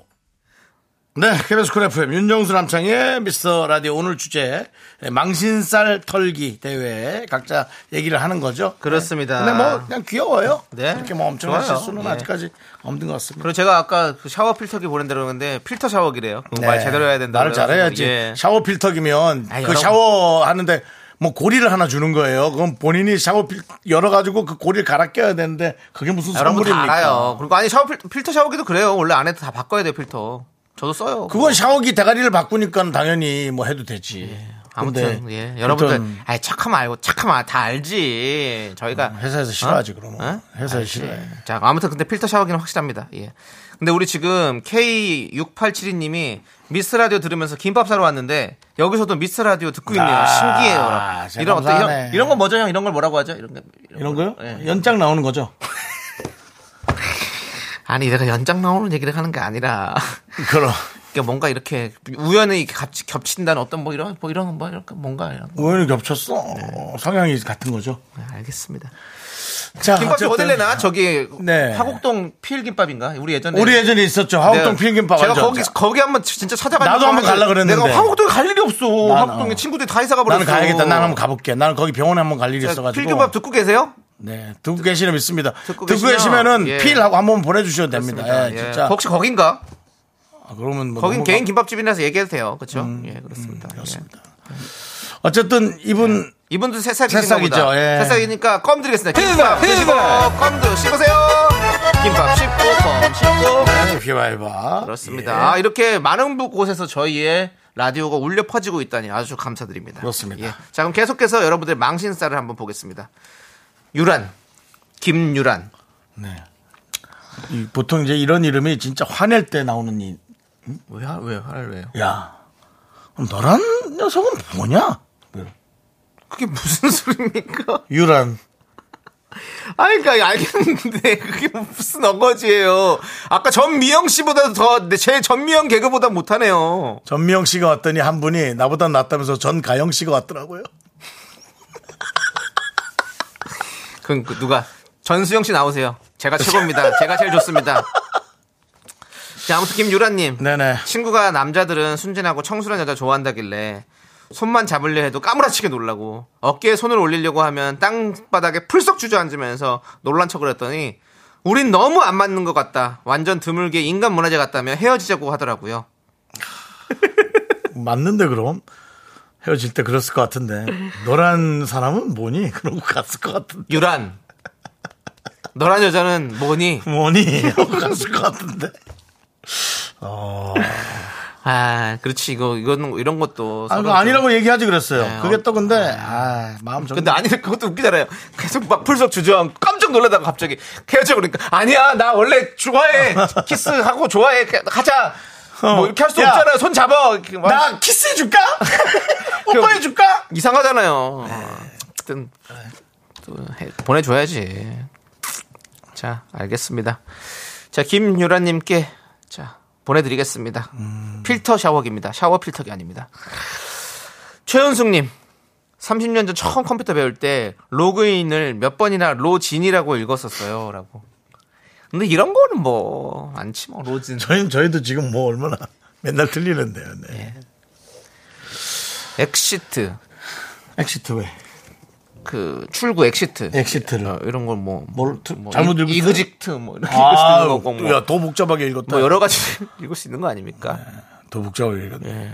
[SPEAKER 1] 네, KBS 쿨 FM 윤정수 남창의 미스터 라디오 오늘 주제 망신살 털기 대회 각자 얘기를 하는 거죠.
[SPEAKER 2] 그렇습니다.
[SPEAKER 1] 근데 뭐 그냥 귀여워요.
[SPEAKER 2] 네.
[SPEAKER 1] 이렇게 뭐 엄청난
[SPEAKER 2] 좋아요.
[SPEAKER 1] 실수는
[SPEAKER 2] 예.
[SPEAKER 1] 아직까지 없는 것 같습니다.
[SPEAKER 2] 그리고 제가 아까 그 샤워 필터기 보낸다고 했는데 필터 샤워기래요. 그거 말
[SPEAKER 1] 네.
[SPEAKER 2] 제대로 해야 된다.
[SPEAKER 1] 말을 잘해야지.
[SPEAKER 2] 예.
[SPEAKER 1] 샤워 필터기면
[SPEAKER 2] 아니,
[SPEAKER 1] 그
[SPEAKER 2] 여러분.
[SPEAKER 1] 샤워 하는데 뭐 고리를 하나 주는 거예요. 그럼 본인이 샤워 필 열어가지고 그 고리를 갈아 껴야 되는데 그게 무슨
[SPEAKER 2] 아, 여러분 다
[SPEAKER 1] 선물입니까?
[SPEAKER 2] 알아요. 그리고 아니 샤워 필, 필터 샤워기도 그래요. 원래 안에 다 바꿔야 돼요 필터. 저도 써요.
[SPEAKER 1] 그건 샤워기 대가리를 바꾸니까 당연히 뭐 해도 되지.
[SPEAKER 2] 예. 아무튼
[SPEAKER 1] 근데
[SPEAKER 2] 예 여러분들
[SPEAKER 1] 아무튼
[SPEAKER 2] 아이 착하면 알고 착하면 알- 다 알지 저희가
[SPEAKER 1] 회사에서 싫어하지 그러면
[SPEAKER 2] 어?
[SPEAKER 1] 회사에
[SPEAKER 2] 알지.
[SPEAKER 1] 싫어해.
[SPEAKER 2] 자 아무튼 근데 필터 샤워기는 확실합니다 예 근데 우리 지금 K6872님이 미스 라디오 들으면서 김밥 사러 왔는데 여기서도 미스 라디오 듣고 있네요
[SPEAKER 1] 아,
[SPEAKER 2] 신기해요
[SPEAKER 1] 진짜
[SPEAKER 2] 이런 어떤
[SPEAKER 1] 감사하네.
[SPEAKER 2] 이런, 이런 거 뭐죠 형 이런 걸 뭐라고 하죠 이런 거
[SPEAKER 1] 이런 거요?
[SPEAKER 2] 예.
[SPEAKER 1] 연장 나오는 거죠.
[SPEAKER 2] 아니 내가 연장 나오는 얘기를 하는 게 아니라
[SPEAKER 1] 그럼
[SPEAKER 2] 그러니까 뭔가 이렇게 우연히 이렇게 같이 겹친다는 어떤 뭐 이런 뭐 이런 뭐 이런 뭔가 이런 거.
[SPEAKER 1] 우연히 겹쳤어. 어, 성향이 같은 거죠.
[SPEAKER 2] 네, 알겠습니다
[SPEAKER 1] 자,
[SPEAKER 2] 김밥이
[SPEAKER 1] 어쨌든
[SPEAKER 2] 어딜 내나? 저기
[SPEAKER 1] 네.
[SPEAKER 2] 화곡동 필김밥인가? 우리 예전에
[SPEAKER 1] 우리 예전에 있었죠. 하우동 피김밥
[SPEAKER 2] 네. 제가
[SPEAKER 1] 알죠? 네.
[SPEAKER 2] 거기 거기 한번 진짜 찾아가
[SPEAKER 1] 나도 한번 갈라 그랬는데.
[SPEAKER 2] 내가 화곡동에 갈 일이 없어. 화곡동에
[SPEAKER 1] 어.
[SPEAKER 2] 친구들이 다 이사 가버렸어. 예,
[SPEAKER 1] 나는 가야겠다. 나는 한번 가볼게. 나는 거기 병원에 한번 갈 일이 있어가지고.
[SPEAKER 2] 필김밥 듣고 계세요?
[SPEAKER 1] 네, 듣고 계시면 믿습니다. 듣고,
[SPEAKER 2] 듣고
[SPEAKER 1] 계시면,
[SPEAKER 2] 계시면,
[SPEAKER 1] 은
[SPEAKER 2] 예.
[SPEAKER 1] 필하고 한번 보내주셔도 됩니다. 예,
[SPEAKER 2] 예.
[SPEAKER 1] 진짜.
[SPEAKER 2] 혹시 거긴가?
[SPEAKER 1] 아, 그러면 뭐
[SPEAKER 2] 거긴
[SPEAKER 1] 너무
[SPEAKER 2] 개인
[SPEAKER 1] 가- 음,
[SPEAKER 2] 김밥집이라서 얘기해도 돼요. 그렇죠? 예, 그렇습니다. 예.
[SPEAKER 1] 어쨌든 이분
[SPEAKER 2] 이분도 새싹이죠.
[SPEAKER 1] 새싹이죠, 예.
[SPEAKER 2] 새싹이니까 껌 드리겠습니다. 김밥 드시고 껌도 씹으세요. 김밥 씹고 껌 씹고.
[SPEAKER 1] 휘바이바.
[SPEAKER 2] 예. 그렇습니다. 아, 이렇게 많은 곳에서 저희의 라디오가 울려 퍼지고 있다니 아주 감사드립니다. 예.
[SPEAKER 1] 그렇습니다.
[SPEAKER 2] 자, 그럼 계속해서 여러분들의 망신살을 한번 보겠습니다. 유란. 김유란.
[SPEAKER 1] 예. 네. 이 보통 이제 이런 이름이 진짜 화낼 때 나오는 이.
[SPEAKER 2] 왜, 하- 왜, 화를 왜요?
[SPEAKER 1] 야, 너란 녀석은 뭐냐?
[SPEAKER 2] 그게 무슨 소리입니까?
[SPEAKER 1] 유란.
[SPEAKER 2] 아니, 그니까, 알겠는데, 그게 무슨 어거지예요. 아까 전미영 씨보다 더, 내- 제 전미영 개그보다 못하네요.
[SPEAKER 1] 전미영 씨가 왔더니 한 분이 나보다 낫다면서 전가영 씨가 왔더라고요.
[SPEAKER 2] 그럼 그 누가 전수영 씨 나오세요. 제가 최고입니다. 제가 제일 좋습니다. 자, 아무튼 김유란님.
[SPEAKER 1] 네네.
[SPEAKER 2] 친구가 남자들은 순진하고 청순한 여자 좋아한다길래 손만 잡으려 해도 까무라치게 놀라고 어깨에 손을 올리려고 하면 땅바닥에 풀썩 주저앉으면서 놀란 척을 했더니 우린 너무 안 맞는 것 같다. 완전 드물게 인간 문화재 같다며 헤어지자고 하더라고요.
[SPEAKER 1] 맞는데 그럼 헤어질 때 그랬을 것 같은데 너란 사람은 뭐니? 그러고 갔을 것 같은데
[SPEAKER 2] 유란. 너란 여자는 뭐니?
[SPEAKER 1] 뭐니? 하고 갔을 것 같은데.
[SPEAKER 2] 아, 그렇지. 이거, 이건, 이런 것도.
[SPEAKER 1] 아,
[SPEAKER 2] 서로
[SPEAKER 1] 그
[SPEAKER 2] 좀-
[SPEAKER 1] 아니라고 얘기하지 그랬어요.
[SPEAKER 2] 네,
[SPEAKER 1] 그게
[SPEAKER 2] 어.
[SPEAKER 1] 또 근데 아, 마음 좀
[SPEAKER 2] 근데 아니 그것도 웃기잖아요. 계속 막 풀썩 주저앉고 깜짝 놀라다가 갑자기 헤어져 그러니까 아니야 나 원래 좋아해 키스하고 좋아해 그냥 가자 뭐 이렇게 할 수
[SPEAKER 1] 어. 야.
[SPEAKER 2] 없잖아요 손 잡아 이렇게 막
[SPEAKER 1] 나 키스해 줄까? 오빠 해 줄까? 네.
[SPEAKER 2] 이상하잖아요. 어쨌든 또 해- 보내줘야지. 자 알겠습니다. 자 김유라님께 자 보내드리겠습니다.
[SPEAKER 1] 음.
[SPEAKER 2] 필터 샤워기입니다. 샤워 필터기 아닙니다. 최은숙님 30년 전 처음 컴퓨터 배울 때 로그인을 몇 번이나 로진이라고 읽었었어요라고. 근데 이런 거는 뭐 안치 뭐 로진.
[SPEAKER 1] 저희 저희도 지금 뭐 얼마나 맨날 들리는데요. 네.
[SPEAKER 2] 엑시트
[SPEAKER 1] 엑시트 왜?
[SPEAKER 2] 그 출구 엑시트.
[SPEAKER 1] 엑시트를.
[SPEAKER 2] 어, 이런 걸 뭐.
[SPEAKER 1] 뭘 트-
[SPEAKER 2] 뭐
[SPEAKER 1] 잘못
[SPEAKER 2] 이-
[SPEAKER 1] 읽었어요?
[SPEAKER 2] 이그직트 뭐 이렇게 읽을 수
[SPEAKER 1] 아,
[SPEAKER 2] 있는 거고 뭐,
[SPEAKER 1] 야, 네. 더 복잡하게 읽었다.
[SPEAKER 2] 뭐 여러 가지 읽을 수 있는 거 아닙니까?
[SPEAKER 1] 더 복잡하게 읽었네.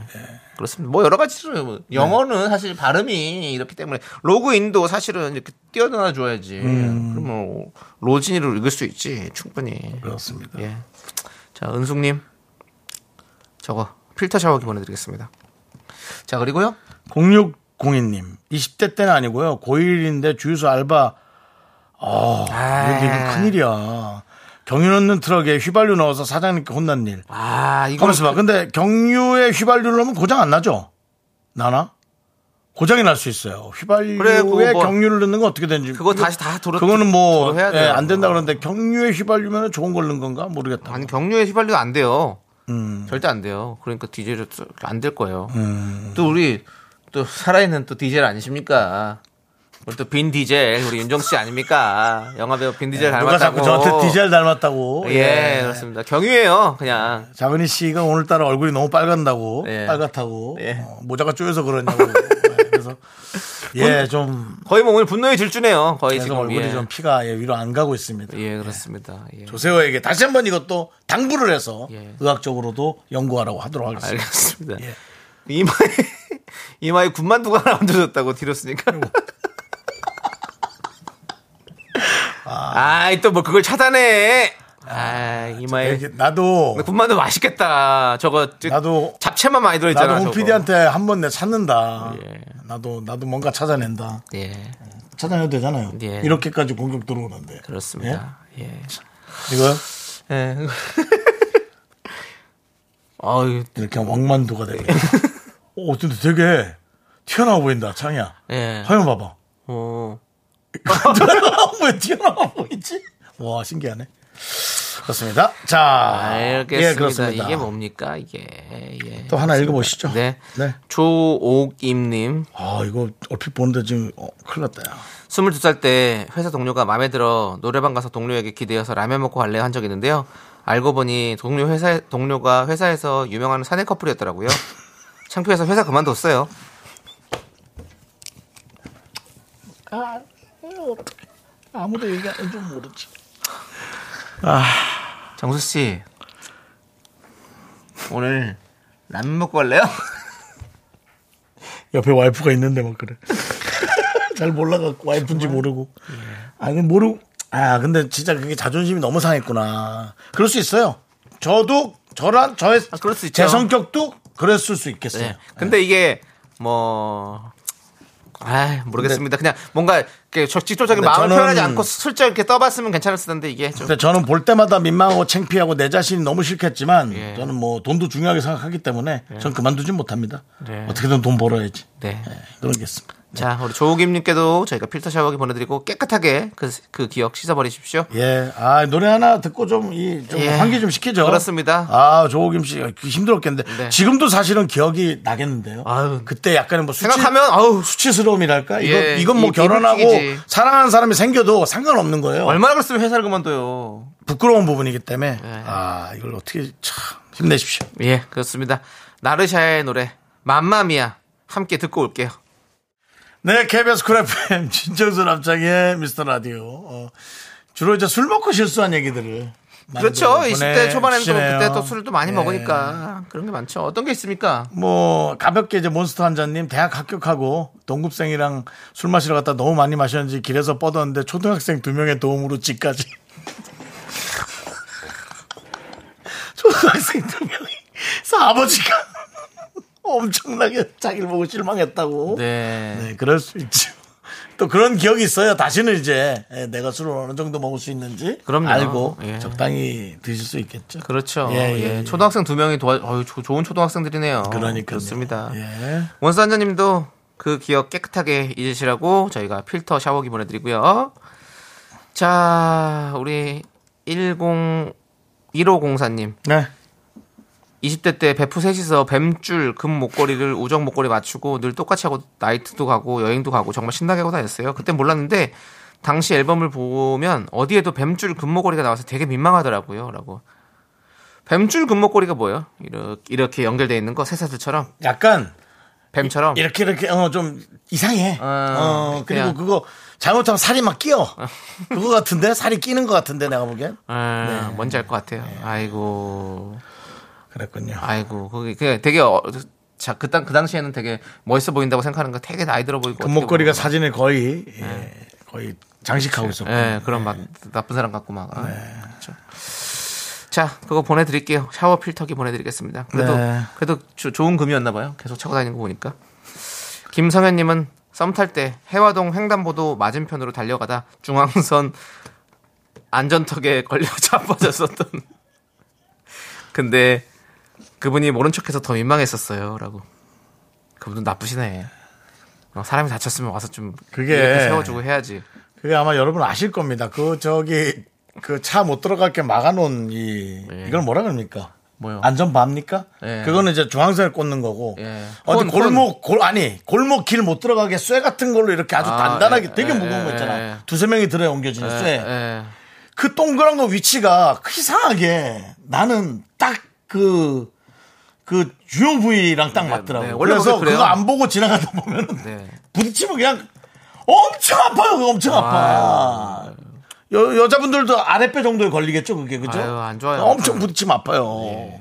[SPEAKER 2] 그렇습니다. 뭐 여러 가지로
[SPEAKER 1] 네.
[SPEAKER 2] 뭐 영어는 사실 발음이 이렇기 때문에 로그인도 사실은 이렇게 띄어놔 줘야지. 그러면 로진이로 읽을 수 있지 충분히.
[SPEAKER 1] 음. 그렇습니다.
[SPEAKER 2] 예. 자 은숙님 저거 필터 샤워기 보내드리겠습니다. 자 그리고요
[SPEAKER 1] 0602님. 20대 때는 아니고요. 고1인데 주유소 알바 아, 이거 이거 큰일이야. 경유 넣는 트럭에 휘발유 넣어서 사장님께 혼난 일.
[SPEAKER 2] 아, 이거
[SPEAKER 1] 가만있어 봐. 근데 경유에 휘발유를 넣으면 고장 안 나죠? 나나? 고장이 날 수 있어요. 휘발유에
[SPEAKER 2] 그래, 그거 뭐-
[SPEAKER 1] 경유를 넣는 건 어떻게 되는지.
[SPEAKER 2] 그거 다시 다 도로-
[SPEAKER 1] 그거는 뭐,
[SPEAKER 2] 도로 해야 돼요.
[SPEAKER 1] 예, 안 된다 그러는데 경유에 휘발유면 좋은 걸 넣은 건가? 모르겠다.
[SPEAKER 2] 아니 경유에 휘발유도 안 돼요.
[SPEAKER 1] 음.
[SPEAKER 2] 절대 안 돼요. 그러니까 디젤이 안될 거예요.
[SPEAKER 1] 음.
[SPEAKER 2] 또 우리 또 살아있는 또 디젤 아니십니까? 우리 또 빈 디젤 우리 윤정 씨 아닙니까? 영화배우 빈 디젤
[SPEAKER 1] 네, 누가
[SPEAKER 2] 닮았다고.
[SPEAKER 1] 자꾸 저한테 디젤 닮았다고.
[SPEAKER 2] 예, 그렇습니다. 경유예요, 그냥.
[SPEAKER 1] 자은이 씨가 오늘따라 얼굴이 너무 빨간다고.
[SPEAKER 2] 예.
[SPEAKER 1] 빨갛다고.
[SPEAKER 2] 예.
[SPEAKER 1] 어, 모자가 쪼여서 그러냐고. 예, 그래서. 예, 좀.
[SPEAKER 2] 거의 뭐 오늘 분노의 질주네요. 거의
[SPEAKER 1] 계속
[SPEAKER 2] 지금
[SPEAKER 1] 얼굴이
[SPEAKER 2] 예.
[SPEAKER 1] 좀 피가 예, 위로 안 가고 있습니다.
[SPEAKER 2] 예, 그렇습니다. 예.
[SPEAKER 1] 조세호에게 다시 한번 이것도 당부를 해서
[SPEAKER 2] 예. 아,
[SPEAKER 1] 의학적으로도 연구하라고 하도록 하겠습니다.
[SPEAKER 2] 알겠습니다.
[SPEAKER 1] 예.
[SPEAKER 2] 이마에 이마에 군만두가 하나 얹어졌다고 드렸으니까. 아, 이 또 뭐 그걸 차단해. 아, 이마에
[SPEAKER 1] 이게 나도
[SPEAKER 2] 근데 군만두 맛있겠다. 저거 저-
[SPEAKER 1] 나도-
[SPEAKER 2] 잡채만 많이 들어
[SPEAKER 1] 나도
[SPEAKER 2] 그 있잖아.
[SPEAKER 1] 홍 PD한테 한 번 내 찾는다.
[SPEAKER 2] 예.
[SPEAKER 1] 나도 나도 뭔가 찾아낸다.
[SPEAKER 2] 예.
[SPEAKER 1] 찾아내도 되잖아요.
[SPEAKER 2] 예.
[SPEAKER 1] 이렇게까지 공격 들어오는데
[SPEAKER 2] 그렇습니다. 예.
[SPEAKER 1] 이거
[SPEAKER 2] 예. 아유,
[SPEAKER 1] 이렇게 왕만두가 되네. 오, 근데 되게 튀어나와 보인다, 창이야.
[SPEAKER 2] 예.
[SPEAKER 1] 화면 봐봐.
[SPEAKER 2] 어.
[SPEAKER 1] 왜 튀어나와 보이지? 와, 신기하네. 그렇습니다. 자,
[SPEAKER 2] 알겠습니다.
[SPEAKER 1] 예, 그렇습니다.
[SPEAKER 2] 이게 뭐- 뭡니까? 이게. 예.
[SPEAKER 1] 또 하나 읽어보시죠.
[SPEAKER 2] 네.
[SPEAKER 1] 네.
[SPEAKER 2] 조옥임 님.
[SPEAKER 1] 아, 이거 얼핏 보는데 지금 어, 큰일 났다. 야.
[SPEAKER 2] 22살 때 회사 동료가 마음에 들어 노래방 가서 동료에게 기대어서 라면 먹고 갈래 한 적이 있는데요. 알고 보니 동료 회사 동료가 회사에서 유명한 사내 커플이었더라고요. 창피해서 회사 그만뒀어요.
[SPEAKER 1] 아, 아무도 얘기 안 해도 모르지.
[SPEAKER 2] 정수 씨. 오늘 라면 먹고 갈래요?
[SPEAKER 1] 옆에 와이프가 있는데 막 그래. 잘 몰라갖고 와이프인지 모르고. 아, 그 모르. 아, 근데 진짜 그게 자존심이 너무 상했구나. 그럴 수 있어요. 저도 저랑 저의
[SPEAKER 2] 아, 그럴 수 있죠.
[SPEAKER 1] 제 성격도 그랬을 수 있겠어요.
[SPEAKER 2] 네. 근데 이게 뭐 아, 모르겠습니다. 그냥 뭔가 이렇게 적극적인
[SPEAKER 1] 근데
[SPEAKER 2] 마음을
[SPEAKER 1] 저는-
[SPEAKER 2] 표현하지 않고 슬쩍 이렇게 떠봤으면 괜찮았을 텐데 이게 좀
[SPEAKER 1] 근데 저는 볼 때마다 민망하고 창피하고 내 자신이 너무 싫겠지만
[SPEAKER 2] 예.
[SPEAKER 1] 저는 뭐 돈도 중요하게 생각하기 때문에 전 그만두진 못합니다.
[SPEAKER 2] 네.
[SPEAKER 1] 어떻게든 돈 벌어야지.
[SPEAKER 2] 네.
[SPEAKER 1] 예, 그러겠습니다.
[SPEAKER 2] 자, 우리 조우김님께도 저희가 필터 샤워기 보내드리고 깨끗하게 그, 그 기억 씻어버리십시오.
[SPEAKER 1] 예, 아 노래 하나 듣고 좀 이 좀
[SPEAKER 2] 예.
[SPEAKER 1] 환기 좀 시키죠.
[SPEAKER 2] 그렇습니다.
[SPEAKER 1] 아 조호김 씨 힘들었겠는데
[SPEAKER 2] 네.
[SPEAKER 1] 지금도 사실은 기억이 나겠는데요.
[SPEAKER 2] 아유.
[SPEAKER 1] 그때 약간은 뭐 수치,
[SPEAKER 2] 생각하면 아우
[SPEAKER 1] 수치스러움이랄까.
[SPEAKER 2] 예,
[SPEAKER 1] 이건 이건 뭐
[SPEAKER 2] 이
[SPEAKER 1] 결혼하고
[SPEAKER 2] 비극이지.
[SPEAKER 1] 사랑하는 사람이 생겨도 상관없는 거예요.
[SPEAKER 2] 얼마나 그랬으면 회사를 그만둬요.
[SPEAKER 1] 부끄러운 부분이기 때문에
[SPEAKER 2] 네.
[SPEAKER 1] 아 이걸 어떻게 참 힘내십시오.
[SPEAKER 2] 예, 그렇습니다. 나르샤의 노래 맘마미아 함께 듣고 올게요.
[SPEAKER 1] 네, KBS 쿨 FM 진정수 남창의 미스터 라디오. 어, 주로 이제 술 먹고 실수한 얘기들을. 많이들
[SPEAKER 2] 그렇죠.
[SPEAKER 1] 보내
[SPEAKER 2] 20대 초반에는 또
[SPEAKER 1] 주시네요.
[SPEAKER 2] 그때 또 술을 또 많이
[SPEAKER 1] 예.
[SPEAKER 2] 먹으니까 그런 게 많죠. 어떤 게 있습니까?
[SPEAKER 1] 뭐 가볍게 이제 몬스터 한자님 대학 합격하고 동급생이랑 술 마시러 갔다 너무 많이 마셨는지 길에서 뻗었는데 초등학생 두 명의 도움으로 집까지 초등학생 두 명이 그래서 아버지가 엄청나게 자기를 보고 실망했다고
[SPEAKER 2] 네.
[SPEAKER 1] 네, 그럴 수 있죠 또 그런 기억이 있어요 다시는 이제 예, 내가 술을 어느 정도 먹을 수 있는지
[SPEAKER 2] 그럼요.
[SPEAKER 1] 알고
[SPEAKER 2] 예.
[SPEAKER 1] 적당히 드실 수 있겠죠
[SPEAKER 2] 그렇죠.
[SPEAKER 1] 예,
[SPEAKER 2] 예,
[SPEAKER 1] 예, 예.
[SPEAKER 2] 초등학생 두 명이 도와, 어유 좋은 초등학생들이네요.
[SPEAKER 1] 그러니까요.
[SPEAKER 2] 어, 그렇습니다.
[SPEAKER 1] 예.
[SPEAKER 2] 원수 한자님도 그 기억 깨끗하게 잊으시라고 저희가 필터 샤워기 보내드리고요. 자, 우리 10 1504님.
[SPEAKER 1] 네
[SPEAKER 2] 20대 때 베프 셋이서 뱀줄 금 목걸이를 우정 목걸이 맞추고 늘 똑같이 하고 나이트도 가고 여행도 가고 정말 신나게 하고 다녔어요. 그때 몰랐는데 당시 앨범을 보면 어디에도 뱀줄 금 목걸이가 나와서 되게 민망하더라고요.라고. 뱀줄 금 목걸이가 뭐예요? 이렇게, 이렇게 연결돼 있는 거 새사슬처럼
[SPEAKER 1] 약간
[SPEAKER 2] 뱀처럼.
[SPEAKER 1] 이렇게 이렇게 어 좀 이상해.
[SPEAKER 2] 어,
[SPEAKER 1] 어, 그리고
[SPEAKER 2] 그냥.
[SPEAKER 1] 그거 잘못하면 살이 막 끼어. 그거 같은데 살이 끼는 것 같은데 내가 보기엔
[SPEAKER 2] 아,
[SPEAKER 1] 네.
[SPEAKER 2] 뭔지 알 것 같아요. 아이고,
[SPEAKER 1] 그랬군요.
[SPEAKER 2] 아이고, 그게 그냥 되게 어, 자, 그, 당, 그 당시에는 되게 멋있어 보인다고 생각하는 거 되게 나이 들어 보이고.
[SPEAKER 1] 그 목걸이가 사진을 거의 예, 거의 장식하고 있었고.
[SPEAKER 2] 예, 네. 그런 막 나쁜 사람 같고 막. 아,
[SPEAKER 1] 네.
[SPEAKER 2] 그렇죠. 자, 그거 보내드릴게요. 샤워 필터기 보내드리겠습니다. 그래도
[SPEAKER 1] 네.
[SPEAKER 2] 그래도 조- 좋은 금이었나 봐요. 계속 차고 다니는 거 보니까. 김성현님은 썸 탈 때 해화동 횡단보도 맞은편으로 달려가다 중앙선 안전턱에 걸려 자빠졌었던. 근데 그분이 모른 척해서 더 민망했었어요.라고. 그분도 나쁘시네. 어, 사람이 다쳤으면 와서 좀
[SPEAKER 1] 그게-
[SPEAKER 2] 이렇게 세워주고 해야지.
[SPEAKER 1] 그게 아마 여러분 아실 겁니다. 그 저기 그 차 못 들어갈게 막아놓은 이
[SPEAKER 2] 예.
[SPEAKER 1] 이걸 뭐라 그럽니까?
[SPEAKER 2] 뭐요?
[SPEAKER 1] 안전바입니까?
[SPEAKER 2] 예.
[SPEAKER 1] 그거는 이제 중앙선에 꽂는 거고
[SPEAKER 2] 예.
[SPEAKER 1] 어디
[SPEAKER 2] 콘,
[SPEAKER 1] 골목 골 아니 골목 길 못 들어가게 쇠 같은 걸로 이렇게 아주
[SPEAKER 2] 아,
[SPEAKER 1] 단단하게
[SPEAKER 2] 예,
[SPEAKER 1] 되게
[SPEAKER 2] 예,
[SPEAKER 1] 무거운 거
[SPEAKER 2] 예,
[SPEAKER 1] 있잖아.
[SPEAKER 2] 예.
[SPEAKER 1] 두세 명이 들어 옮겨지는 쇠.
[SPEAKER 2] 예.
[SPEAKER 1] 그 동그란 거 위치가 이상하게 나는 딱 그 그 주요 부위랑 딱 맞더라고.
[SPEAKER 2] 네,
[SPEAKER 1] 요
[SPEAKER 2] 원래
[SPEAKER 1] 그래서
[SPEAKER 2] 보면 그래요.
[SPEAKER 1] 그거 안 보고 지나가다 보면
[SPEAKER 2] 네.
[SPEAKER 1] 부딪히면 그냥 엄청 아파요. 그거 엄청 아파. 여, 여자분들도 아랫배 정도에 걸리겠죠, 그게 그죠?
[SPEAKER 2] 아유, 안 좋아요. 예.
[SPEAKER 1] 엄청 부딪히면 아파요.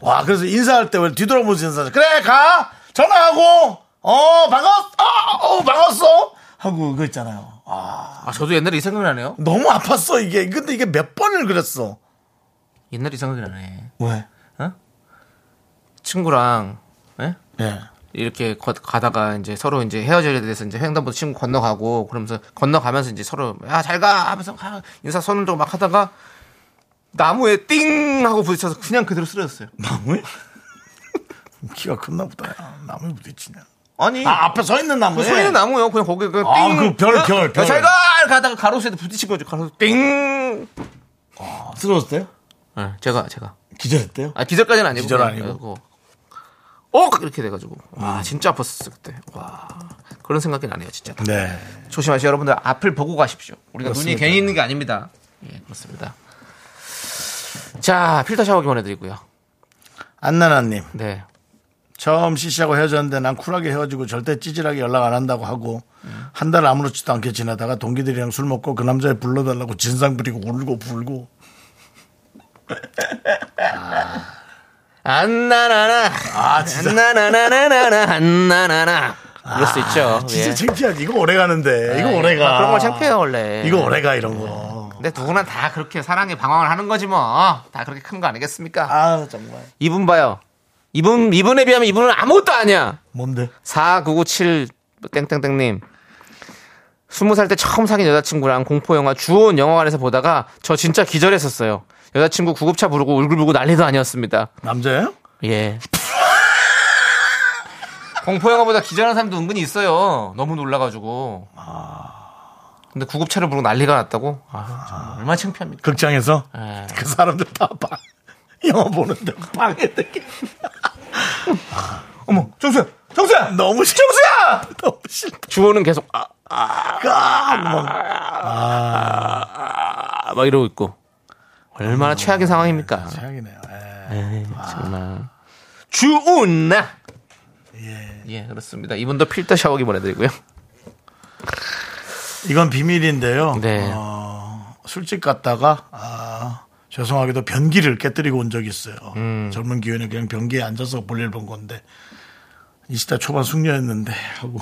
[SPEAKER 1] 와, 그래서 인사할 때 왜 뒤돌아보면서 인사하죠? 그래, 가! 전화하고! 어, 반가웠, 어, 어, 반가웠어! 하고 그거 있잖아요.
[SPEAKER 2] 아 저도 옛날에 이 생각이 나네요.
[SPEAKER 1] 너무 아팠어, 이게. 근데 이게 몇 번을 그랬어. 어?
[SPEAKER 2] 옛날에 이 생각이 나네.
[SPEAKER 1] 왜?
[SPEAKER 2] 친구랑 예?
[SPEAKER 1] 예.
[SPEAKER 2] 이렇게 걷- 가다가 이제 서로 이제 헤어져야 돼서 이제 횡단보도 친구 건너가고 그러면서 건너가면서 이제 서로 야 잘 가 하면서 가- 인사 손을 들고 막 하다가 나무에 띵 하고 부딪혀서 그냥 그대로 쓰러졌어요.
[SPEAKER 1] 나무에? 키가 컸나 보다. 나무에 부딪히냐.
[SPEAKER 2] 아니
[SPEAKER 1] 아, 앞에 서 있는 나무에?
[SPEAKER 2] 그 소리는 나무요. 그냥 거기 그냥
[SPEAKER 1] 아,
[SPEAKER 2] 띵.
[SPEAKER 1] 그 별,
[SPEAKER 2] 그냥
[SPEAKER 1] 별,
[SPEAKER 2] 야,
[SPEAKER 1] 별.
[SPEAKER 2] 잘 가! 가다가 가로수에 부딪힌 거죠. 가로수 띵.
[SPEAKER 1] 쓰러졌어요?
[SPEAKER 2] 예, 제가 제가
[SPEAKER 1] 기절했대요?
[SPEAKER 2] 아 기절까지는 아니고
[SPEAKER 1] 기절
[SPEAKER 2] 그냥
[SPEAKER 1] 아니고.
[SPEAKER 2] 그거. 어 이렇게 돼가지고 와 진짜 아팠었어 그때 와 그런 생각이 나네요 진짜.
[SPEAKER 1] 네.
[SPEAKER 2] 조심하시고 여러분들 앞을 보고 가십시오. 우리가 눈이
[SPEAKER 1] 그렇습니다.
[SPEAKER 2] 괜히 있는 게 아닙니다. 예, 그렇습니다. 자, 필터 샤워기 보내드리고요.
[SPEAKER 1] 안나나님.
[SPEAKER 2] 네.
[SPEAKER 1] 처음 CC하고 헤어졌는데 난 쿨하게 헤어지고 절대 찌질하게 연락 안 한다고 하고 한 달 아무렇지도 않게 지나다가 동기들이랑 술 먹고 그 남자애 불러달라고 진상 부리고 울고 불고
[SPEAKER 2] 안나나나.
[SPEAKER 1] 아 진짜 아,
[SPEAKER 2] 안나나나나나나. 안나나나. 이럴 수 있죠.
[SPEAKER 1] 진짜
[SPEAKER 2] 예.
[SPEAKER 1] 창피하지 이거 오래가는데 예. 이거
[SPEAKER 2] 아,
[SPEAKER 1] 오래가 예.
[SPEAKER 2] 그런 걸 창피해요, 원래.
[SPEAKER 1] 이거 오래가 이런 거
[SPEAKER 2] 근데 누구나 다 그렇게 사랑에 방황을 하는 거지 뭐. 다 그렇게 큰 거 아니겠습니까?
[SPEAKER 1] 아 정말
[SPEAKER 2] 이분 봐요. 이분, 이분에 비하면 이분은 아무것도 아니야.
[SPEAKER 1] 뭔데
[SPEAKER 2] 4997 땡땡땡님. 스무 살 때 처음 사귄 여자친구랑 공포 영화 주온 영화관에서 보다가 저 진짜 기절했었어요. 여자친구 구급차 부르고 울고불고 난리도 아니었습니다.
[SPEAKER 1] 남자예요?
[SPEAKER 2] 예. 공포 영화보다 기절하는 사람도 은근히 있어요. 너무 놀라가지고. 근데 구급차를 부르고 난리가 났다고? 아, 정말 얼마나 창피합니까?
[SPEAKER 1] 극장에서
[SPEAKER 2] 예.
[SPEAKER 1] 그 사람들 다 봐. 영화 보는데 방해되게
[SPEAKER 2] 어머, 정수야.
[SPEAKER 1] 정수야 너무 싫 정수야 너무 싫다
[SPEAKER 2] 주호는 계속 아,
[SPEAKER 1] 아,
[SPEAKER 2] 아, 막 이러고 있고. 얼마나 최악의 상황입니까?
[SPEAKER 1] 최악이네요 예.
[SPEAKER 2] 에이, 정말 주운나 예. 그렇습니다 이분도 필터 샤워기 보내드리고요
[SPEAKER 1] 이건 비밀인데요 어,
[SPEAKER 2] 네
[SPEAKER 1] 술집 갔다가 아 죄송하게도 변기를 깨뜨리고 온 적이 있어요.
[SPEAKER 2] 음.
[SPEAKER 1] 젊은 기회는 그냥 변기에 앉아서 볼일 본 건데 20대 초반 숙녀였는데 하고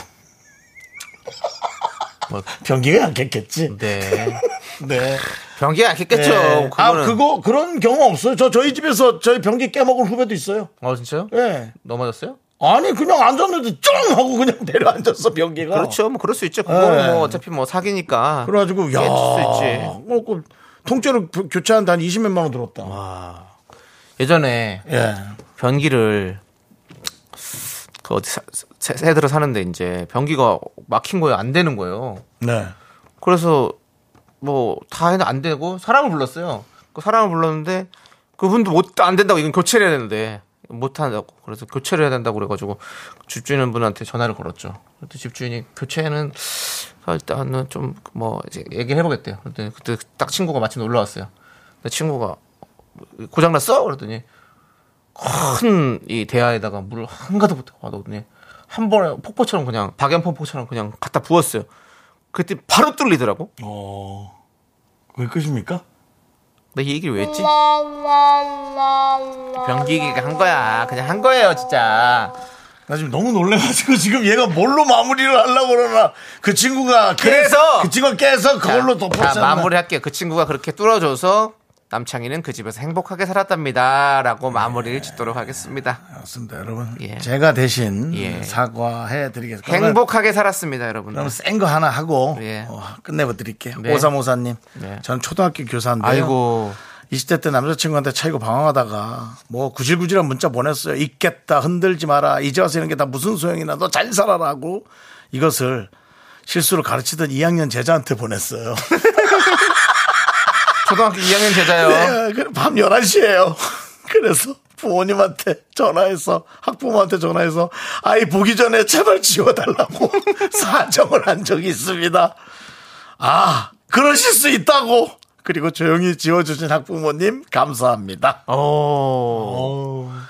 [SPEAKER 1] 뭐, 변기가 안 깼겠지.
[SPEAKER 2] 네.
[SPEAKER 1] 네.
[SPEAKER 2] 변기 아겠겠죠
[SPEAKER 1] 네.
[SPEAKER 2] 그거는
[SPEAKER 1] 아 그거 그런 경우 없어요. 저 저희 집에서 저희 변기 깨먹은 후배도 있어요.
[SPEAKER 2] 어 진짜요
[SPEAKER 1] 예.
[SPEAKER 2] 넘어졌어요
[SPEAKER 1] 아니 그냥 앉았는데 쩡 하고 그냥 내려앉았어 변기가.
[SPEAKER 2] 그렇죠 뭐 그럴 수 있죠 그거는
[SPEAKER 1] 네.
[SPEAKER 2] 뭐 어차피 뭐 사기니까
[SPEAKER 1] 그래가지고 야.
[SPEAKER 2] 깨질 수
[SPEAKER 1] 어, 그 통째로 교체하는데 한 20몇만 원 들었다.
[SPEAKER 2] 예전에
[SPEAKER 1] 예.
[SPEAKER 2] 변기를 그 어디 사- 새- 새들어 사는데 이제 변기가 막힌 거예요 안 되는 거예요
[SPEAKER 1] 네.
[SPEAKER 2] 그래서 뭐 다 해도 안 되고 사람을 불렀어요. 그 사람을 불렀는데 그분도 못 안 된다고 이건 교체를 해야 되는데 못 한다고 그래서 교체를 해야 된다고 그래가지고 집주인 분한테 전화를 걸었죠. 그때 집주인이 교체는 아, 일단은 좀 뭐 얘기를 해보겠대요. 그랬더니 그때 딱 친구가 마침 놀러 왔어요. 근데 친구가 고장 났어? 그랬더니 큰 이 대야에다가 물을 한가득 받아오더니 한 번에 폭포처럼 그냥 박연폭포처럼 그냥 갖다 부었어요. 그때 바로 뚫리더라고.
[SPEAKER 1] 어. 그게 끝입니까?
[SPEAKER 2] 나 이 얘기를 왜 했지? 변기기가 한 거야. 그냥 한 거예요, 진짜.
[SPEAKER 1] 나 지금 너무 놀래가지고 지금 얘가 뭘로 마무리를 하려고 그러나 그 친구가 깨-
[SPEAKER 2] 그래서!
[SPEAKER 1] 그 친구가 깨서 그걸로
[SPEAKER 2] 자, 자,
[SPEAKER 1] 덮었잖아.
[SPEAKER 2] 마무리할게요. 그 친구가 그렇게 뚫어줘서 남창희는 그 집에서 행복하게 살았답니다. 라고 마무리를 짓도록 하겠습니다.
[SPEAKER 1] 그렇습니다, 여러분.
[SPEAKER 2] 예.
[SPEAKER 1] 제가 대신
[SPEAKER 2] 예.
[SPEAKER 1] 사과해 드리겠습니다.
[SPEAKER 2] 행복하게 살았습니다, 여러분.
[SPEAKER 1] 네. 그럼 센 거 하나 하고
[SPEAKER 2] 예.
[SPEAKER 1] 어, 끝내버 드릴게요.
[SPEAKER 2] 네.
[SPEAKER 1] 오사모사님,
[SPEAKER 2] 네.
[SPEAKER 1] 저는 초등학교 교사인데요.
[SPEAKER 2] 아이고.
[SPEAKER 1] 20대 때 남자친구한테 차이고 방황하다가 뭐 구질구질한 문자 보냈어요. 있겠다 흔들지 마라. 이제 와서 이런 게 다 무슨 소용이나 너 잘 살아라고 이것을 실수로 가르치던 2학년 제자한테 보냈어요.
[SPEAKER 2] 초등학교 2학년 제자요.
[SPEAKER 1] 네, 그래, 밤 11시에요. 그래서 부모님한테 전화해서 학부모한테 전화해서 아이 보기 전에 제발 지워달라고 사정을 한 적이 있습니다. 아 그러실 수 있다고 그리고 조용히 지워주신 학부모님 감사합니다.
[SPEAKER 2] 오. 어,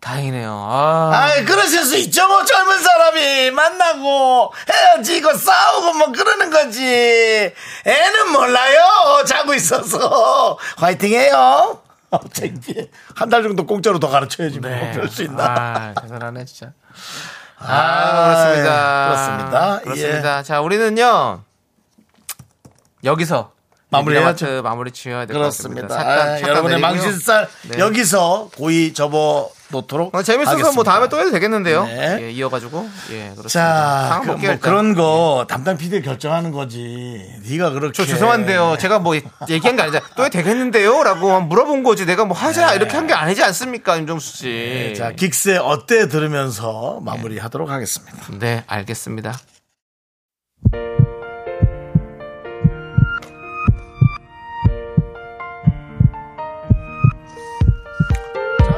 [SPEAKER 2] 다행이네요. 아.
[SPEAKER 1] 아이 그러실 수 있죠 뭐 젊은 사람이 만나고 헤어지고 싸우고 뭐 그러는 거지 애는 몰라요 자고 있어서 화이팅해요 한 달 정도 공짜로 더 가르쳐야지 뭐 그럴 수 있나
[SPEAKER 2] 네. 아, 대단하네, 진짜. 아,
[SPEAKER 1] 예,
[SPEAKER 2] 그렇습니다.
[SPEAKER 1] 그렇습니다.
[SPEAKER 2] 그렇습니다. 자, 우리는요. 여기서
[SPEAKER 1] 마무리해야죠.
[SPEAKER 2] 빅마트 마무리 지어야 될 것 같습니다.
[SPEAKER 1] 그렇습니다 아, 여러분의
[SPEAKER 2] 내리고요.
[SPEAKER 1] 망신살
[SPEAKER 2] 네.
[SPEAKER 1] 여기서 고이 접어 놓도록
[SPEAKER 2] 어, 재밌어서 뭐
[SPEAKER 1] 하겠습니다.
[SPEAKER 2] 다음에 또 해도 되겠는데요.
[SPEAKER 1] 네.
[SPEAKER 2] 예, 이어가지고 예 그렇습니다.
[SPEAKER 1] 자,
[SPEAKER 2] 상황
[SPEAKER 1] 그,
[SPEAKER 2] 볼게요,
[SPEAKER 1] 뭐
[SPEAKER 2] 일단.
[SPEAKER 1] 그런 거 담당 PD 결정하는 거지. 네가 그렇게.
[SPEAKER 2] 예. 저 죄송한데요. 제가 뭐 얘기한 게 아니라 또 해도 되겠는데요? 라고 물어본 거지. 내가 뭐 하자 이렇게 한 게 아니지 않습니까? 윤정수 씨. 네,
[SPEAKER 1] 네. 자, 긱스의 어때 들으면서
[SPEAKER 2] 예.
[SPEAKER 1] 마무리하도록 하겠습니다.
[SPEAKER 2] 네 알겠습니다.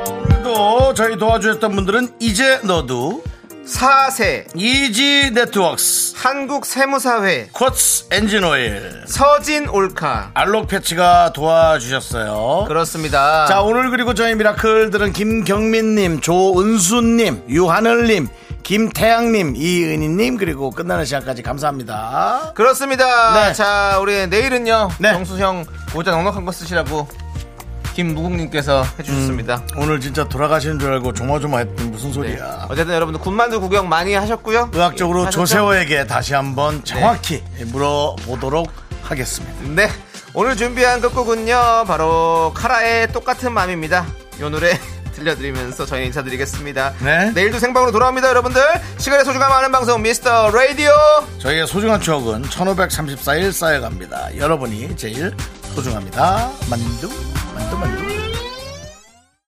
[SPEAKER 1] 오늘도 저희 도와주셨던 분들은 이제 너도
[SPEAKER 2] 4세
[SPEAKER 1] 이지 네트워크스
[SPEAKER 2] 한국세무사회
[SPEAKER 1] 쿼츠 엔진 오일
[SPEAKER 2] 서진 올카
[SPEAKER 1] 알록 패치가 도와주셨어요.
[SPEAKER 2] 그렇습니다.
[SPEAKER 1] 자 오늘 그리고 저희 미라클들은 김경민님, 조은수님, 유하늘님, 김태양님, 이은희님 그리고 끝나는 시간까지 감사합니다.
[SPEAKER 2] 그렇습니다.
[SPEAKER 1] 네.
[SPEAKER 2] 자, 우리 내일은요.
[SPEAKER 1] 네.
[SPEAKER 2] 정수 형 모자 넉넉한 거 쓰시라고 김무국님께서 해주셨습니다.
[SPEAKER 1] 오늘 진짜 돌아가시는 줄 알고 조마조마했던 무슨
[SPEAKER 2] 네.
[SPEAKER 1] 소리야.
[SPEAKER 2] 어쨌든 네. 여러분들 군만두 구경 많이 하셨고요. 예,
[SPEAKER 1] 의학적으로
[SPEAKER 2] 하셨죠?
[SPEAKER 1] 조세호에게 다시 한번 정확히 물어보도록 하겠습니다.
[SPEAKER 2] 네. 오늘 준비한 끝곡은요. 바로 카라의 똑같은 마음입니다. 요 노래 들려드리면서 저희 인사드리겠습니다.
[SPEAKER 1] 네.
[SPEAKER 2] 내일도 생방으로 돌아옵니다, 여러분들. 시간의 소중함 아는 방송 미스터 라디오.
[SPEAKER 1] 저희의 소중한 추억은 1534일 쌓여갑니다. 여러분이 제일 소중합니다. 만두, 만두, 만두.